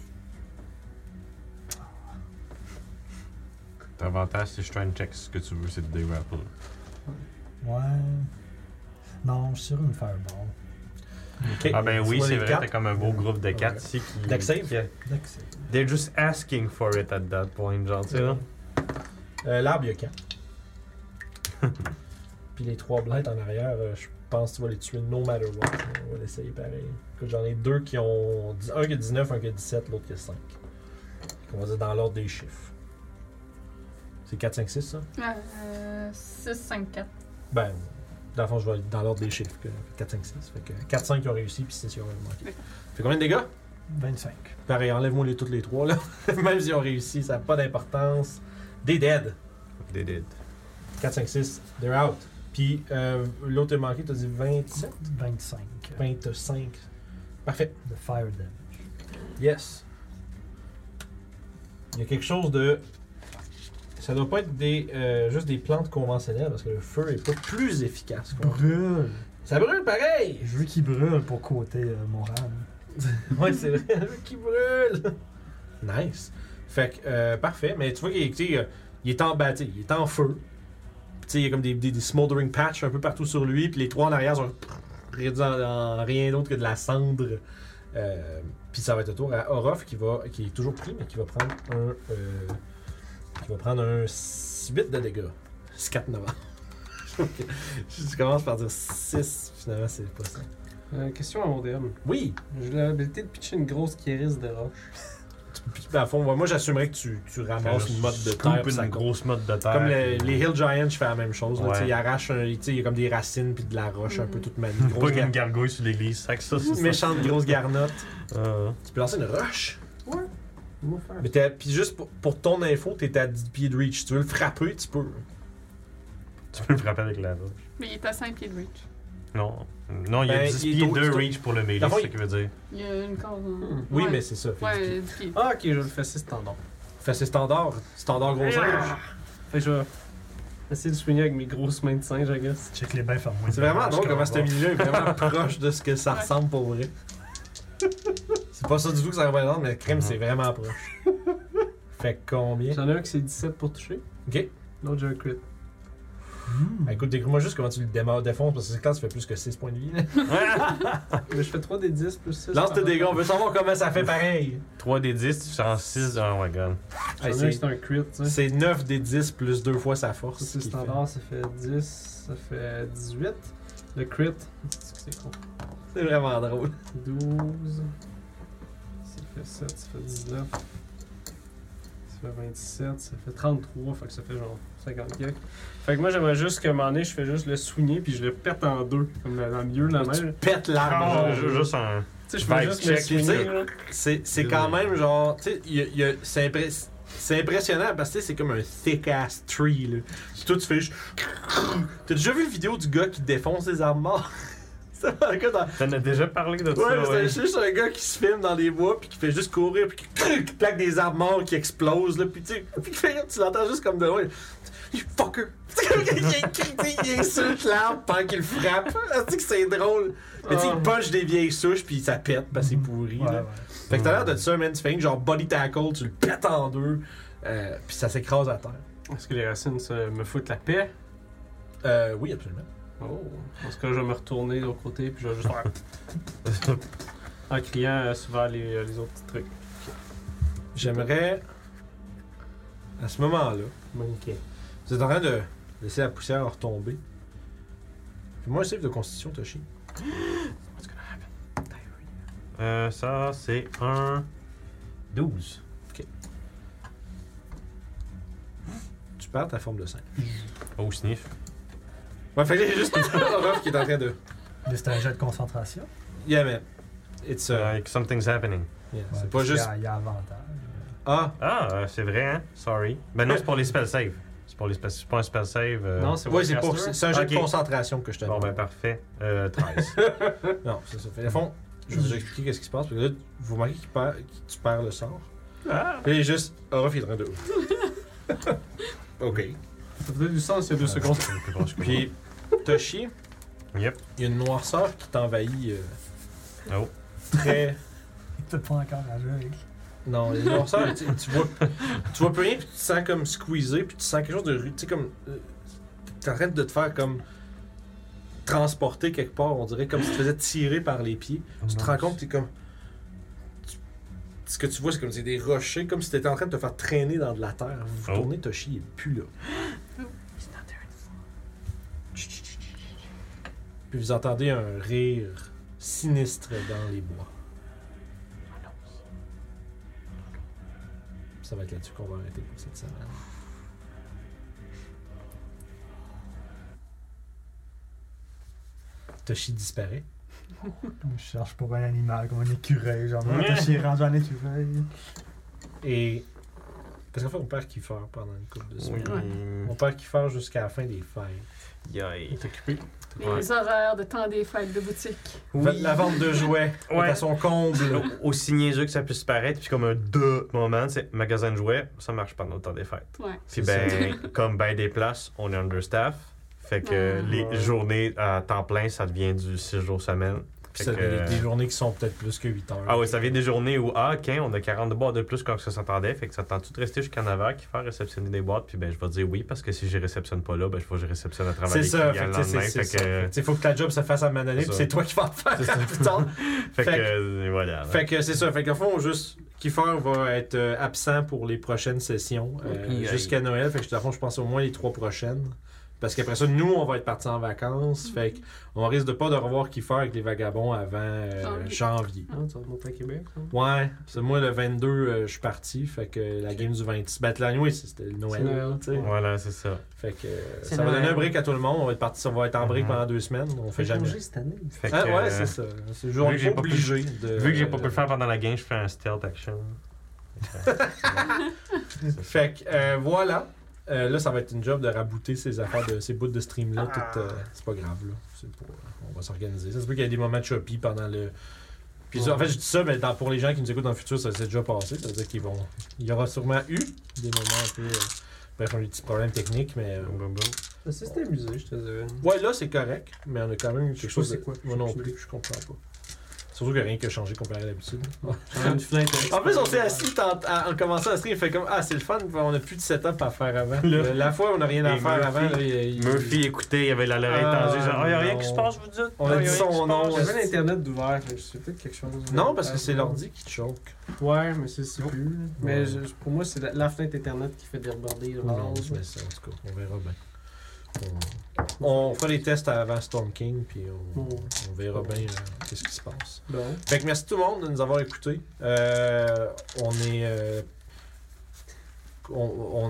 T'as avantage si je try and check ce que tu veux, c'est de dérapple.
Ouais. Non, je suis sur une fireball.
Ok.
Ah ben oui,
Dis-moi
c'est
les
vrai,
quatre.
t'es comme un beau groupe de 4
Ouais.
ici qui...
Deck save?
qui-
Deck save.
They're just asking for it at that point, genre, tu sais, là.
Euh, L'arbre, il y a 4. Puis les trois blights en arrière, euh, je pense que tu vas les tuer no matter what. On va l'essayer pareil. Écoute, j'en ai deux qui ont. dix- Un qui a 19, un qui a 17, l'autre qui a 5. On va dire dans l'ordre des chiffres. C'est 4, 5, 6 ça
6, 5, 4.
Ben, dans le fond, je vais aller dans l'ordre des chiffres. que 4, 5, 6. Fait que 4, 5 qui ont réussi, puis 6 qui ont manqué. Fait combien de dégâts
25.
Pareil, enlève-moi les, toutes les trois là. Même s'ils ont réussi, ça n'a pas d'importance. Des dead.
They did.
4, 5, 6, they're out. Puis euh, l'autre est manqué, t'as dit 27,
25.
25. Parfait.
De fire damage.
Yes. Il y a quelque chose de. Ça doit pas être des, euh, juste des plantes conventionnelles parce que le feu est pas plus efficace. qu'on-
Brûle.
Ça brûle pareil!
Je veux qu'il brûle pour côté euh, moral.
Ouais, c'est vrai, le qui brûle! Nice. Fait que, euh, parfait. Mais tu vois qu'il est, tu sais, euh, il est en bâti, il est en feu. Puis, tu sais, il y a comme des, des- des smoldering patches un peu partout sur lui. Puis les trois en arrière sont réduits en, en rien d'autre que de la cendre. Euh, puis ça va être le tour à Orof qui va qui est toujours pris, mais qui va prendre un. euh, qui va prendre un 8 de dégâts. 4 9 Je commence par dire 6, finalement, c'est pas ça.
Euh, question à mon DM.
Oui!
J'ai l'habilité de pitcher une grosse kéris de roche.
Puis, à fond, moi j'assumerais que tu, tu ramasses une motte de terre. puis
une
ça gros.
grosse motte de terre.
Comme le-
puis-
les Hill Giants, je fais la même chose. là,
Ouais.
tu sais, ils arrachent un- tu sais, il y a comme des racines puis de la roche
Mm-hmm.
un peu toute maniée.
Pas
Grosse
une
gar-
gargouille sur l'église, sac ça, c'est ça.
méchante grosse garnotte.
Ah,
Tu peux lancer une roche.
Comment faire?
Mais t'es- puis juste pour, pour ton info, t'es à 10 pieds de reach. Tu veux le frapper, tu peux.
tu peux le frapper avec la roche.
Mais il est à 5 pieds de reach.
Non. Non, il y a
Ben,
10
il est
pieds
au-
de
c'est au-
reach pour le melee,
Dans le fond,
c'est ce qui veut dire.
Il y a une corde. en-
Hmm.
Oui,
Ouais.
mais c'est ça. Fait,
Ouais, euh, 10 pieds.
Ah, ok, je le fais 6 tendons.
fait c'est standard. Standard
Ah.
gros singe.
Fait que je vais essayer de soigner avec mes grosses mains de singe, I guess.
Check les bains, faire moins
C'est vraiment drôle comment ce
c'était
milieu est vraiment proche de ce que ça
Ouais.
ressemble pour vrai. C'est pas ça du tout que ça représente, mais crème, c'est vraiment proche. Fait que combien
J'en ai un qui c'est 17 pour toucher.
Ok.
L'autre, j'ai un crit.
Ah, Écoute, décris-moi juste comment tu le démarres, défonces, parce que c'est clair, tu fais plus que 6 points de vie. là.
Ah,
Mais je fais 3 des 10 plus 6.
Lance tes dégâts, on veut savoir comment ça fait pareil.
3 des 10, tu sens 6. Oh my god.
J'en ai un
Hey,
qui c'est un crit, tu sais.
C'est 9 des 10 plus 2 fois sa force.
Ça, c'est
qui
standard, ça fait 10, ça fait 18. Le crit, c'est que c'est con.
fait- C'est vraiment drôle.
12, ça fait 7, ça fait 19, ça fait 27, ça fait 33, fait que ça fait genre 50 quelques. Fait que moi, j'aimerais juste qu'à un moment donné, je fais juste le soigner puis je le pète en deux, comme dans le milieu de la main. là. Tu
Pète l'arbre.
Ah,
genre.
Ju- Juste un.
sais, je fais
Vibe
juste le
check,
soigner.
tu
là.
C'est c'est quand même genre. Tu sais, il y a- il y a- c'est impress- C'est impressionnant parce que tu sais, c'est comme un thick ass tree. Là. Puis Toi, tu fais juste. T'as déjà vu la vidéo du gars qui défonce des armes mortes? C'est pas le gars dans-
T'en as déjà parlé de ça.
Ouais, mais c'est c'est juste un gars qui se filme dans les bois, puis qui fait juste courir, puis qui, qui plaque des arbres morts, qui explosent, là, puis tu sais, puis qui fait- tu l'entends juste comme de loin. You fucker! Tu sais, il, il- il- il insulte l'arbre pendant qu'il le frappe. Tu sais que c'est drôle. Mais tu sais, il punch des vieilles souches, puis ça pète, parce que c'est pourri.
Ouais,
là.
ouais.
Fait que t'as l'air de ça, man. Tu fais une genre body tackle, tu le pètes en deux, euh, puis ça s'écrase à terre.
Est-ce que les racines ça, me foutent la paix?
Euh, oui, absolument.
Oh. Parce que je vais me retourner de l'autre côté puis je vais juste faire en criant euh, souvent les, euh, les autres petits trucs.
J'aimerais. À ce moment-là,
Ok.
Vous êtes en train de laisser la poussière retomber. Fais-moi un save de constitution, Toshi.
Euh, ça, c'est un. 12.
Tu tu perds ta forme de 5.
Oh, sniff.
Ouais, fait que j'ai juste Orof qui est en train de.
Mais c'est un jet de concentration.
Yeah, man. It's. Uh,
Like, something's happening.
yeah,
Ouais,
c'est pas
puis
juste.
Il y a- il y, a avantage.
Ah,
Ah, euh, c'est vrai, hein? Sorry. Ben non, c'est pour les spell save. C'est pour les spell... C'est pas un spell save. euh,
Non, c'est
ouais, c'est
Warcaster.
pour. C'est c'est un jeu de
Ok.
concentration que je te
Bon,
demande.
ben parfait. Euh, 13.
ben.
Non, c'est ça. Fait que, au fond, je vais vous expliquer qu'est-ce qui se passe. Parce que là, vous remarquez qu'il perd, qu'il- tu perds le sort.
Ah!
Puis il est juste. Orof, il est en train de. ok.
Ça faisait du sens il y a deux secondes.
Puis, Toshi,
Yep.
il y a une noirceur qui t'envahit. euh,
Oh.
Très.
Il peut pas encore aveugle.
Non, les noirceurs, tu, tu vois, tu vois plus rien, puis tu te sens comme squeezé, puis tu sens quelque chose de. ru- Tu sais, comme. euh, T'es en train de te faire comme. transporter quelque part, on dirait, comme si tu te faisais tirer par les pieds. Tu te rends compte, t'es comme. tu- Ce que tu vois, c'est comme c'est des rochers, comme si t'étais en train de te faire traîner dans de la terre. Vous
Oh.
tournez, Toshi, il est plus là. Puis vous entendez un rire sinistre dans les bois. Ça va être là-dessus qu'on va arrêter pour cette semaine. Toshi disparaît.
On cherche pour un animal, comme un écureuil. Genre,
Ouais.
je suis rendu en écureuil.
Et. Parce qu'en fait, on perd Kiefer pendant une couple de semaines.
Oui.
On perd Kiefer jusqu'à la fin des fêtes.
Yay.
occupé.
Les horaires de temps des fêtes de boutique.
Fait- La vente de jouets
Ouais.
est à son comble.
Aussi niaiseux que ça puisse paraître, puis comme un deux moment, c'est magasin de jouets, ça marche pendant le temps des fêtes.
Ouais.
Puis
C'est
ben, comme ben des places, on est understaff. Fait que
Ah.
les journées à temps plein, ça devient du 6 jours semaine.
Puis
Fait
ça
que-
fait des journées qui sont peut-être plus que 8 heures.
Ah oui, ça vient des journées où, ah, ok, on a 40 boîtes de plus qu'on s'attendait. Fait que ça tente-tu de rester jusqu'à 9 heures, qui faire réceptionner des boîtes? Puis ben, je vais dire oui, parce que si je réceptionne pas là, ben, je vais je réceptionne à travers
C'est
les
ça.
clients
Fait
le
que, tu sais,
lendemain.
c'est- c'est
Fait
ça.
que,
Fait que faut que la job se fasse à un moment donné,
C'est
puis
ça.
c'est toi qui vas le faire
C'est ça.
plus tard.
fait que,
Fait que-
euh, voilà.
Fait que c'est ça. Fait qu'au fond, juste Kiefer va être euh, absent pour les prochaines sessions euh,
Aïe.
jusqu'à Noël. Fait que dans le fond, je pense au moins les trois prochaines. Parce qu'après ça, nous, on va être partis en vacances. Fait qu'on risque de pas de revoir Kiefer avec les vagabonds avant euh,
Janvier.
janvier.
Ah, tu vas remonter à Québec. hein?
Ouais, c'est moi le 22, euh, je suis parti. Fait que la game du 26. Ben, anyway, c'était le Noël.
C'est Noël.
tu sais.
Voilà, c'est ça.
Fait que euh,
C'est
ça va
Noël.
donner un break à tout le monde. On va être parti, on va être en break
Mhm.
pendant deux semaines. On fait
Fait
jamais.
congé cette année.
Fait
Ah,
que,
ouais,
euh,
c'est ça. C'est le jour
vu que j'ai pas pu-
obligé de.
Vu que j'ai pas pu le faire pendant la game, je fais un stealth action.
Fait que euh, voilà. Euh, là, ça va être une job de rabouter ces affaires, de, ces bouts de stream là.
Ah.
tout, euh, c'est pas grave là. C'est pour- euh, on va s'organiser. Ça se peut qu'il y ait des moments de Shopee pendant le. Puis ça, en fait, je dis ça, mais dans- pour les gens qui nous écoutent dans le futur, ça s'est déjà passé. Ça veut dire qu'ils vont. Il y aura sûrement eu des moments un peu. euh, Bref, on a eu des petits problèmes techniques, mais. euh,
Boum, boum, boum.
Ça, C'était amusé, je te dirais.
Ouais, là, c'est correct, mais on a quand même eu quelque
sais
chose.
pas
de-
c'est quoi, je
Moi
sais
non
pas
plus, je comprends pas. Surtout que rien que changé comparé à l'habitude.
J'aurais une fin intéressante.
En plus, on s'est assis en, en- en commençant à stream, fait comme Ah, c'est le fun, on a plus de setup à faire avant.
Là.
la fois, on a rien à
Et
faire
Murphy-
avant. là, il- il-
Murphy, écoutez, il y avait la l'oreille
Ah,
tendue, genre, il y a rien
non.
qui se passe, je vous dis.
On a dit son nom.
J'avais l'internet d'ouvert, fait que je sais peut-être quelque chose.
Non, parce que c'est l'ordi qui te choque.
Ouais, mais c'est c'est plus. là. Mais
Ouais.
je- je- pour moi, c'est la, la fenêtre internet qui fait des rebordés. là,
Non,
dans le-
mais ça, en tout cas, on verra bien. On, on fera les tests avant Storm King, puis on,
Ouais.
on verra bien euh, qu'est-ce qui se passe.
Bon.
Fait que merci tout le monde de nous avoir écoutés. Euh, on est. euh, on, on-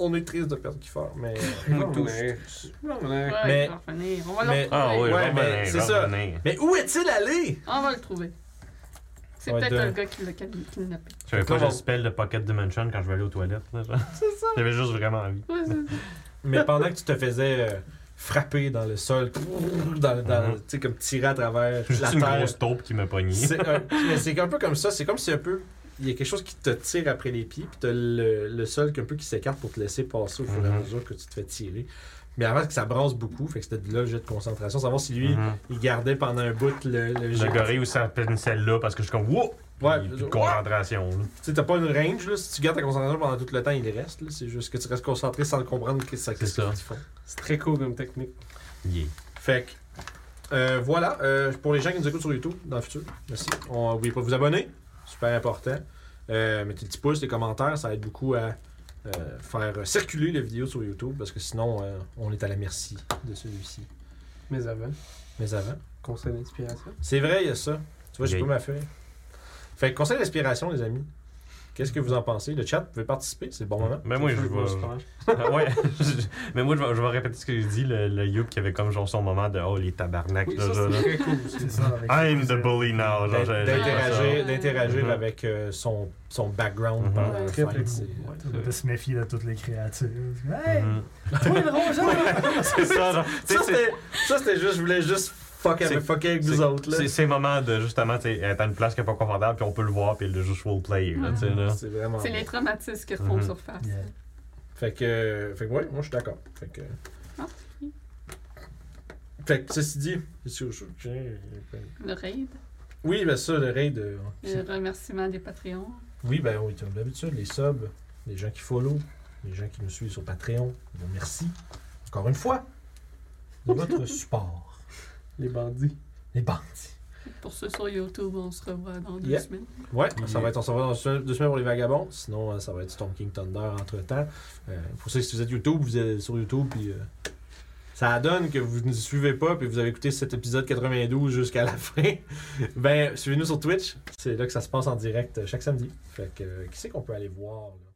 on- on est triste de perdre Kiefer, mais.
On va revenir. On va revenir.
Ouais,
Mais-
il va revenir. On va
mais-
le
Ah oui,
retrouver.
Ouais,
ouais,
mais c'est ça. Mais où est-il allé?
On va le trouver. C'est
Ouais,
peut-être
de-
un gars qui l'a cal- kidnappé.
J'avais
Comment-
pas le spell de Pocket Dimension quand je vais aller aux toilettes. là, genre. J'avais juste vraiment envie.
Ouais, c'est-
Mais pendant que tu te faisais euh, frapper dans le sol, dans, dans,
Mhm.
tu sais, comme tirer à travers la
Juste une
terre.
grosse taupe qui m'a pogné.
C'est un, mais c'est un peu comme ça. C'est comme si un peu. Il y a quelque chose qui te tire après les pieds, puis t'as le, le sol qui un peu qui s'écarte pour te laisser passer au fur et à
Mhm.
mesure que tu te fais tirer. Mais avant que ça brasse beaucoup, fait que c'était de là le jet de concentration. Savoir si lui,
Mhm.
il gardait pendant un bout le, le jet.
Le gorille ou sa pincelle là parce que je suis comme wow!
Ouais,
Il y a plus
je-
de concentration. là.
Tu sais, t'as pas une range, là. Si tu gardes ta concentration pendant tout le temps, il reste, là. C'est juste que tu restes concentré sans le comprendre qu'est-ce que
C'est ça.
qu'ils font.
C'est très cool comme technique.
Yeah.
Fait que, euh, voilà, euh, pour les gens qui nous écoutent sur YouTube dans le futur, merci. On- N'oubliez pas de vous abonner, super important. Euh, mettez le petit pouce, les commentaires, ça aide beaucoup à euh, faire circuler les vidéos sur YouTube parce que sinon, euh, on est à la merci de celui-ci.
Mais avant,
Mais avant,
conseil d'inspiration.
c'est vrai, il y a ça. Tu vois, j'ai
Yay.
pas ma feuille. Fait que conseil d'inspiration, les amis. Qu'est-ce que vous en pensez? Le chat, vous pouvez participer, c'est le bon moment.
Mais Ben, moi, je vais. Ah ouais, mais moi, je vais, je vais répéter ce que j'ai dit, le, le Youp qui avait comme genre son moment de Oh, les tabarnak.
Oui,
là,
ça,
genre,
c'est très cool. aussi.
C'est ça, avec
I'm the bully now. Genre, Ah j'ai- j'ai
D'interagir d'interagir
Mhm.
avec euh, son, son background
Mhm.
pendant le
Très, très
fight,
cool.
c'est-
Ouais.
De se méfier de toutes les créatures. Hey!
Mm-hmm.
Mhm.
Toi, le rongeur!
C'est ça, genre. tu sais,
Ça,
c'est-
c'était- ça, c'était juste, je voulais juste fuck avec,
C'est-
fucker avec
c'est-
vous autres. là.
C'est ces moments de justement, tu sais, être à une place qui n'est pas confortable, puis on peut le voir, puis le juste roleplayer. Là, tu sais, là.
C'est vraiment.
C'est
bon.
les traumatismes
Mm-hmm.
qui refont
Mhm.
surface.
Yeah.
Fait que, euh, fait que ouais, moi je suis d'accord. Fait que.
Ah, oui.
Fait que ceci dit, qu'est-ce que je- je-
Le raid,
oui, ben ça, le raid. euh,
le remerciement des Patreons.
Oui, ben oui, comme d'habitude, les subs, les gens qui follow, les gens qui nous suivent sur Patreon, ben merci. Encore une fois, de votre support.
Les bandits.
Les bandits.
Pour ceux sur YouTube, on se revoit dans deux
Yeah.
semaines.
Ouais, ça va être, on s'en va dans deux semaines- deux semaines pour les vagabonds. Sinon, euh, ça va être Storm King Thunder entre temps. pour ceux si vous êtes YouTube, vous êtes sur YouTube, puis euh, ça donne que vous ne nous suivez pas, puis vous avez écouté cet épisode 92 jusqu'à la fin. ben, suivez-nous sur Twitch. C'est là que ça se passe en direct euh, chaque samedi. Fait que, euh, qui c'est qu'on peut aller voir? là?